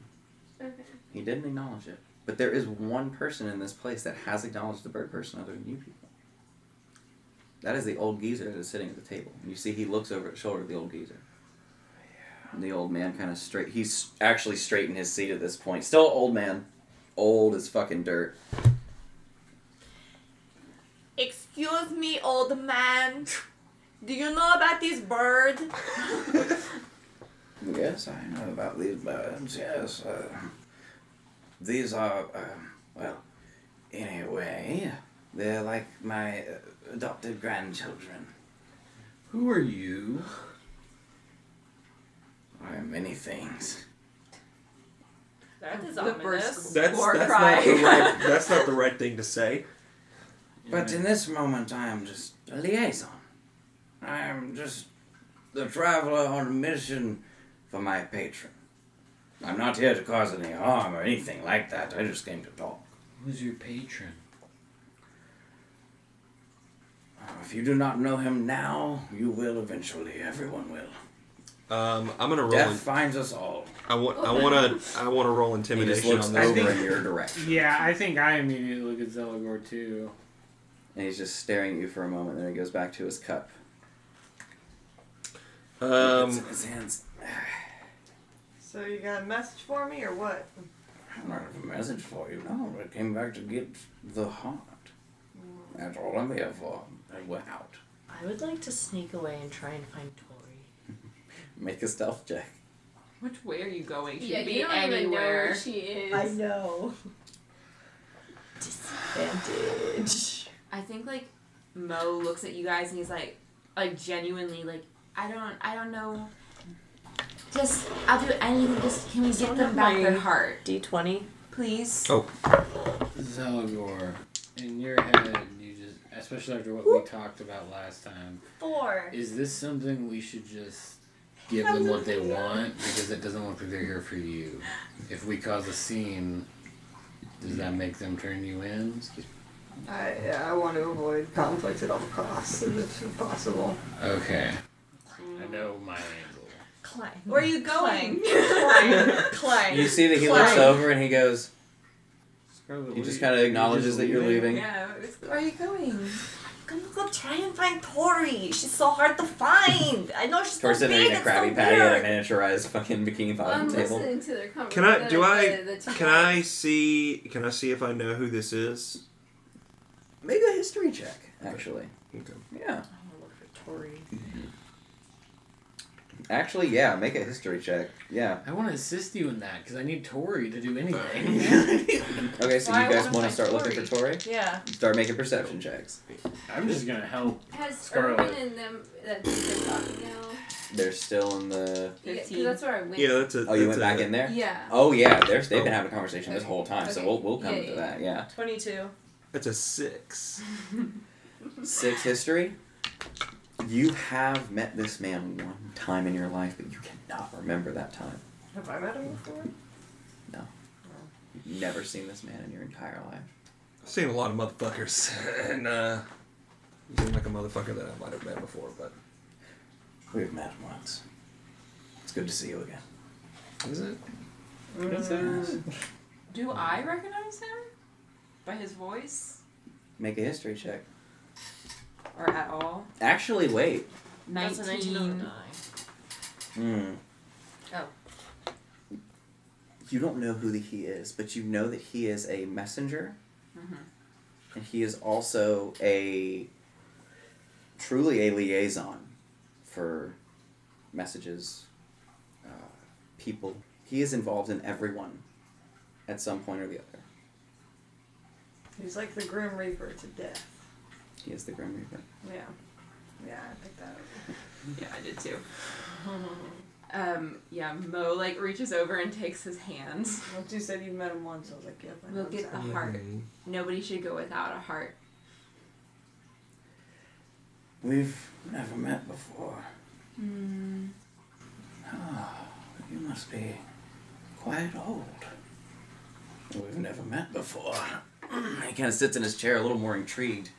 Speaker 5: Okay.
Speaker 1: He didn't acknowledge it. But there is one person in this place that has acknowledged the bird person other than you people. That is the old geezer that is sitting at the table. And you see he looks over at shoulder of the old geezer. And the old man kind of straight. He's actually straight in his seat at this point. Still old man. Old as fucking dirt.
Speaker 2: Excuse me, old man. Do you know about this bird?
Speaker 1: Yes, I know about these birds. Yes, uh, these are uh, well. Anyway, they're like my uh, adopted grandchildren.
Speaker 6: Who are you?
Speaker 1: I am many things.
Speaker 2: That is
Speaker 11: The burst
Speaker 4: That's
Speaker 11: war
Speaker 4: that's
Speaker 11: cry.
Speaker 4: not the right that's not the right thing to say.
Speaker 1: But in this moment, I am just a liaison. I am just the traveler on a mission for my patron. I'm not here to cause any harm or anything like that. I just came to talk.
Speaker 6: Who's your patron?
Speaker 1: Uh, If you do not know him now, you will eventually. Everyone will.
Speaker 4: Um, I'm gonna roll.
Speaker 1: Death
Speaker 4: In,
Speaker 1: finds us all.
Speaker 4: I want I want to I want to roll intimidation on
Speaker 12: I
Speaker 4: this.
Speaker 12: think-
Speaker 4: one.
Speaker 1: your direction.
Speaker 12: Yeah, I think I immediately look at Zelagor too.
Speaker 1: And he's just staring at you for a moment, then he goes back to his cup.
Speaker 4: Um,
Speaker 1: his hands.
Speaker 9: So you got a message for me or what?
Speaker 1: I don't have a message for you. No, I came back to get the heart. That's all I'm here for. And we're out.
Speaker 13: I would like to sneak away and try and find Tori.
Speaker 1: Make a stealth check.
Speaker 3: Which way are you going? Should
Speaker 5: Yeah,
Speaker 3: be
Speaker 5: you don't even know
Speaker 3: anywhere.
Speaker 5: where she is.
Speaker 2: know.
Speaker 13: Disadvantage.
Speaker 3: I think like Mo looks at you guys and he's like, like genuinely like, I don't, I don't know. Just, I'll do anything. Just can we get them back their heart,
Speaker 13: D20.
Speaker 3: please?
Speaker 6: Oh. Zelagor, in your head, you just, especially after what we talked about last time,
Speaker 2: Four.
Speaker 6: is this something we should just give them what they want? Because it doesn't look like they're here for you. If we cause a scene, does that make them turn you in? Uh,
Speaker 9: I I want to avoid conflict at all costs if possible.
Speaker 6: Okay. I know my angle.
Speaker 2: Climb.
Speaker 11: Where are you going?
Speaker 2: Climb. Climb.
Speaker 1: You see that he looks
Speaker 2: Climb.
Speaker 1: over and he goes,
Speaker 12: Scarlet,
Speaker 1: he
Speaker 12: what
Speaker 1: just
Speaker 12: do you-
Speaker 1: kind of acknowledges that you're leaving.
Speaker 11: yeah, it's- where are you going?
Speaker 2: Gonna go try and find Tori. She's so hard to find. I know she's
Speaker 1: Towards
Speaker 2: so
Speaker 1: it,
Speaker 2: big.
Speaker 1: eating a
Speaker 2: It's
Speaker 1: Krabby
Speaker 2: so
Speaker 1: Patty
Speaker 2: weird.
Speaker 1: and a miniaturized fucking bikini thought on
Speaker 5: I'm
Speaker 1: the table.
Speaker 5: listening to their conversation.
Speaker 4: Can I- do I-
Speaker 5: Um, the- the two
Speaker 4: can I see can I see if I know who this is?
Speaker 1: Make a history check, actually.
Speaker 4: Okay.
Speaker 1: Yeah.
Speaker 13: I want to look for Tori.
Speaker 1: Actually, yeah, make a history check. Yeah.
Speaker 14: I want to assist you in that because I need Tori to do anything.
Speaker 1: Okay, so
Speaker 2: Well, I
Speaker 1: you
Speaker 2: wanna
Speaker 1: guys want to
Speaker 2: find
Speaker 1: start looking for Tori?
Speaker 2: Yeah.
Speaker 1: Start making perception checks.
Speaker 6: I'm just gonna help.
Speaker 5: Has
Speaker 6: Scarlet.
Speaker 5: Irwin and them that they're talking now?
Speaker 1: They're still in the.
Speaker 5: Yeah, 'cause
Speaker 15: 15.
Speaker 5: that's where I went.
Speaker 4: Yeah, that's a.
Speaker 1: Oh, you went
Speaker 4: that's a-
Speaker 1: back in there.
Speaker 5: Yeah.
Speaker 1: Oh yeah, they're, they've been having a conversation this
Speaker 5: Okay.
Speaker 1: whole time, so
Speaker 5: Okay.
Speaker 1: we'll we'll come
Speaker 5: Yeah,
Speaker 1: to
Speaker 5: yeah,
Speaker 1: that. Yeah.
Speaker 2: Twenty-two.
Speaker 4: That's a six.
Speaker 1: Six history. You have met this man one time in your life, but you cannot remember that time.
Speaker 9: Have I met him before?
Speaker 1: You've never seen this man in your entire life.
Speaker 4: I've seen a lot of motherfuckers, and uh, you seem like a motherfucker that I might have met before, but
Speaker 1: We've met once. It's good to see you again.
Speaker 4: is it?
Speaker 9: Mm.
Speaker 15: Do I recognize him? By his voice?
Speaker 1: Make a history check.
Speaker 15: Or at all?
Speaker 1: Actually, wait.
Speaker 15: 19.
Speaker 1: Hmm.
Speaker 2: Oh.
Speaker 1: You don't know who the he is, but you know that he is a messenger,
Speaker 3: mm-hmm.
Speaker 1: and he is also a truly a liaison for messages, uh, people. He is involved in everyone at some point or the other.
Speaker 9: He's like the Grim Reaper to death.
Speaker 1: He is the Grim Reaper.
Speaker 9: Yeah. Yeah, I picked that up.
Speaker 3: Yeah, I did too. Um, yeah, Mo like reaches over and takes his hand.
Speaker 9: Once you said you met him once, I was like, yep, I know
Speaker 3: We'll get
Speaker 9: exactly.
Speaker 3: the heart. Nobody should go without a heart.
Speaker 1: We've never met before.
Speaker 3: Hmm.
Speaker 1: Ah, you must be quite old. We've never met before. he kind of sits in his chair a little more intrigued.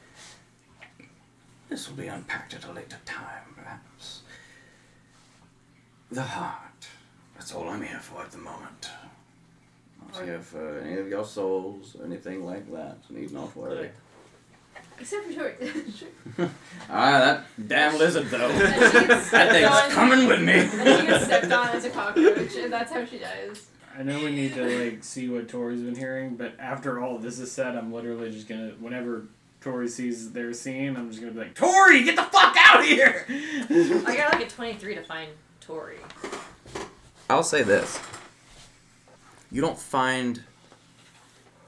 Speaker 1: This will be unpacked at a later time, perhaps. The heart. That's all I'm here for at the moment. Not here for any of your souls, anything like that. Need not worry.
Speaker 5: Except for Tori.
Speaker 1: Ah, that damn lizard, though. That
Speaker 5: Dawn.
Speaker 1: thing's coming with me.
Speaker 5: I think it's stepped on as a cockroach, and that's how she dies.
Speaker 6: I know we need to like see what Tori's been hearing, but after all this is said, I'm literally just gonna whenever Tori sees their scene, I'm just gonna be like, Tori, get the fuck out here!
Speaker 2: I got Oh, like a twenty-three to find Tori.
Speaker 1: I'll say this. You don't find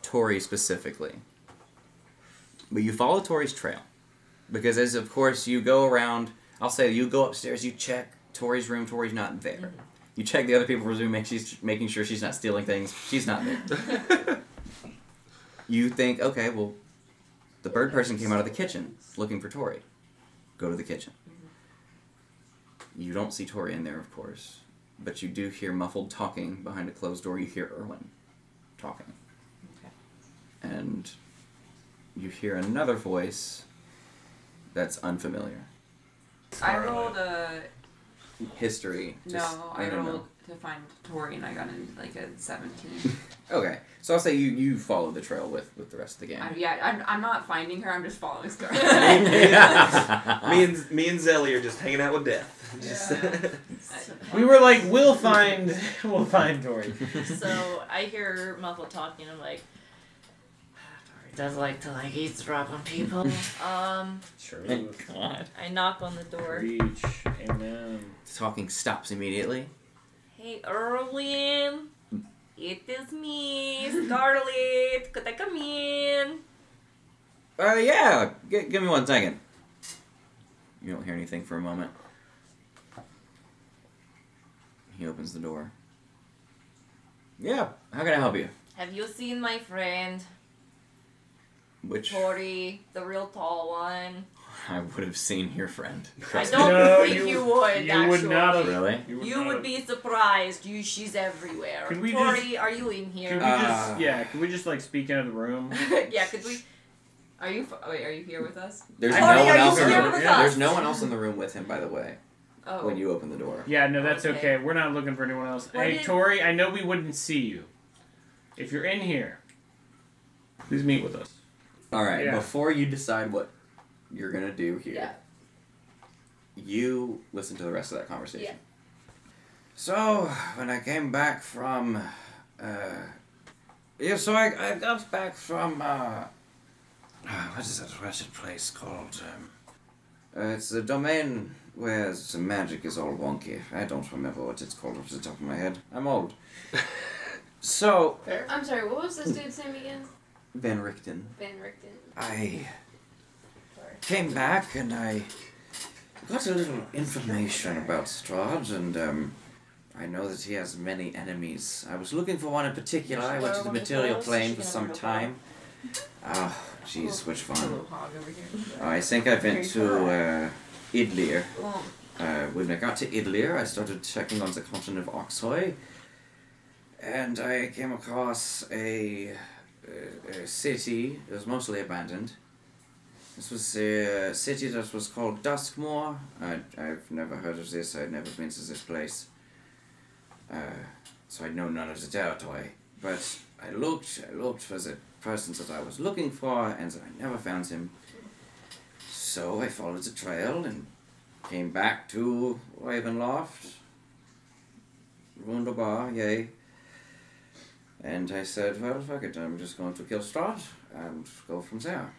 Speaker 1: Tori specifically, but you follow Tori's trail. Because, as of course, you go around, I'll say you go upstairs, you check Tori's room, Tori's not there. You check the other people's room, make she's making sure she's not stealing things, she's not there. you think, okay, well, the bird person came out of the kitchen looking for Tori. Go to the kitchen. You don't see Tori in there, of course but you do hear muffled talking behind a closed door. You hear Erwin talking. And you hear another voice that's unfamiliar.
Speaker 3: I rolled a
Speaker 1: History. Just,
Speaker 3: no. I
Speaker 1: don't know.
Speaker 3: rolled to find Tori, and I got in like a seventeen.
Speaker 1: Okay, so I'll say you, you follow the trail with, with the rest of the
Speaker 3: I,
Speaker 1: gang.
Speaker 3: yeah, I'm, I'm not finding her. I'm just following Scar.
Speaker 4: me and me and Zelly are just hanging out with death. Just-
Speaker 6: We were like, we'll find, we'll find Tori.
Speaker 2: so I hear muffled talking. I'm like, Tori does like to like eavesdrop on people. um,
Speaker 6: Sure.
Speaker 1: Thank God.
Speaker 2: I knock on the door.
Speaker 6: Reach. Amen.
Speaker 1: The talking stops immediately.
Speaker 2: Hey, Erwin. It is me, Scarlet. Could I come in?
Speaker 1: Uh, yeah, G- give me one second. You don't hear anything for a moment. He opens the door. Yeah, how can I help you?
Speaker 2: Have you seen my friend
Speaker 1: Which
Speaker 2: Tori, the real tall one?
Speaker 1: I would have seen your friend.
Speaker 2: I
Speaker 1: Trust me.
Speaker 2: don't
Speaker 6: No,
Speaker 2: think
Speaker 6: you-
Speaker 2: you, would.
Speaker 6: you
Speaker 2: actually.
Speaker 6: would not have.
Speaker 1: Really?
Speaker 2: You would be surprised. You, she's everywhere.
Speaker 6: Can we
Speaker 2: Tori,
Speaker 6: just-
Speaker 2: are you in
Speaker 6: Can we
Speaker 2: here?
Speaker 1: Ah.
Speaker 6: just, yeah, can we just like speak out of the room?
Speaker 2: yeah, could we?
Speaker 3: are you? f- Wait, are you here with us?
Speaker 1: There's
Speaker 6: I
Speaker 1: no
Speaker 6: know,
Speaker 1: one
Speaker 6: are you
Speaker 1: else in the
Speaker 6: here
Speaker 1: room.
Speaker 6: with
Speaker 1: There's
Speaker 2: us?
Speaker 1: no one else in the room with him, by the way,
Speaker 3: Oh,
Speaker 1: when you open the door.
Speaker 6: Yeah, no, that's okay.
Speaker 2: Okay.
Speaker 6: We're not looking for anyone else.
Speaker 2: Why
Speaker 6: hey,
Speaker 2: did-
Speaker 6: Tori, I know we wouldn't see you. If you're in here, please meet with us.
Speaker 1: All right,
Speaker 6: Yeah.
Speaker 1: before you decide what you're going to do here,
Speaker 2: Yeah.
Speaker 1: you listen to the rest of that conversation. So, when I came back from. Uh, yeah, so I, I got Ah, back from. Uh, uh, what is that Russian place called? Um, Uh, it's a domain where some magic is all wonky. I don't remember what it's called off the top of my head. I'm old. so,
Speaker 5: I'm sorry, what was this dude's name again?
Speaker 1: Van Richten,
Speaker 5: Van Richten.
Speaker 1: I came back and I got a little information about Strahd, and um, I know that he has many enemies. I was looking for one in particular. I went to the material plane for some time. Ah, jeez, which one?
Speaker 3: hog over here.
Speaker 1: I think I went to uh, Idlir. Uh, when I got to Idlir, I started checking on the continent of Oxhoy, and I came across a, a, a city that was mostly abandoned. This was a city that was called Duskmore. I, I've never heard of this, I'd never been to this place. Uh, so I know none of the territory. But I looked, I looked for the person that I was looking for, and I never found him. So I followed the trail and came back to Ravenloft. Wunderbar, yay. And I said, well, fuck it, I'm just going to kill Strahd and go from there.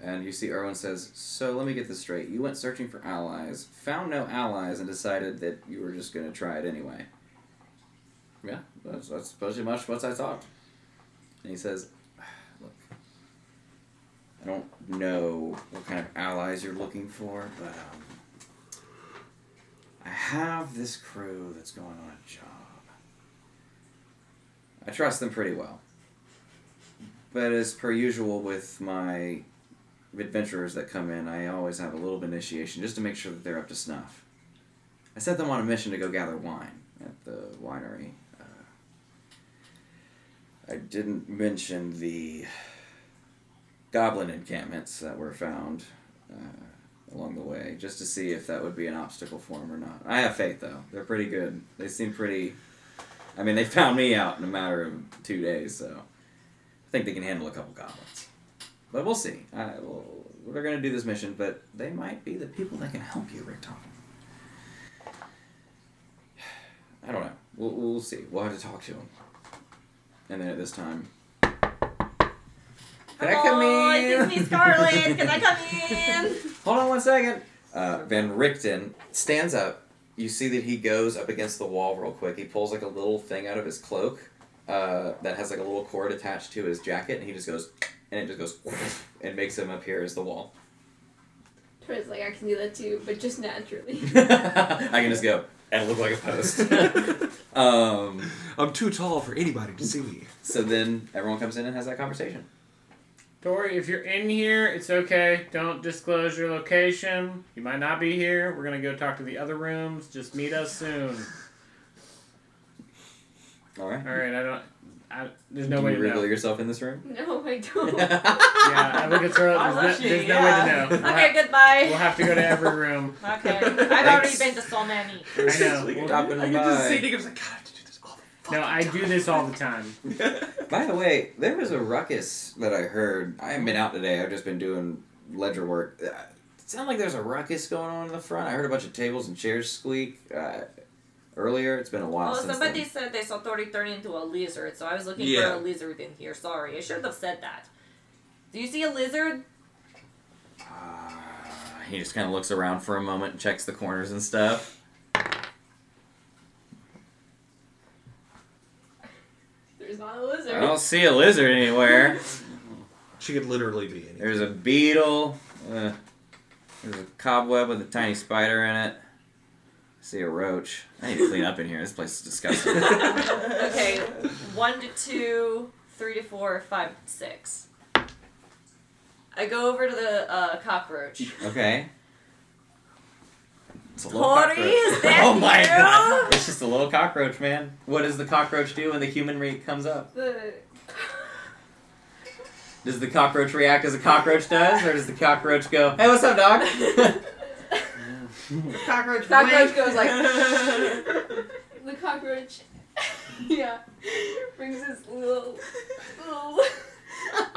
Speaker 1: And you see Erwin says, so let me get this straight. You went searching for allies, found no allies, and decided that you were just going to try it anyway. Yeah, that's, that's pretty much what I thought. And he says, look, I don't know what kind of allies you're looking for, but um, I have this crew that's going on a job. I trust them pretty well. But as per usual with my adventurers that come in, I always have a little bit of initiation just to make sure that they're up to snuff. I set them on a mission to go gather wine at the winery. Uh, I didn't mention the goblin encampments that were found uh, along the way, just to see if that would be an obstacle for them or not. I have faith, though. They're pretty good. They seem pretty. I mean, they found me out in a matter of two days, so I think they can handle a couple goblins. But we'll see. I, we'll, we're going to do this mission, but they might be the people that can help you, Rick Topham. I don't know. We'll, we'll see. We'll have to talk to them. And then at this time. Can Oh, I come in?
Speaker 2: Disney Scarlet, can I come in?
Speaker 1: Hold on one second. Uh, Van Richten stands up. You see that he goes up against the wall real quick. He pulls like a little thing out of his cloak uh, that has like a little cord attached to his jacket, and he just goes, and it just goes, and makes him appear as the wall.
Speaker 5: Troy's like, I can do that too, but just naturally.
Speaker 1: I can just go and look like a post. um,
Speaker 4: I'm too tall for anybody to see me.
Speaker 1: so then everyone comes in and has that conversation.
Speaker 11: Tori, if you're in here, it's okay. Don't disclose your location. You might not be here. We're gonna go talk to the other rooms. Just meet us soon.
Speaker 1: All right.
Speaker 11: All right, I don't. I, there's no
Speaker 1: Do
Speaker 11: way
Speaker 1: you
Speaker 11: to
Speaker 1: reveal
Speaker 11: know.
Speaker 1: yourself in this room?
Speaker 5: no, I don't.
Speaker 11: Yeah, I look at Scarlet. There's,
Speaker 9: Unless
Speaker 11: no,
Speaker 9: you-
Speaker 11: there's
Speaker 6: Uh,
Speaker 9: yeah.
Speaker 11: no way to know. We'll,
Speaker 2: Okay,
Speaker 11: ha- we'll
Speaker 2: goodbye.
Speaker 11: have to go to every room.
Speaker 2: Okay, I've already been to so many.
Speaker 11: I know. We'll-
Speaker 1: Drop in
Speaker 4: I can just
Speaker 1: by.
Speaker 4: see Nick's like, God, I have to do this all the
Speaker 11: no, I do this all the time.
Speaker 1: By the way, there was a ruckus that I heard. I haven't been out today. I've just been doing ledger work. Uh, It sounded like there's a ruckus going on in the front. I heard a bunch of tables and chairs squeak uh, earlier. It's been a while
Speaker 2: Oh,
Speaker 1: since.
Speaker 2: somebody
Speaker 1: then.
Speaker 2: said they saw Tori turn into a lizard, so I was looking
Speaker 4: Yeah.
Speaker 2: for a lizard in here. Sorry, I should have said that. Do you see a lizard?
Speaker 1: Uh, he just kind of looks around for a moment, and checks the corners and stuff.
Speaker 5: There's not a lizard.
Speaker 1: I don't see a lizard anywhere.
Speaker 4: She could literally be any.
Speaker 1: There's a beetle. Uh, there's a cobweb with a tiny spider in it. I see a roach. I need to clean up in here. This place is disgusting.
Speaker 2: Okay, one to two, three to four, five to six. I go over to the uh, cockroach.
Speaker 1: Okay. It's a
Speaker 2: Tori,
Speaker 1: cockroach.
Speaker 2: is that
Speaker 1: oh my
Speaker 2: you?
Speaker 1: god! It's just a little cockroach, man. What does the cockroach do when the human re- comes up?
Speaker 5: The
Speaker 1: Does the cockroach react as a cockroach does, or does the cockroach go, "Hey, what's up, dog"?
Speaker 9: Cockroach.
Speaker 3: Cockroach
Speaker 9: blank.
Speaker 3: goes like,
Speaker 5: the cockroach. yeah, brings his little little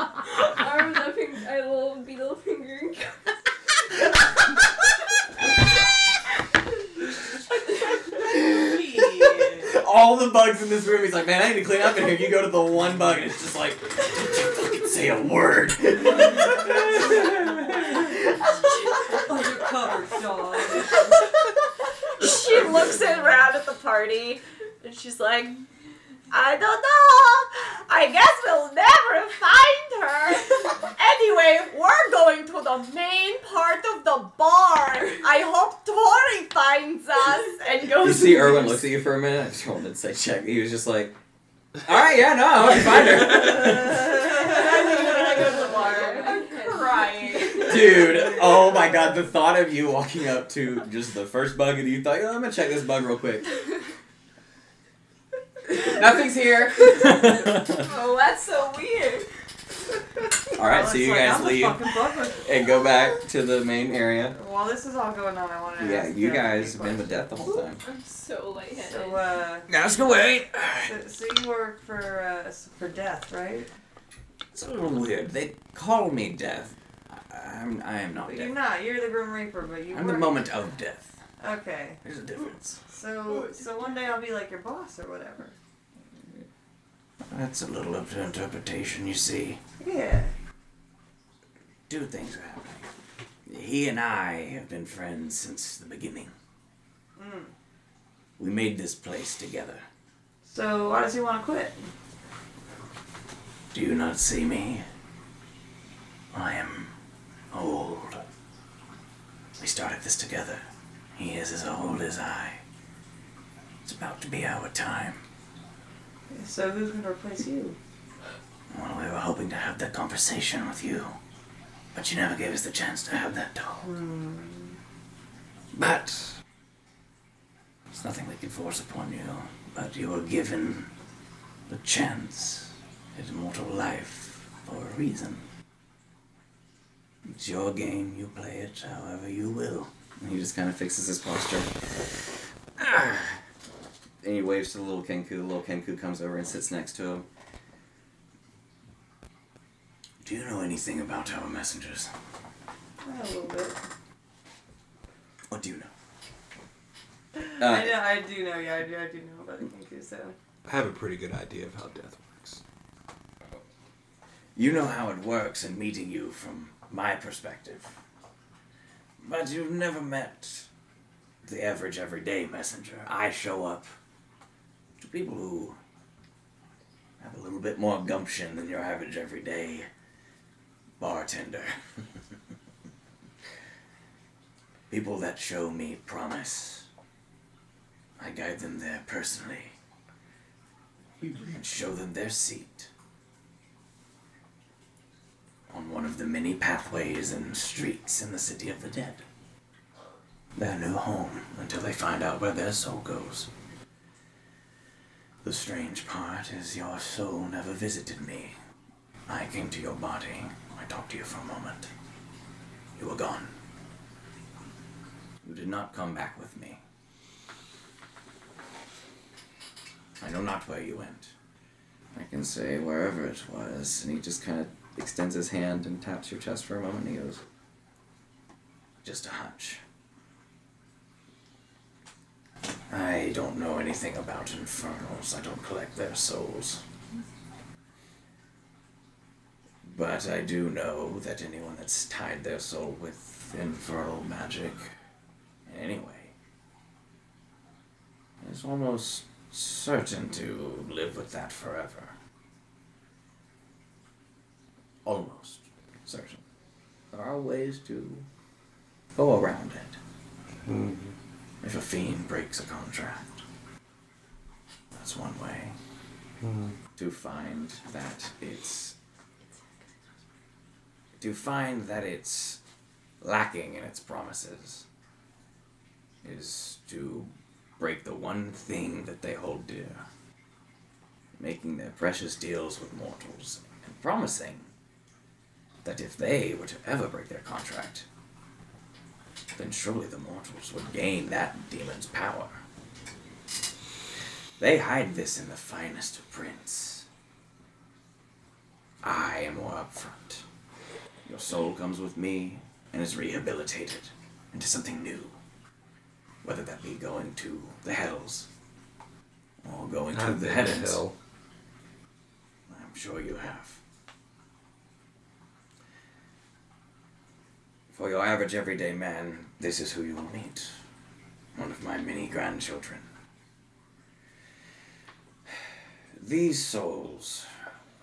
Speaker 5: arms up and a little beetle finger. and
Speaker 1: All the bugs in this room. He's like, "Man, I need to clean up in here." You go to the one bug, and it's just like, "Don't you fucking say a word."
Speaker 9: covered, dog.
Speaker 2: she looks around at the party and she's like, I don't know. I guess we'll never find her. anyway, we're going to the main part of the bar. I hope Tori finds us and goes.
Speaker 16: You see Erwin looks at you for a minute. I just rolled an insight check. He was just like, all right, yeah, no, I want to find her.
Speaker 2: I go to the bar.
Speaker 3: I'm crying.
Speaker 16: Dude, oh my god, the thought of you walking up to just the first bug and you thought, oh, I'm gonna check this bug real quick. Nothing's here.
Speaker 3: Oh, that's so weird.
Speaker 16: all right, so
Speaker 9: It's
Speaker 16: you
Speaker 9: like,
Speaker 16: guys
Speaker 9: I'm the
Speaker 16: leave
Speaker 9: fucking bugger.
Speaker 16: and go back to the main area.
Speaker 9: While this is all going on, I want to.
Speaker 16: Yeah,
Speaker 9: ask
Speaker 16: you
Speaker 9: a
Speaker 16: guys have
Speaker 9: few
Speaker 16: been with death the whole time.
Speaker 17: I'm so
Speaker 9: questions.
Speaker 17: lightheaded.
Speaker 9: So, uh,
Speaker 1: That's the way.
Speaker 9: so, so you work for uh, s- for death, right?
Speaker 16: It's a little weird. They call me death. I- I'm, I am not
Speaker 9: But you're
Speaker 16: death.
Speaker 9: not. You're the Grim Reaper, but you.
Speaker 16: I'm the
Speaker 9: work.
Speaker 16: moment of death.
Speaker 9: Okay,
Speaker 16: There's a difference.
Speaker 9: so so one day I'll be like your boss or whatever.
Speaker 16: That's a little up to interpretation, you see.
Speaker 9: Yeah.
Speaker 16: Two things are happening. He and I have been friends since the beginning.
Speaker 9: Mm.
Speaker 16: We made this place together.
Speaker 9: So why does he want to quit?
Speaker 16: Do you not see me? I am old. We started this together. He is as old as I. It's about to be our time.
Speaker 9: So who's gonna replace you?
Speaker 16: Well, we were hoping to have that conversation with you, but you never gave us the chance to have that talk. But it's nothing we can force upon you. But you were given the chance at immortal life for a reason. It's your game. You play it however you will. And he just kind of fixes his posture. And he waves to the little Kenku. The little Kenku comes over and sits next to him. Do you know anything about our messengers?
Speaker 9: A little bit.
Speaker 16: What do you know? Uh,
Speaker 9: I know. I do know. Yeah, I do. I do know about the Kenku. So
Speaker 18: I have a pretty good idea of how death works.
Speaker 16: You know how it works in meeting you from my perspective. But you've never met the average everyday messenger. I show up to people who have a little bit more gumption than your average everyday bartender. people that show me promise. I guide them there personally and show them their seat on one of the many pathways and streets in the city of the dead. Their new home until they find out where their soul goes. The strange part is your soul never visited me. I came to your body. I talked to you for a moment. You were gone. You did not come back with me. I know not where you went. I can say wherever it was. And he just kind of extends his hand and taps your chest for a moment and he goes, Just a hunch. I don't know anything about infernals. I don't collect their souls. But I do know that anyone that's tied their soul with infernal magic in any way is almost certain to live with that forever. Almost certain. There are ways to go around it. If a fiend breaks a contract, that's one way to find that it's. To find that it's lacking in its promises is to break the one thing that they hold dear, making their precious deals with mortals and promising that if they were to ever break their contract, then surely the mortals would gain that demon's power. They hide this in the finest of prints. I am more upfront. Your soul comes with me and is rehabilitated into something new whether that be going to the hells or going to the heavens. I'm sure you have.
Speaker 1: For your average everyday man, this is who you will meet. One of my many grandchildren. These souls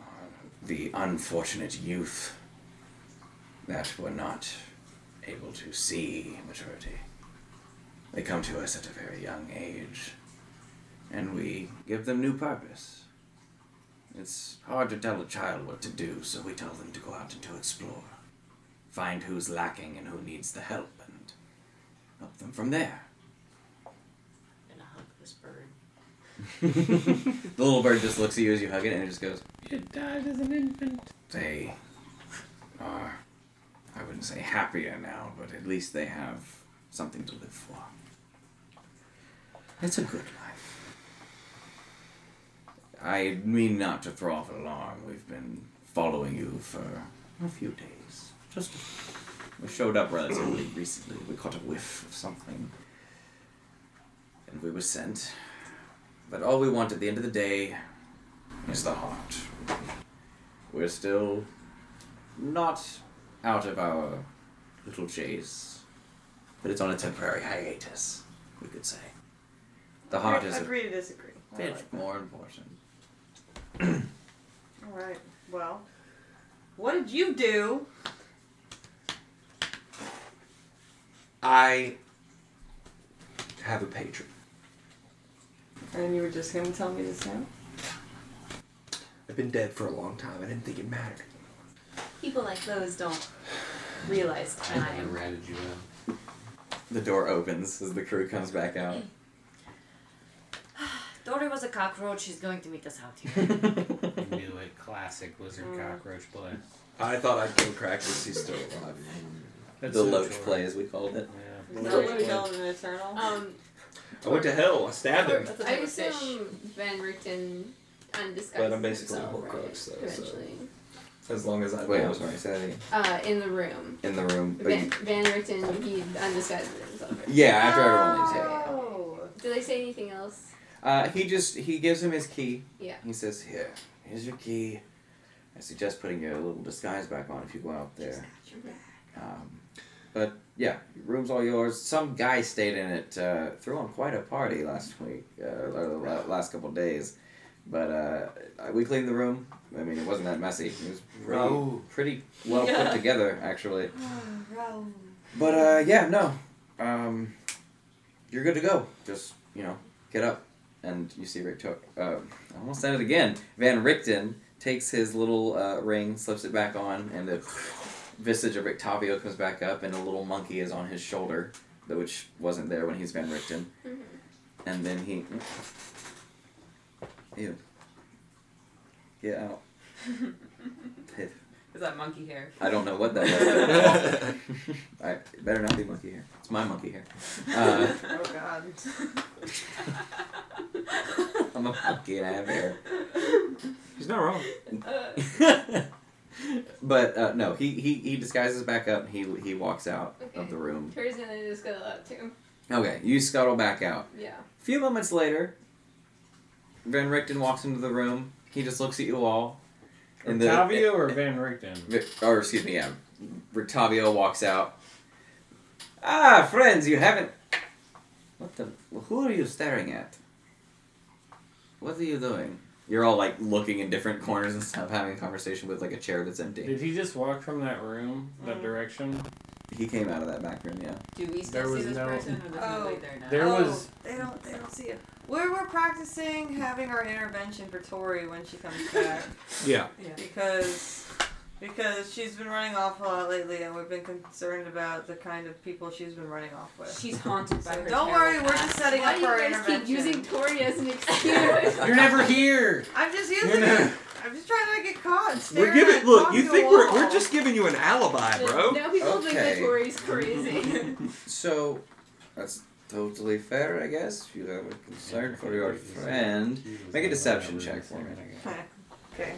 Speaker 1: are the unfortunate youth that were not able to see maturity. They come to us at a very young age, and we give them new purpose. It's hard to tell a child what to do, so we tell them to go out and to explore, find who's lacking and who needs the help, and help them from there.
Speaker 19: gonna hug this bird.
Speaker 1: The little bird just looks at you as you hug it, and it just goes.
Speaker 19: It died as an infant.
Speaker 1: They are, Uh, I wouldn't say happier now, but at least they have something to live for. It's a good life. I mean not to throw off an alarm. We've been following you for a few days. Just we showed up relatively recently. We caught a whiff of something, and we were sent. But all we want at the end of the day is the heart. We're still not out of our little chase, but it's on a temporary hiatus, we could say. The heart is a
Speaker 9: Agree to disagree. I
Speaker 1: bit
Speaker 9: like
Speaker 1: more important.
Speaker 9: All right. Well, what did you do?
Speaker 4: I have a patron.
Speaker 9: And you were just gonna tell me this now?
Speaker 4: I've been dead for a long time. I didn't think it mattered.
Speaker 7: People like those don't realize
Speaker 16: I
Speaker 7: time.
Speaker 16: ratted you out.
Speaker 1: The door opens as the crew comes back out.
Speaker 19: Dory was a cockroach. She's going to meet us out here.
Speaker 16: It'd be like classic lizard
Speaker 3: Mm.
Speaker 16: cockroach play.
Speaker 4: I thought I'd kill Craxus. He's still alive.
Speaker 16: That's
Speaker 1: the
Speaker 16: so
Speaker 1: loach
Speaker 16: true.
Speaker 1: play, as we called it.
Speaker 16: Yeah.
Speaker 9: Is that what you call an eternal?
Speaker 5: Um,
Speaker 4: I went to hell. I stabbed him.
Speaker 9: That's a
Speaker 5: I
Speaker 9: different fish.
Speaker 5: assume Van Richten undisguised.
Speaker 4: But I'm basically
Speaker 5: himself,
Speaker 4: a
Speaker 5: right?
Speaker 4: Horcrux, though, so-
Speaker 5: Eventually.
Speaker 4: As long as I
Speaker 1: Wait,
Speaker 4: live.
Speaker 1: I'm sorry, say that again.
Speaker 5: Uh, in the room.
Speaker 1: In the room. but
Speaker 5: Van,
Speaker 1: you-
Speaker 5: Van Richten, he undisguised himself. right?
Speaker 1: yeah, after everyone leaves, yeah.
Speaker 9: Oh.
Speaker 5: Did they say anything else?
Speaker 1: Uh, he just he gives him his key.
Speaker 5: Yeah.
Speaker 1: He says, "Here, here's your key. I suggest putting your little disguise back on if you go out there." Um, but yeah, your room's all yours. Some guy stayed in it. Uh, threw on quite a party last week, uh, or the la- last couple days. But uh, we cleaned the room. I mean, it wasn't that messy. It was pretty,
Speaker 4: Raoul.
Speaker 1: pretty well put
Speaker 9: Yeah.
Speaker 1: together, actually.
Speaker 9: Oh, Raoul.
Speaker 1: But uh, yeah, no, um, you're good to go. Just you know, get up, and you see Rick. To- uh, I almost said it again. Van Richten takes his little uh, ring, slips it back on, and the visage of Rictavio comes back up, and a little monkey is on his shoulder, th- which wasn't there when he's Van Richten.
Speaker 3: Mm-hmm.
Speaker 1: And then he, ew, get out. Pith.
Speaker 3: Is that monkey hair?
Speaker 1: I don't know what that was. I it better not be monkey hair. It's my monkey hair. Uh,
Speaker 9: Oh God.
Speaker 1: I'm a monkey and I have hair.
Speaker 4: He's not wrong.
Speaker 1: but uh, no, he, he he disguises back up. And he he walks out of
Speaker 5: Okay.
Speaker 1: the room.
Speaker 5: Tori's gonna just go up too.
Speaker 1: Okay, you scuttle back out.
Speaker 5: Yeah.
Speaker 1: A few moments later, Van Richten walks into the room. He just looks at you all. And the-
Speaker 11: Octavio or Van Richten?
Speaker 1: Vi- or excuse me, yeah. Rictavio walks out. Ah, friends, you haven't. What the? Who are you staring at? What are you doing? You're all like looking in different corners and stuff, having a conversation with like a chair that's empty.
Speaker 11: Did he just walk from that room, that
Speaker 9: Mm.
Speaker 11: direction?
Speaker 1: He came out of that back room, yeah.
Speaker 3: Do we
Speaker 11: There
Speaker 3: still see
Speaker 11: was
Speaker 3: this
Speaker 11: no-
Speaker 3: person or there's
Speaker 9: Oh.
Speaker 3: nobody there now?
Speaker 11: There
Speaker 9: oh,
Speaker 11: was.
Speaker 9: They don't. They don't see it. We're we're practicing having our intervention for Tori when she comes back
Speaker 4: Yeah.
Speaker 9: because because she's been running off a lot lately, and we've been concerned about the kind of people she's been running off with.
Speaker 3: She's haunted by
Speaker 9: So
Speaker 3: her.
Speaker 9: don't
Speaker 3: terrible
Speaker 9: worry, we're
Speaker 3: past.
Speaker 9: just setting
Speaker 5: Why
Speaker 9: up
Speaker 5: do
Speaker 9: for our
Speaker 5: you guys
Speaker 9: intervention.
Speaker 5: keep using Tori as an excuse?
Speaker 6: You're never here.
Speaker 9: I'm just using
Speaker 6: You're
Speaker 9: it.
Speaker 6: not-
Speaker 9: I'm just trying to get caught. and
Speaker 4: We're
Speaker 9: staring
Speaker 4: giving.
Speaker 9: at
Speaker 4: Look,
Speaker 9: talking
Speaker 4: you
Speaker 9: to
Speaker 4: think
Speaker 9: a
Speaker 4: we're,
Speaker 9: wall.
Speaker 4: we're just giving you an alibi, bro?
Speaker 5: Now people think that
Speaker 1: Okay.
Speaker 5: Tori's crazy.
Speaker 1: So, that's totally fair, I guess. If you have a concern for your friend, make a deception check for me.
Speaker 9: Okay.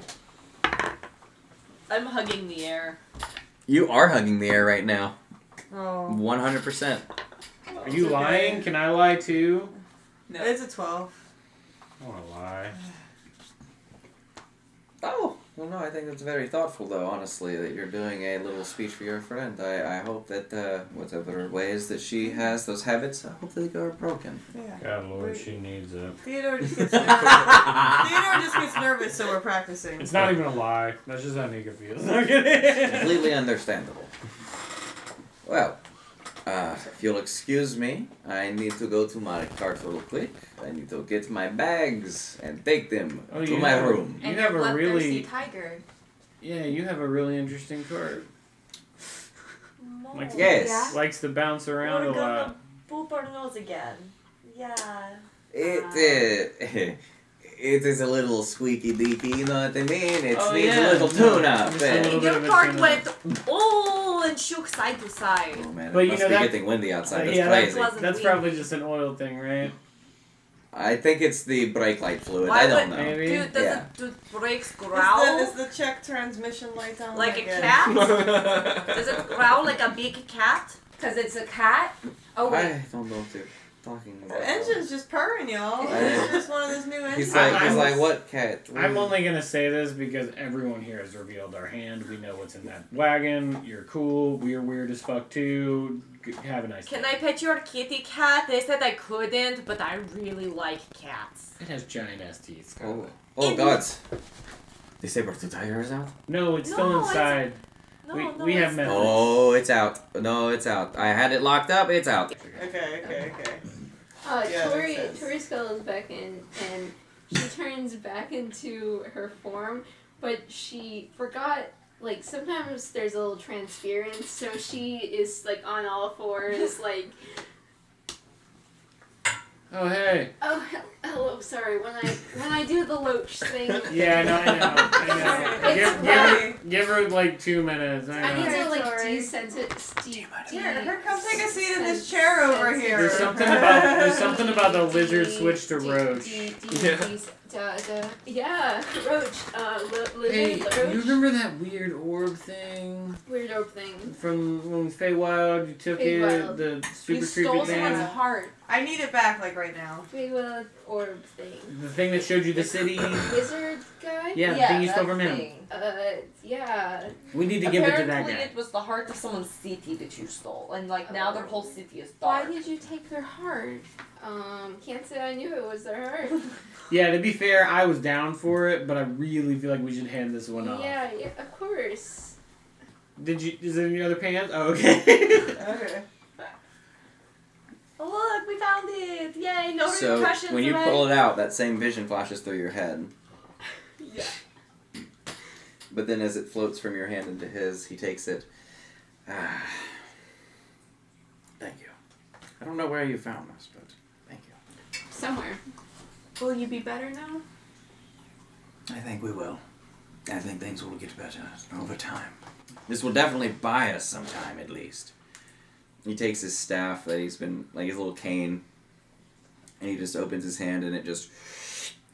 Speaker 19: I'm hugging the air.
Speaker 1: You are hugging the air right now,
Speaker 9: Oh.
Speaker 1: one hundred percent.
Speaker 11: Are you lying? Can I lie too?
Speaker 9: It's a twelve.
Speaker 11: I want to lie.
Speaker 1: Oh, Well, no, I think that's very thoughtful, though, honestly, that you're doing a little speech for your friend. I, I hope that uh, whatever ways that she has those habits, I hope they are broken.
Speaker 9: Yeah.
Speaker 1: God, Lord,
Speaker 9: she
Speaker 16: needs it.
Speaker 9: Theodore just gets nervous. Theodore just gets nervous, so we're practicing.
Speaker 20: It's not even a lie. That's just how Nika feels.
Speaker 1: Completely understandable. Well, uh, if you'll excuse me, I need to go to my cart real quick. I need to get my bags and take them
Speaker 11: Oh,
Speaker 1: to
Speaker 11: you
Speaker 1: my
Speaker 11: have-
Speaker 1: room.
Speaker 11: You have a really-
Speaker 7: tiger.
Speaker 11: Yeah, you have a really interesting card. Likes
Speaker 1: Yes.
Speaker 11: To, likes to bounce around a
Speaker 2: We're
Speaker 11: lot.
Speaker 2: gonna boop our nose again. Yeah.
Speaker 1: It,
Speaker 2: Ah.
Speaker 1: uh, it is a little squeaky deaky, you know what I mean? It
Speaker 2: Oh,
Speaker 1: needs
Speaker 2: yeah.
Speaker 1: a little tune up.
Speaker 11: Just a little
Speaker 2: Your card went all and shook side to side.
Speaker 1: Oh man,
Speaker 11: But
Speaker 1: it
Speaker 11: you
Speaker 1: must
Speaker 11: know
Speaker 1: be
Speaker 11: that-
Speaker 1: getting windy outside. That's
Speaker 11: yeah,
Speaker 1: crazy.
Speaker 11: that's, that's probably just an oil thing, right?
Speaker 1: I think it's the brake light fluid.
Speaker 2: Why
Speaker 1: I don't
Speaker 2: would-
Speaker 1: know.
Speaker 11: Maybe.
Speaker 2: Dude, does
Speaker 1: Yeah.
Speaker 2: it do brakes growl?
Speaker 9: Is the, is the check transmission light on?
Speaker 2: Like a
Speaker 9: again?
Speaker 2: cat? does it growl like a big cat?
Speaker 7: Because it's a cat? Oh, wait.
Speaker 1: I don't know what you're talking about.
Speaker 9: The engine's just purring, y'all. It's just one of those new engines.
Speaker 1: He's like, he's like, what cat?
Speaker 20: I'm only gonna say this because everyone here has revealed our hand. We know what's in that wagon. You're cool. We're weird as fuck too. G- Have a nice.
Speaker 2: Can
Speaker 20: day.
Speaker 2: I pet your kitty cat? They said I couldn't, but I really like cats.
Speaker 16: It has giant ass teeth.
Speaker 1: Oh, oh God! They say tooth tiger is out.
Speaker 20: No, it's still
Speaker 2: No, it's-
Speaker 20: inside.
Speaker 2: No,
Speaker 20: we
Speaker 2: no,
Speaker 20: we
Speaker 2: it's
Speaker 20: have met.
Speaker 1: Oh, it's out. No, it's out. I had it locked up. It's out.
Speaker 9: Okay, okay, okay.
Speaker 5: Uh,
Speaker 9: Yeah, that
Speaker 5: Tori,
Speaker 9: makes sense.
Speaker 5: Tori Skull is back in, and she turns back into her form, but she forgot. Like sometimes there's a little transference, so she is like on all fours, like
Speaker 11: Oh hey.
Speaker 5: oh hel- hello, sorry. When I when I do the loach thing,
Speaker 11: Yeah, no, I know. I know.
Speaker 5: It's
Speaker 11: give, give, her, give her like two minutes. I
Speaker 5: I
Speaker 11: know.
Speaker 5: need to like
Speaker 9: Sorry.
Speaker 5: desensitize. De-
Speaker 9: Here, here, come take a seat in this
Speaker 5: desensitize-
Speaker 9: chair over here.
Speaker 11: There's something about there's something about the lizard switch to roach.
Speaker 5: de- da- da- Yeah, roach. Uh, li-
Speaker 11: Hey,
Speaker 5: lizard, roach.
Speaker 11: you remember that weird orb thing
Speaker 5: Weird orb thing.
Speaker 11: from when Feywild? You took
Speaker 5: Feywild.
Speaker 11: it, the super creepy thing,
Speaker 5: heart.
Speaker 9: I need it back, like right now.
Speaker 5: Big little orb thing.
Speaker 11: the thing that showed you the city.
Speaker 5: Wizard guy?
Speaker 11: Yeah, the thing you stole from him.
Speaker 5: Uh, yeah.
Speaker 11: We need to give it to that
Speaker 2: Apparently,
Speaker 11: guy.
Speaker 2: it was the heart of someone's city that you stole, and like
Speaker 5: Oh.
Speaker 2: now their whole city is
Speaker 5: Why
Speaker 2: dark.
Speaker 5: did you take their heart? Um, can't say I knew it was their heart.
Speaker 11: Yeah, to be fair, I was down for it, but I really feel like we should hand this one off.
Speaker 5: yeah, yeah, of course.
Speaker 11: Did you? Is there any other pants? Oh, okay.
Speaker 9: Okay.
Speaker 2: Oh, look, we found it! Yay! No
Speaker 1: So
Speaker 2: repercussions.
Speaker 1: when you
Speaker 2: right?
Speaker 1: pull it out, that same vision flashes through your head.
Speaker 2: Yeah.
Speaker 1: But then, as it floats from your hand into his, he takes it. Ah, thank you. I don't know where you found this, but thank you.
Speaker 5: Somewhere.
Speaker 7: Will you be better now?
Speaker 1: I think we will. I think things will get better over time. This will definitely buy us some time, at least. He takes his staff that he's been, like his little cane, and he just opens his hand and it just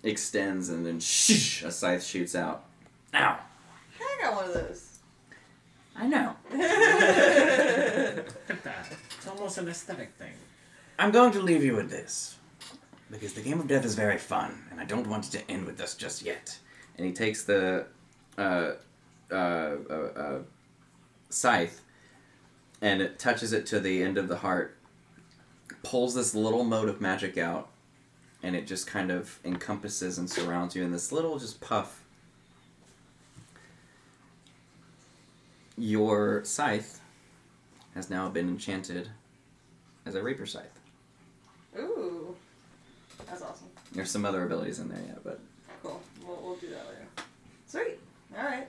Speaker 1: extends and then shh, a scythe shoots out. Ow!
Speaker 9: I got one of those.
Speaker 1: I know.
Speaker 11: Look at that. It's almost an aesthetic thing.
Speaker 1: I'm going to leave you with this. Because the game of death is very fun, and I don't want it to end with us just yet. And he takes the uh, uh, uh, uh, scythe and it touches it to the end of the heart, pulls this little mode of magic out, and it just kind of encompasses and surrounds you in this little just puff. Your scythe has now been enchanted as a Reaper Scythe.
Speaker 9: Ooh, that's awesome.
Speaker 1: There's some other abilities in there yet, but
Speaker 9: Cool. We'll, we'll do that later. Sweet. All right.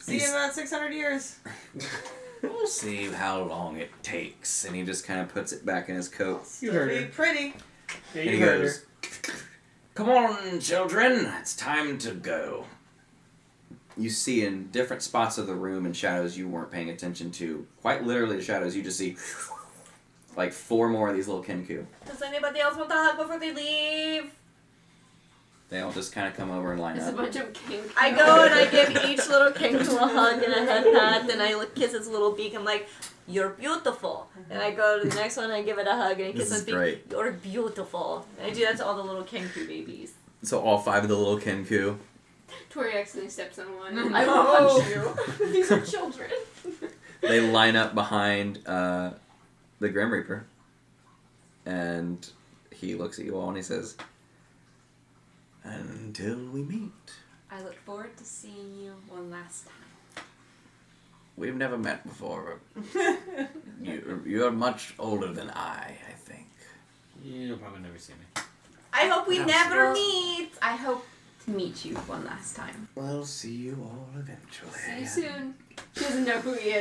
Speaker 9: See you
Speaker 1: He's-
Speaker 9: in about six hundred years.
Speaker 1: we'll see how long it takes. And he just kind of puts it back in his coat.
Speaker 11: You heard
Speaker 9: Be
Speaker 11: her.
Speaker 9: pretty.
Speaker 11: Yeah,
Speaker 1: and
Speaker 11: you
Speaker 1: he
Speaker 11: heard her.
Speaker 1: goes, Come on, children, it's time to go. You see in different spots of the room and shadows you weren't paying attention to, quite literally the shadows, you just see like four more of these little Kenku.
Speaker 2: Does anybody else want to hug before they leave?
Speaker 1: They all just kind of come over and line
Speaker 5: It's a
Speaker 1: up.
Speaker 5: bunch of kink.
Speaker 2: I go and I give each little kangaroo a hug and a head pat, and I kiss its little beak. I'm like, "You're beautiful." And I go to the next one and I give it a hug and I
Speaker 1: This
Speaker 2: kiss
Speaker 1: is
Speaker 2: its beak.
Speaker 1: great.
Speaker 2: You're beautiful. And I do that to all the little kangaroo babies.
Speaker 1: So all five of the little Kenku
Speaker 5: Tori accidentally steps on one.
Speaker 21: No.
Speaker 5: I will punch you. These are children.
Speaker 1: they line up behind uh, the Grim Reaper, and he looks at you all and he says, "Until we meet,
Speaker 22: I look forward to seeing you one last time.
Speaker 1: we've never met before. You, you're much older than I, I think."
Speaker 16: You'll probably never see me.
Speaker 23: I hope we
Speaker 1: No,
Speaker 23: never
Speaker 1: sure.
Speaker 23: meet.
Speaker 22: I hope to meet you one last time.
Speaker 1: We'll see you all eventually.
Speaker 5: See you soon. She doesn't know who he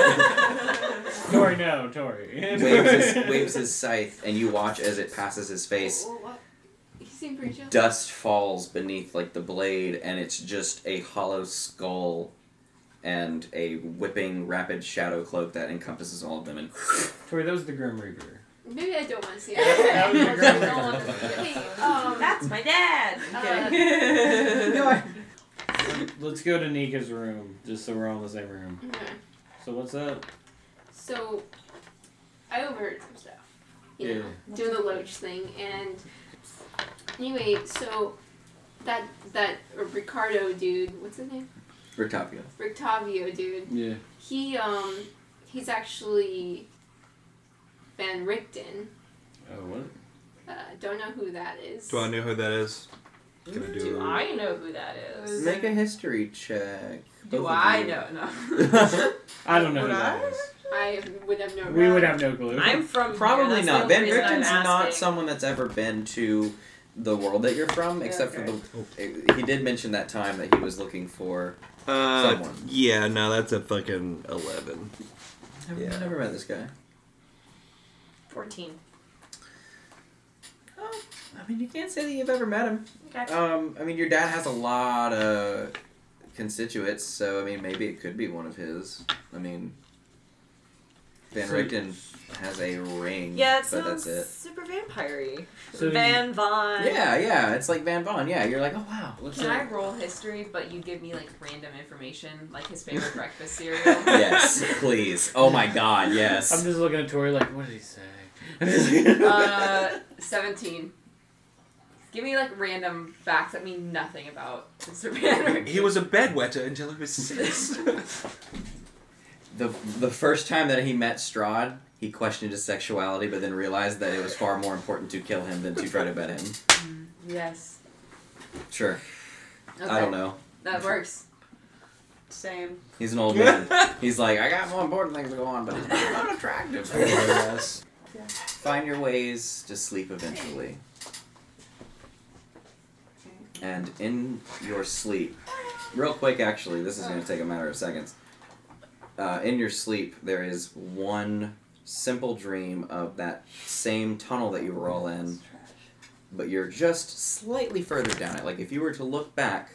Speaker 5: is.
Speaker 6: Tori, no, Tori.
Speaker 1: waves, his, waves his scythe, and you watch as it passes his face.
Speaker 5: Oh, what? He seemed pretty jealous.
Speaker 1: Dust falls beneath like the blade, and it's just a hollow skull and a whipping rapid shadow cloak that encompasses all of them. And
Speaker 6: Tori, that was the Grim Reaper.
Speaker 5: Maybe I don't want to see
Speaker 6: That was a
Speaker 5: it.
Speaker 6: great
Speaker 5: I don't want to see it. Hey, um,
Speaker 2: That's my dad.
Speaker 5: Okay.
Speaker 2: no, I-
Speaker 6: Let's go to Nika's room, just so we're all in the same room.
Speaker 5: okay.
Speaker 6: So what's up?
Speaker 5: So, I overheard some stuff. You know,
Speaker 1: Oh
Speaker 5: doing the loach thing, and anyway, so that that Ricardo dude, what's his name?
Speaker 1: Rictavio.
Speaker 5: Rictavio dude.
Speaker 6: Yeah.
Speaker 5: He um, he's actually Van Richten.
Speaker 6: Oh, what?
Speaker 5: Uh, don't know who that is.
Speaker 4: Do I know who that is? Can I do,
Speaker 3: Do
Speaker 4: a-
Speaker 3: I know who that is?
Speaker 1: Make a history check.
Speaker 3: Do
Speaker 1: Both of
Speaker 3: I
Speaker 1: you.
Speaker 3: know? No.
Speaker 6: I don't know who
Speaker 3: Would
Speaker 6: that
Speaker 3: I?
Speaker 6: is.
Speaker 5: I would have no.
Speaker 6: We would have no clue.
Speaker 3: I'm from. here,
Speaker 1: Probably
Speaker 3: that's
Speaker 1: not.
Speaker 3: the
Speaker 1: Ben
Speaker 3: only reason I'm
Speaker 1: Richten's not
Speaker 3: asking.
Speaker 1: someone that's ever been to the world that you're from,
Speaker 3: Yeah,
Speaker 1: except
Speaker 3: okay.
Speaker 1: for the. He did mention that time that he was looking for.
Speaker 4: Uh,
Speaker 1: Someone.
Speaker 4: yeah, no, that's a fucking eleven.
Speaker 1: I've
Speaker 4: Yeah.
Speaker 1: never met this guy.
Speaker 3: Fourteen.
Speaker 1: Oh, I mean, you can't say that you've ever met him.
Speaker 3: Okay.
Speaker 6: Oh.
Speaker 1: Um, I mean, your dad has a lot of constituents, so I mean, maybe it could be one of his. I mean, Van
Speaker 6: So-
Speaker 1: Richten has a ring,
Speaker 3: Yeah, it
Speaker 1: but
Speaker 3: sounds
Speaker 1: that's it.
Speaker 3: super vampire-y.
Speaker 6: So you-
Speaker 3: Van Vaughn.
Speaker 1: Yeah, yeah, it's like Van Vaughn. Yeah, you're like, oh wow, looks
Speaker 3: Can I
Speaker 1: like
Speaker 3: roll history, but you give me like random information, like his favorite breakfast cereal?
Speaker 1: yes, please. Oh my God,
Speaker 6: I'm
Speaker 1: yes.
Speaker 6: just looking at Tori like, what did he say?
Speaker 3: Uh, seventeen. Give me like random facts that mean nothing about Mr. Banner.
Speaker 4: He was a bedwetter until he was six.
Speaker 1: the the first time that he met Strahd, he questioned his sexuality, but then realized that it was far more important to kill him than to try to bet him.
Speaker 3: yes,
Speaker 1: Sure,
Speaker 3: okay.
Speaker 1: I don't know.
Speaker 3: That works.
Speaker 2: Same.
Speaker 1: He's an old man. He's like, I got more important things to go on, but it's not unattractive.
Speaker 4: yes.
Speaker 1: Find your ways to sleep eventually. And in your sleep, real quick actually, this is going to take a matter of seconds. Uh, in your sleep, there is one simple dream of that same tunnel that you were all in, but you're just slightly further down it. Like, if you were to look back,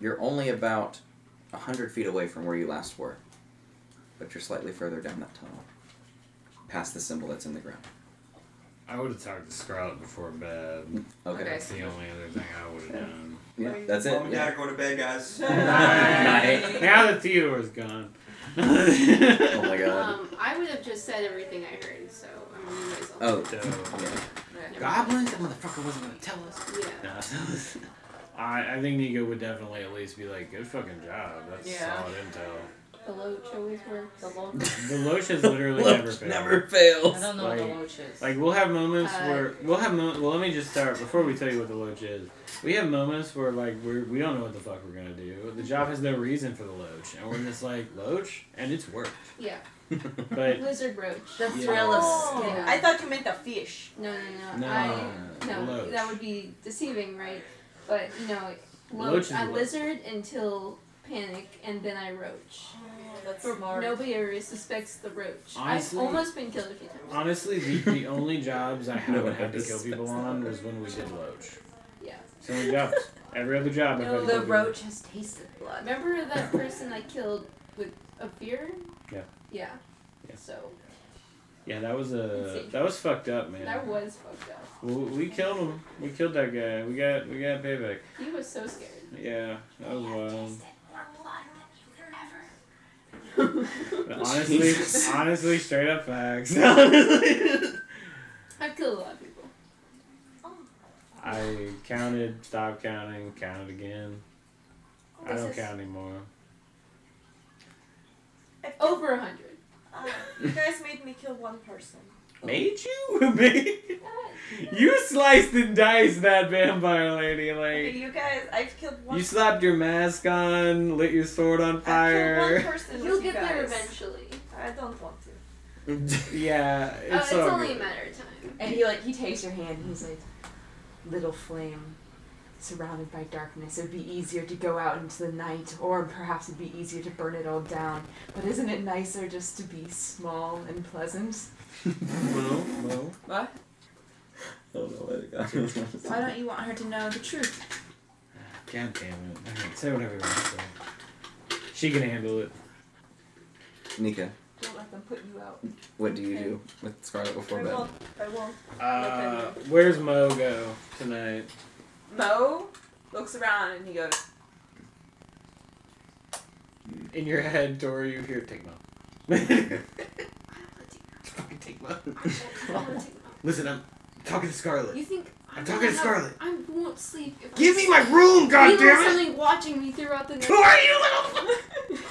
Speaker 1: you're only about 100 feet away from where you last were, but you're slightly further down that tunnel, past the symbol that's in the ground.
Speaker 6: I would have talked to Scarlet before bed.
Speaker 1: Okay.
Speaker 3: Okay.
Speaker 6: That's the only other thing I would have done.
Speaker 1: Yeah, that's it.
Speaker 4: Mom and
Speaker 1: yeah.
Speaker 4: dad are going to bed, guys.
Speaker 1: Night.
Speaker 6: Now that Theodore's gone.
Speaker 1: Oh my god.
Speaker 5: Um, I would have just said everything I heard, so I'm gonna erase all
Speaker 1: Oh.
Speaker 6: So,
Speaker 3: Okay.
Speaker 24: Goblins? That motherfucker wasn't gonna tell us.
Speaker 5: that. Yeah.
Speaker 6: nah. I, I think Nico would definitely at least be like, good fucking job. That's
Speaker 3: Yeah.
Speaker 6: solid intel.
Speaker 5: The loach always works. The loach.
Speaker 6: The Loche has literally never failed.
Speaker 1: Never
Speaker 3: I
Speaker 1: fails.
Speaker 3: don't know what the
Speaker 6: Like-
Speaker 3: loach is.
Speaker 6: Like we'll have moments
Speaker 5: Uh,
Speaker 6: where we'll have mo- well. Let me just start before we tell you what the loach is. We have moments where like we're we don't know what the fuck we're gonna do. The job has no reason for the loach, and we're just like loach, and it's worked.
Speaker 5: Yeah.
Speaker 6: But
Speaker 5: Lizard roach.
Speaker 3: the thrill
Speaker 2: Oh,
Speaker 3: of skin.
Speaker 2: I thought you meant the fish.
Speaker 5: No, no, no.
Speaker 6: no,
Speaker 5: I no.
Speaker 6: loach.
Speaker 5: That would be deceiving, right? But you know,
Speaker 6: Loach
Speaker 5: loach.
Speaker 6: is
Speaker 5: I
Speaker 6: what-
Speaker 5: lizard until panic, and then I roach.
Speaker 2: Oh, That's
Speaker 5: For Nobody ever suspects the roach.
Speaker 6: Honestly-
Speaker 5: I've almost been killed a few times.
Speaker 6: honestly, the, the only jobs I
Speaker 1: No,
Speaker 6: haven't had to
Speaker 1: it's-
Speaker 6: kill people on was when we did loach.
Speaker 5: Yeah.
Speaker 6: It's the only jobs. Every other job I've had to
Speaker 3: the
Speaker 6: kill people.
Speaker 3: roach has tasted blood.
Speaker 5: Remember that person I killed with a beer?
Speaker 6: Yeah.
Speaker 5: Yeah.
Speaker 6: Yeah.
Speaker 5: So
Speaker 6: Yeah, that was a
Speaker 5: Let's see.
Speaker 6: that was fucked up, man.
Speaker 5: that was fucked up.
Speaker 6: we, we killed him. We killed that guy. We got we got payback.
Speaker 5: He was so scared.
Speaker 6: Yeah, that was wild. But
Speaker 1: Jesus.
Speaker 6: honestly, honestly, straight up facts. Honestly,
Speaker 5: I've killed a lot of people.
Speaker 6: I counted, stopped counting, counted again. I
Speaker 5: This
Speaker 6: don't
Speaker 5: is-
Speaker 6: count anymore.
Speaker 5: Over a hundred.
Speaker 2: Uh, you guys made me kill one person.
Speaker 6: Made you? Made you sliced and diced that vampire lady
Speaker 2: Okay,
Speaker 6: like
Speaker 2: you guys, I've killed one.
Speaker 6: you slapped your mask on, lit your sword on
Speaker 2: I've killed one
Speaker 6: fire.
Speaker 2: person.
Speaker 5: You'll
Speaker 2: with you
Speaker 5: get there
Speaker 2: guys.
Speaker 5: eventually.
Speaker 2: I don't want to.
Speaker 1: Mm-hmm.
Speaker 6: yeah,
Speaker 5: Uh,
Speaker 6: it's,
Speaker 5: it's
Speaker 6: all
Speaker 5: only a
Speaker 6: good.
Speaker 5: matter of time.
Speaker 25: And he like he takes your hand and he's like, little flame, surrounded by darkness. It'd be easier to go out into the night, or perhaps it'd be easier to burn it all down. But isn't it nicer just to be small and pleasant?
Speaker 26: No, no.
Speaker 25: What?
Speaker 26: I
Speaker 1: Oh,
Speaker 26: don't know what it got.
Speaker 3: Why don't you want her to know the truth?
Speaker 6: God damn it. Alright, say whatever you want to say. She can handle it.
Speaker 1: Nika,
Speaker 3: Don't let them put you out.
Speaker 1: what do you do with Scarlet before
Speaker 2: I
Speaker 1: bed?
Speaker 2: won't. I won't.
Speaker 6: Uh, where's Mo go tonight?
Speaker 3: Mo looks around and he goes,
Speaker 6: In your head, Tori, you hear take Mo.
Speaker 26: Fucking take my.
Speaker 5: I don't wanna take my-
Speaker 26: Listen, I'm talking to Scarlet.
Speaker 5: You think
Speaker 26: I'm
Speaker 5: I
Speaker 26: talking
Speaker 5: won't
Speaker 26: to
Speaker 5: have-
Speaker 26: Scarlet.
Speaker 5: I won't sleep. If
Speaker 26: Give
Speaker 5: I
Speaker 26: me my room,
Speaker 5: Leave
Speaker 26: goddammit!
Speaker 5: something watching me throughout the night.
Speaker 26: Who are you, little?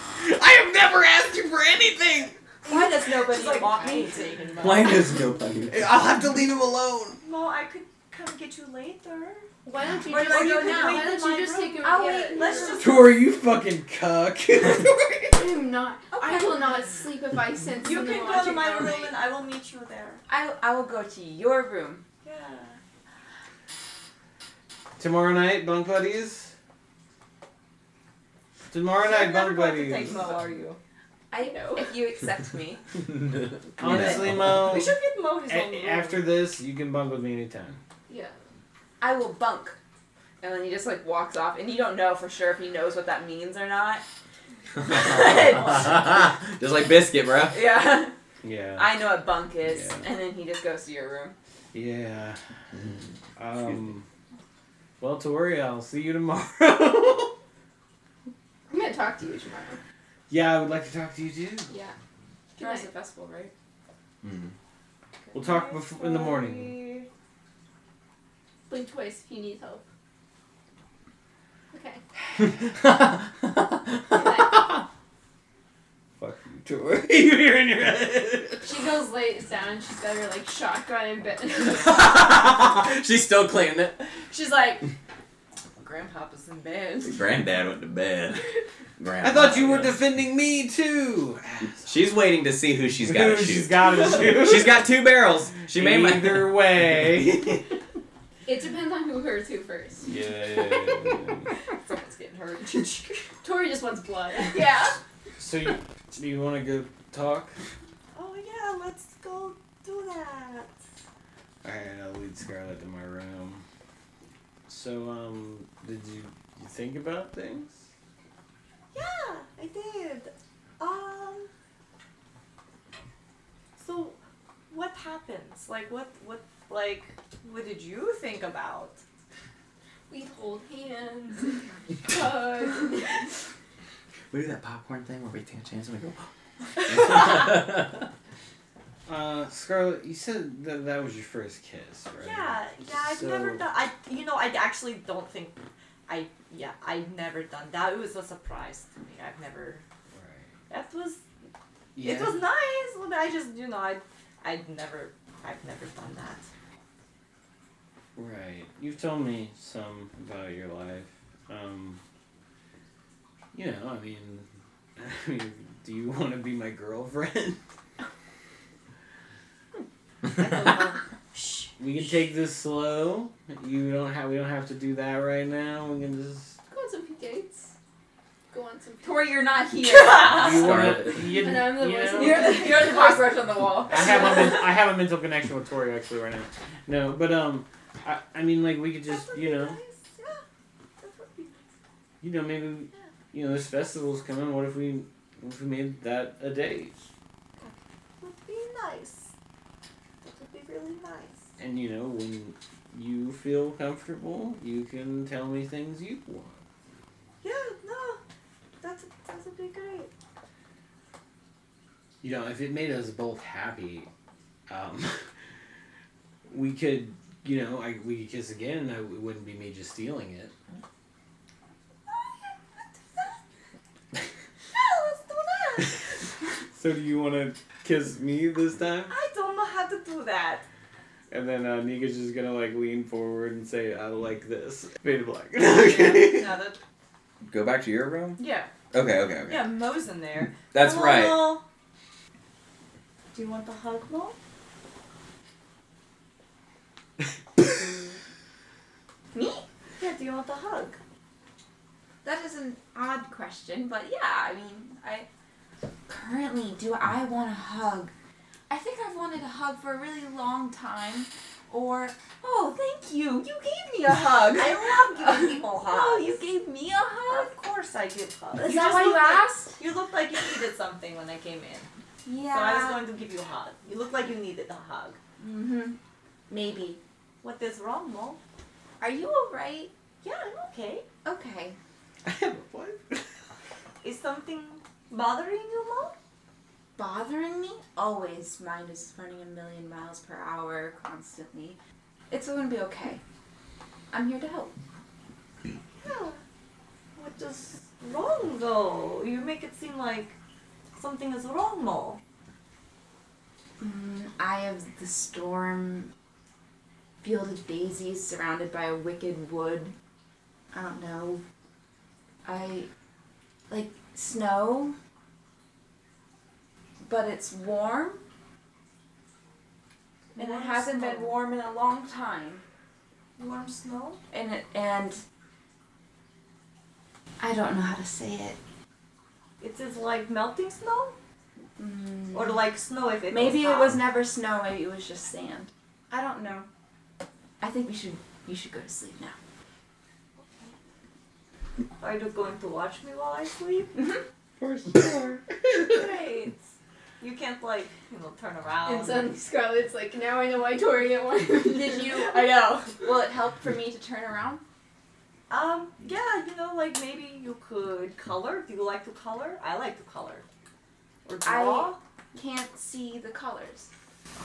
Speaker 26: I have never asked you for anything.
Speaker 3: Why does nobody
Speaker 2: She's like,
Speaker 3: want
Speaker 2: "I
Speaker 3: me?
Speaker 2: ain't taking
Speaker 1: Why does nobody?
Speaker 26: I'll have to leave him alone.
Speaker 2: Mo, I could come get you later.
Speaker 5: Why don't you
Speaker 2: Where
Speaker 5: just
Speaker 2: do I go
Speaker 5: why
Speaker 2: now?
Speaker 5: don't
Speaker 2: Wait in my
Speaker 5: you just
Speaker 2: room.
Speaker 5: take a
Speaker 3: I'll
Speaker 5: yeah,
Speaker 3: wait, let's
Speaker 5: yeah.
Speaker 3: just-
Speaker 26: Tori, you fucking cuck.
Speaker 5: I am not. I
Speaker 3: Okay.
Speaker 5: will not sleep if I sense
Speaker 2: You
Speaker 5: someone
Speaker 2: can go to
Speaker 5: watching
Speaker 2: my
Speaker 5: all
Speaker 2: room
Speaker 5: night.
Speaker 2: and I will meet you there.
Speaker 3: I, I will go to your room.
Speaker 2: Yeah.
Speaker 6: Tomorrow night, bunk buddies? Tomorrow night, bunk buddies.
Speaker 2: are you?
Speaker 3: I know. If you accept me.
Speaker 6: Honestly, Mo,
Speaker 2: We should get Mo his own
Speaker 6: a-
Speaker 2: room.
Speaker 6: after this, you can bunk with me anytime.
Speaker 5: Yeah.
Speaker 3: I will bunk. And then he just like walks off, and you don't know for sure if he knows what that means or not.
Speaker 1: Just like biscuit, bro.
Speaker 3: Yeah,
Speaker 6: Yeah.
Speaker 3: I know what bunk is,
Speaker 6: Yeah.
Speaker 3: and then he just goes to your room.
Speaker 6: Yeah. Um, well, Tori, I'll see you tomorrow.
Speaker 5: I'm gonna talk to you tomorrow.
Speaker 6: yeah, I would like to talk to you too.
Speaker 5: Yeah.
Speaker 3: Tomorrow's a festival, right?
Speaker 1: Mm.
Speaker 6: We'll talk bef- in the morning.
Speaker 5: Blink twice if you need help. Okay.
Speaker 6: Fuck you, Tori. you hear in your head.
Speaker 5: She goes lays down and she's got her like shotgun in bed.
Speaker 1: She's still cleaning it.
Speaker 3: She's like, Grandpapa's in bed.
Speaker 1: Granddad went to bed. Grandma,
Speaker 6: I thought you were
Speaker 1: yes.
Speaker 6: defending me too.
Speaker 1: She's waiting to see who she's got to
Speaker 6: She's
Speaker 1: shoot.
Speaker 6: got to shoot.
Speaker 1: She's got two barrels. She may my.
Speaker 6: Either way.
Speaker 5: it depends on who hurts who first.
Speaker 6: yeah.
Speaker 3: Someone's getting hurt.
Speaker 5: Tori just wants blood.
Speaker 3: yeah.
Speaker 6: So you, do you want to go talk?
Speaker 2: Oh yeah, let's go do that.
Speaker 6: All right, I'll lead Scarlet to my room. So, um, did you, you think about things?
Speaker 2: Yeah, I did. Um. So, what happens? Like, what, what, like, what did you think about?
Speaker 5: We hold hands. hug.
Speaker 1: We do that popcorn thing where we take a chance and we go.
Speaker 6: Uh, Scarlet, you said that that was your first kiss, right?
Speaker 2: Yeah, yeah, I've never
Speaker 6: Um, So-
Speaker 2: done. I, you know, I actually don't think. I yeah, I've never done that. It was a surprise to me. I've never.
Speaker 6: Right.
Speaker 2: That was.
Speaker 6: Yeah.
Speaker 2: It was nice, but I just you know I, I'd never, I've never done that.
Speaker 6: Right. You've told me some about your life. Um, you know, I mean, I mean, do you want to be my girlfriend?
Speaker 2: I don't know.
Speaker 6: We can take this slow. You don't have. We don't have to do that right now. We can just.
Speaker 5: Go on some few dates. Go on some.
Speaker 3: Tori, you're not here.
Speaker 6: You wanna,
Speaker 1: Scarlet.
Speaker 6: you,
Speaker 5: And I'm the
Speaker 6: you
Speaker 5: voice of
Speaker 6: know-
Speaker 3: you're, the, you're the cockroach on the wall.
Speaker 6: I have a men- I have a mental connection with Tori actually right now. No, but um, I, I mean like we could just
Speaker 2: That would
Speaker 6: you
Speaker 2: be
Speaker 6: know
Speaker 2: nice. Yeah, that would be
Speaker 6: you know maybe you know this festival's coming. What if we what if we made that a date
Speaker 2: would be nice. That would be really nice.
Speaker 6: and you know when you feel comfortable you can tell me things you want.
Speaker 2: Yeah, no, that's that would be great.
Speaker 6: You know if it made us both happy, um, we could you know, I we could kiss again. And I, it wouldn't be me just stealing it. So do you want to kiss me this time?
Speaker 2: I don't know how to do that.
Speaker 6: And then uh, Nika's just gonna like lean forward and say, "I like this." Fade to black. okay.
Speaker 2: Now that,
Speaker 1: Go back to your room?
Speaker 2: yeah.
Speaker 1: Okay, okay, okay.
Speaker 2: Yeah, Mo's in there.
Speaker 1: That's right.
Speaker 2: Hello. Do you want the hug, Mo?
Speaker 3: Me?
Speaker 2: Yeah, do you want the hug?
Speaker 3: That is an odd question, but yeah, I mean, I currently do I want a hug? I think I've wanted a hug for a really long time. Or oh, thank you, you gave me a hug.
Speaker 2: I love giving people
Speaker 3: Oh,
Speaker 2: hugs.
Speaker 3: you gave me a hug.
Speaker 2: Of course I give hugs.
Speaker 3: Is
Speaker 2: You
Speaker 3: that
Speaker 2: just
Speaker 3: why you
Speaker 2: looked like-
Speaker 3: asked?
Speaker 2: you looked like you needed something when I came in.
Speaker 3: Yeah.
Speaker 2: So I was going to give you a hug. You looked like you needed a hug.
Speaker 3: Mm-hmm. Maybe.
Speaker 2: What is wrong, Mo?
Speaker 3: Are you alright?
Speaker 2: Yeah, I'm okay.
Speaker 3: Okay.
Speaker 2: Is something bothering you, Mo?
Speaker 3: bothering me? Always. Mine is running a million miles per hour constantly. It's gonna be okay. I'm here to help.
Speaker 2: No. What is wrong, though? You make it seem like something is wrong, Mo.
Speaker 3: Mm, eye of the storm, field of daisies surrounded by a wicked wood. I don't know. I like snow, but it's warm. And it
Speaker 2: Warm
Speaker 3: hasn't been
Speaker 2: snow.
Speaker 3: warm in a long time.
Speaker 2: Warm snow?
Speaker 3: and it, and I don't know how to say it.
Speaker 2: It is like melting snow?
Speaker 3: Mm.
Speaker 2: Or like snow if it
Speaker 3: maybe
Speaker 2: was
Speaker 3: it was
Speaker 2: hot?
Speaker 3: never snow. Maybe it was just sand. I don't know. I think we should you should go to sleep now.
Speaker 2: Are you going to watch me while I sleep?
Speaker 6: For sure.
Speaker 2: Great. You can't like, you know, turn around.
Speaker 5: And suddenly Scarlett's like, now I know why Tori didn't want
Speaker 3: Did you?
Speaker 5: I know.
Speaker 3: Will it help for me to turn around?
Speaker 2: Um, yeah, you know, like maybe you could color. Do you like to color? I like to color. Or draw.
Speaker 3: Can't see the colors.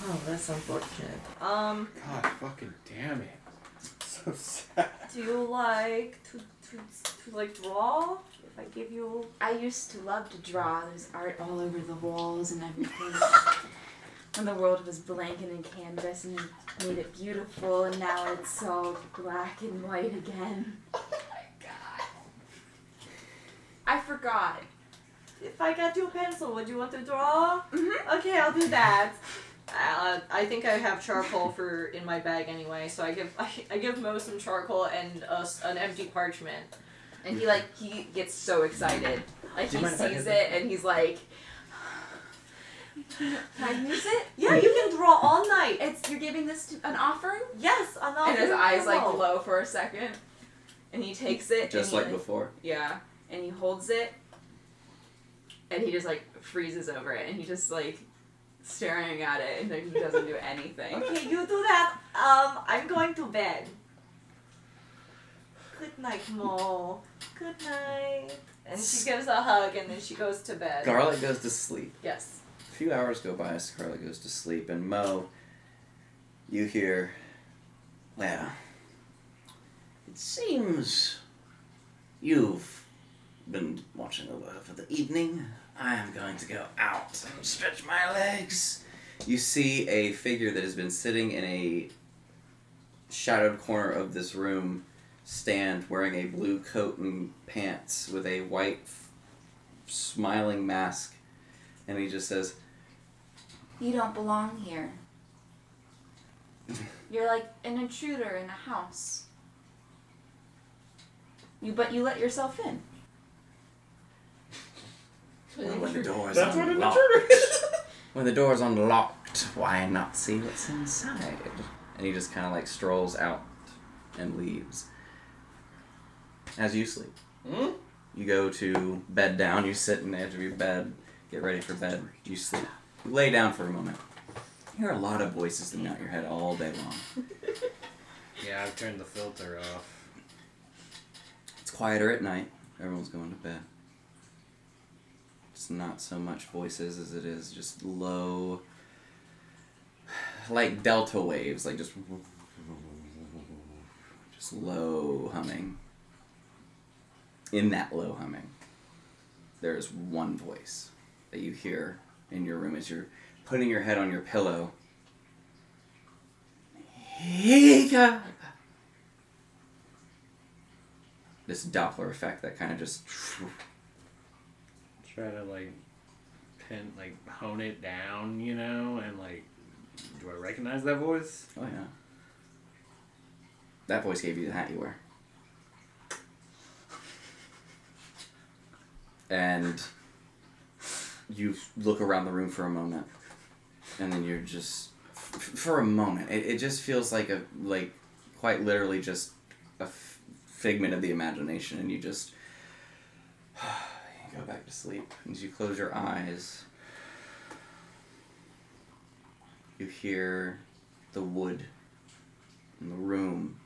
Speaker 27: Oh, that's unfortunate.
Speaker 2: Um,
Speaker 6: God fucking damn it. So sad.
Speaker 2: do you like to, to, to like draw? If I give you.
Speaker 3: I used to love to draw. There's art all over the walls and everything. when the world was blank and in canvas and made it beautiful, and now it's all black and white again. I forgot.
Speaker 2: If I got you a pencil, would you want to draw?
Speaker 28: Mm-hmm.
Speaker 2: Okay, I'll do that. Uh, I think I have charcoal for in my bag anyway, so I give I, I give Mo some charcoal and uh, an empty parchment.
Speaker 28: And he like he gets so excited. Like
Speaker 1: Do you
Speaker 28: he
Speaker 1: mind if I
Speaker 28: sees
Speaker 1: hit the-
Speaker 28: it and he's like,
Speaker 3: Can I use it?
Speaker 2: Yeah, you can draw all night.
Speaker 3: It's you're giving this to, an offering?
Speaker 2: Yes, on all.
Speaker 28: and his eyes like glow for a second. And he takes it.
Speaker 1: Just
Speaker 28: and
Speaker 1: like
Speaker 28: he,
Speaker 1: before.
Speaker 28: Yeah, and he holds it, and he just like freezes over it, and he just like staring at it, and then he doesn't do anything.
Speaker 2: Okay, you do that. Um, I'm going to bed. Good night, Mo. Good night. And she gives a hug, and then she goes to bed.
Speaker 1: Scarlet goes to sleep.
Speaker 2: Yes.
Speaker 1: A few hours go by, Scarlet goes to sleep, and Mo, you hear, well, it seems you've been watching over her for the evening. I am going to go out and stretch my legs. You see a figure that has been sitting in a shadowed corner of this room stand wearing a blue coat and pants with a white f- smiling mask and he just says
Speaker 3: You don't belong here. You're like an intruder in a house. You but you let yourself in.
Speaker 1: Well, when the door is
Speaker 6: That's what an
Speaker 1: unlocked.
Speaker 6: intruder
Speaker 1: when the door is unlocked, why not see what's inside? And he just kind of like strolls out and leaves. As you sleep,
Speaker 6: Hmm?
Speaker 1: you go to bed down. You sit in the edge of your bed, get ready for bed. You sleep. You lay down for a moment. You hear a lot of voices in out your head all day long.
Speaker 29: Yeah, I've turned the filter off.
Speaker 1: It's quieter at night. Everyone's going to bed. It's not so much voices as it is just low, like delta waves, like just Just low humming. In that low humming, there is one voice that you hear in your room as you're putting your head on your pillow. Hika! This Doppler effect that kind of just.
Speaker 20: Try to like pin, like hone it down, you know, and like, do I recognize that voice?
Speaker 1: Oh yeah. That voice gave you the hat you wear. And you look around the room for a moment, and then you're just f- for a moment. It, it just feels like a like quite literally just a f- figment of the imagination, and you just you go back to sleep. As you close your eyes, you hear the wood in the room.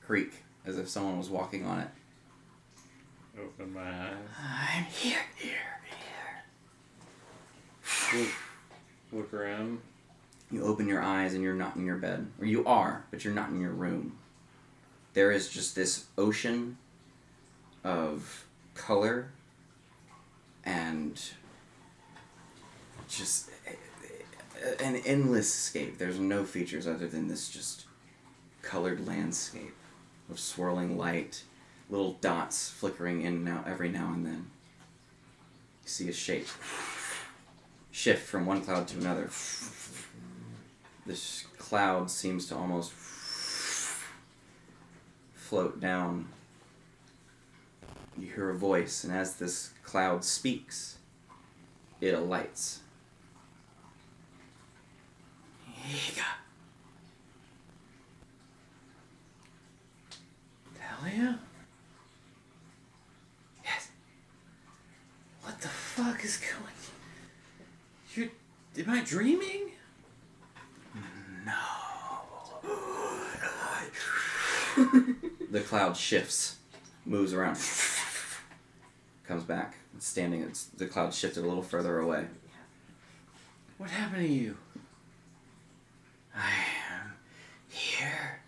Speaker 1: Creak, as if someone was walking on it.
Speaker 20: Open my eyes.
Speaker 1: I'm here, here, here.
Speaker 20: Look, look around.
Speaker 1: You open your eyes and you're not in your bed. Or you are, but you're not in your room. There is just this ocean of color and just a- a- an endless scape. There's no features other than this just colored landscape of swirling light, little dots flickering in and out every now and then. You see a shape shift from one cloud to another. This cloud seems to almost float down. You hear a voice, and as this cloud speaks, it alights. Higa. Talia? Yes.
Speaker 6: What the fuck is going? You're. Am I dreaming?
Speaker 1: The cloud shifts, moves around, comes back, it's standing. It's, the cloud shifted a little further away.
Speaker 6: What happened to you?
Speaker 1: I am here,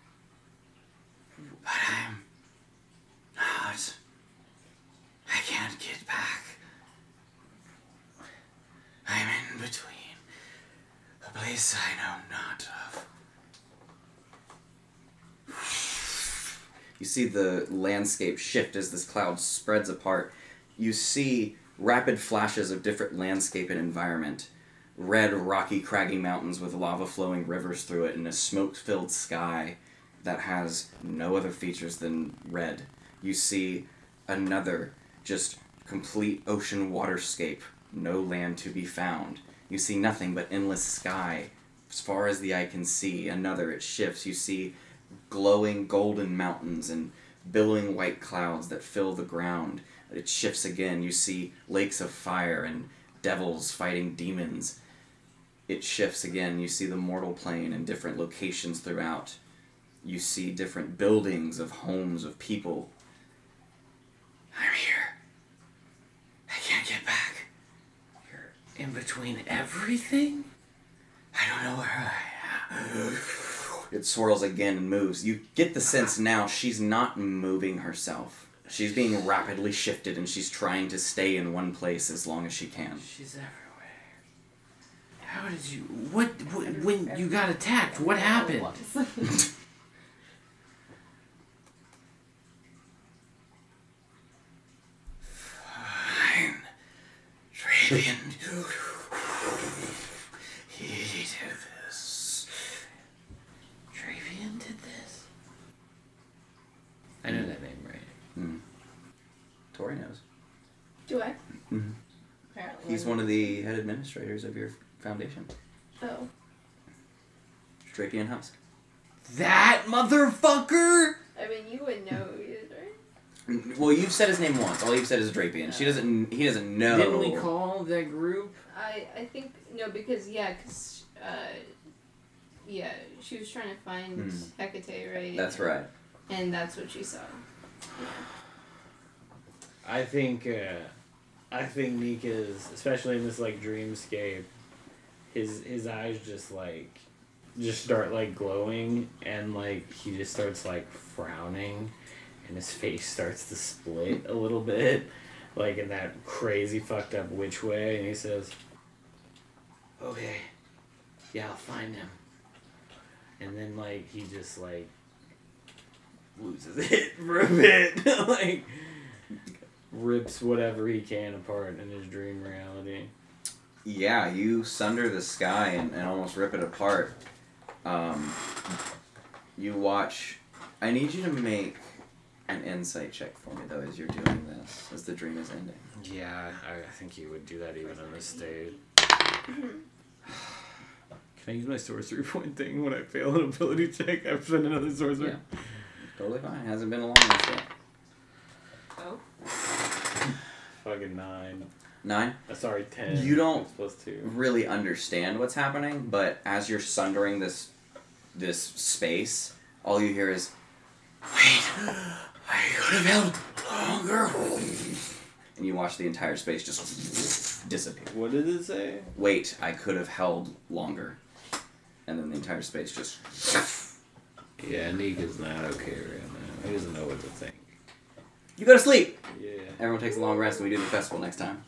Speaker 1: but I'm not. I can't get back. I'm in between a place I know not of. You see the landscape shift as this cloud spreads apart. You see rapid flashes of different landscape and environment. Red, rocky, craggy mountains with lava flowing rivers through it, and a smoke filled sky that has no other features than red. You see another just complete ocean waterscape, no land to be found. You see nothing but endless sky as far as the eye can see. Another, it shifts. You see glowing golden mountains and billowing white clouds that fill the ground. It shifts again. You see lakes of fire and devils fighting demons. It shifts again. You see the mortal plane in different locations throughout. You see different buildings of homes of people. I'm here. I can't get back.
Speaker 6: In between everything?
Speaker 1: I don't know where I am. It swirls again and moves. You get the sense now she's not moving herself. She's being rapidly shifted and she's trying to stay in one place as long as she can.
Speaker 6: She's everywhere. How did you? What? wh- When you got attacked? What happened?
Speaker 1: Fine. Dravian. he did this.
Speaker 6: Travian did this.
Speaker 16: I know that name, right?
Speaker 1: Mm. Tori knows.
Speaker 5: Do I?
Speaker 6: Mm-hmm.
Speaker 1: Mhm.
Speaker 5: Apparently.
Speaker 1: He's one of the head administrators of your foundation,
Speaker 5: Oh.
Speaker 1: Drapian Husk.
Speaker 6: That motherfucker.
Speaker 5: I mean, you would know either.
Speaker 1: Well, you've said his name once. All you've said is Drapian. She doesn't. He doesn't know.
Speaker 11: Didn't we call that group?
Speaker 5: I I think no because yeah because uh, yeah she was trying to find
Speaker 1: Hmm.
Speaker 5: Hecate right.
Speaker 1: That's right.
Speaker 5: And that's what she saw.
Speaker 20: I think uh, I think Nika's, especially in this like dreamscape,
Speaker 6: his his eyes just like just start like glowing and like he just starts like frowning and his face starts to split a little bit like in that crazy fucked up witch way and he says okay yeah i'll find him and then like he just like loses it for a bit like rips whatever he can apart in his dream reality
Speaker 1: Yeah, you sunder the sky and, and almost rip it apart. Um, you watch. I need you to make an insight check for me, though, as you're doing this, as the dream is ending.
Speaker 30: Yeah, I, I think you would do that even on this stage.
Speaker 6: Can I use my sorcery point thing when I fail an ability check? I've sent another sorcery.
Speaker 1: Totally fine. Hasn't been a long one yet.
Speaker 31: Oh.
Speaker 6: Fucking nine.
Speaker 1: Nine.
Speaker 6: Uh, sorry, ten.
Speaker 1: You don't
Speaker 6: It's plus two.
Speaker 1: really understand what's happening, but as you're sundering this this space, all you hear is Wait, I could have held longer. And you watch the entire space just disappear.
Speaker 6: What did it say?
Speaker 1: Wait, I could have held longer. And then the entire space just
Speaker 30: Yeah, Nika's not okay right now. He doesn't know what to think.
Speaker 1: You go to sleep!
Speaker 30: Yeah.
Speaker 1: Everyone takes a long rest and we do the festival next time.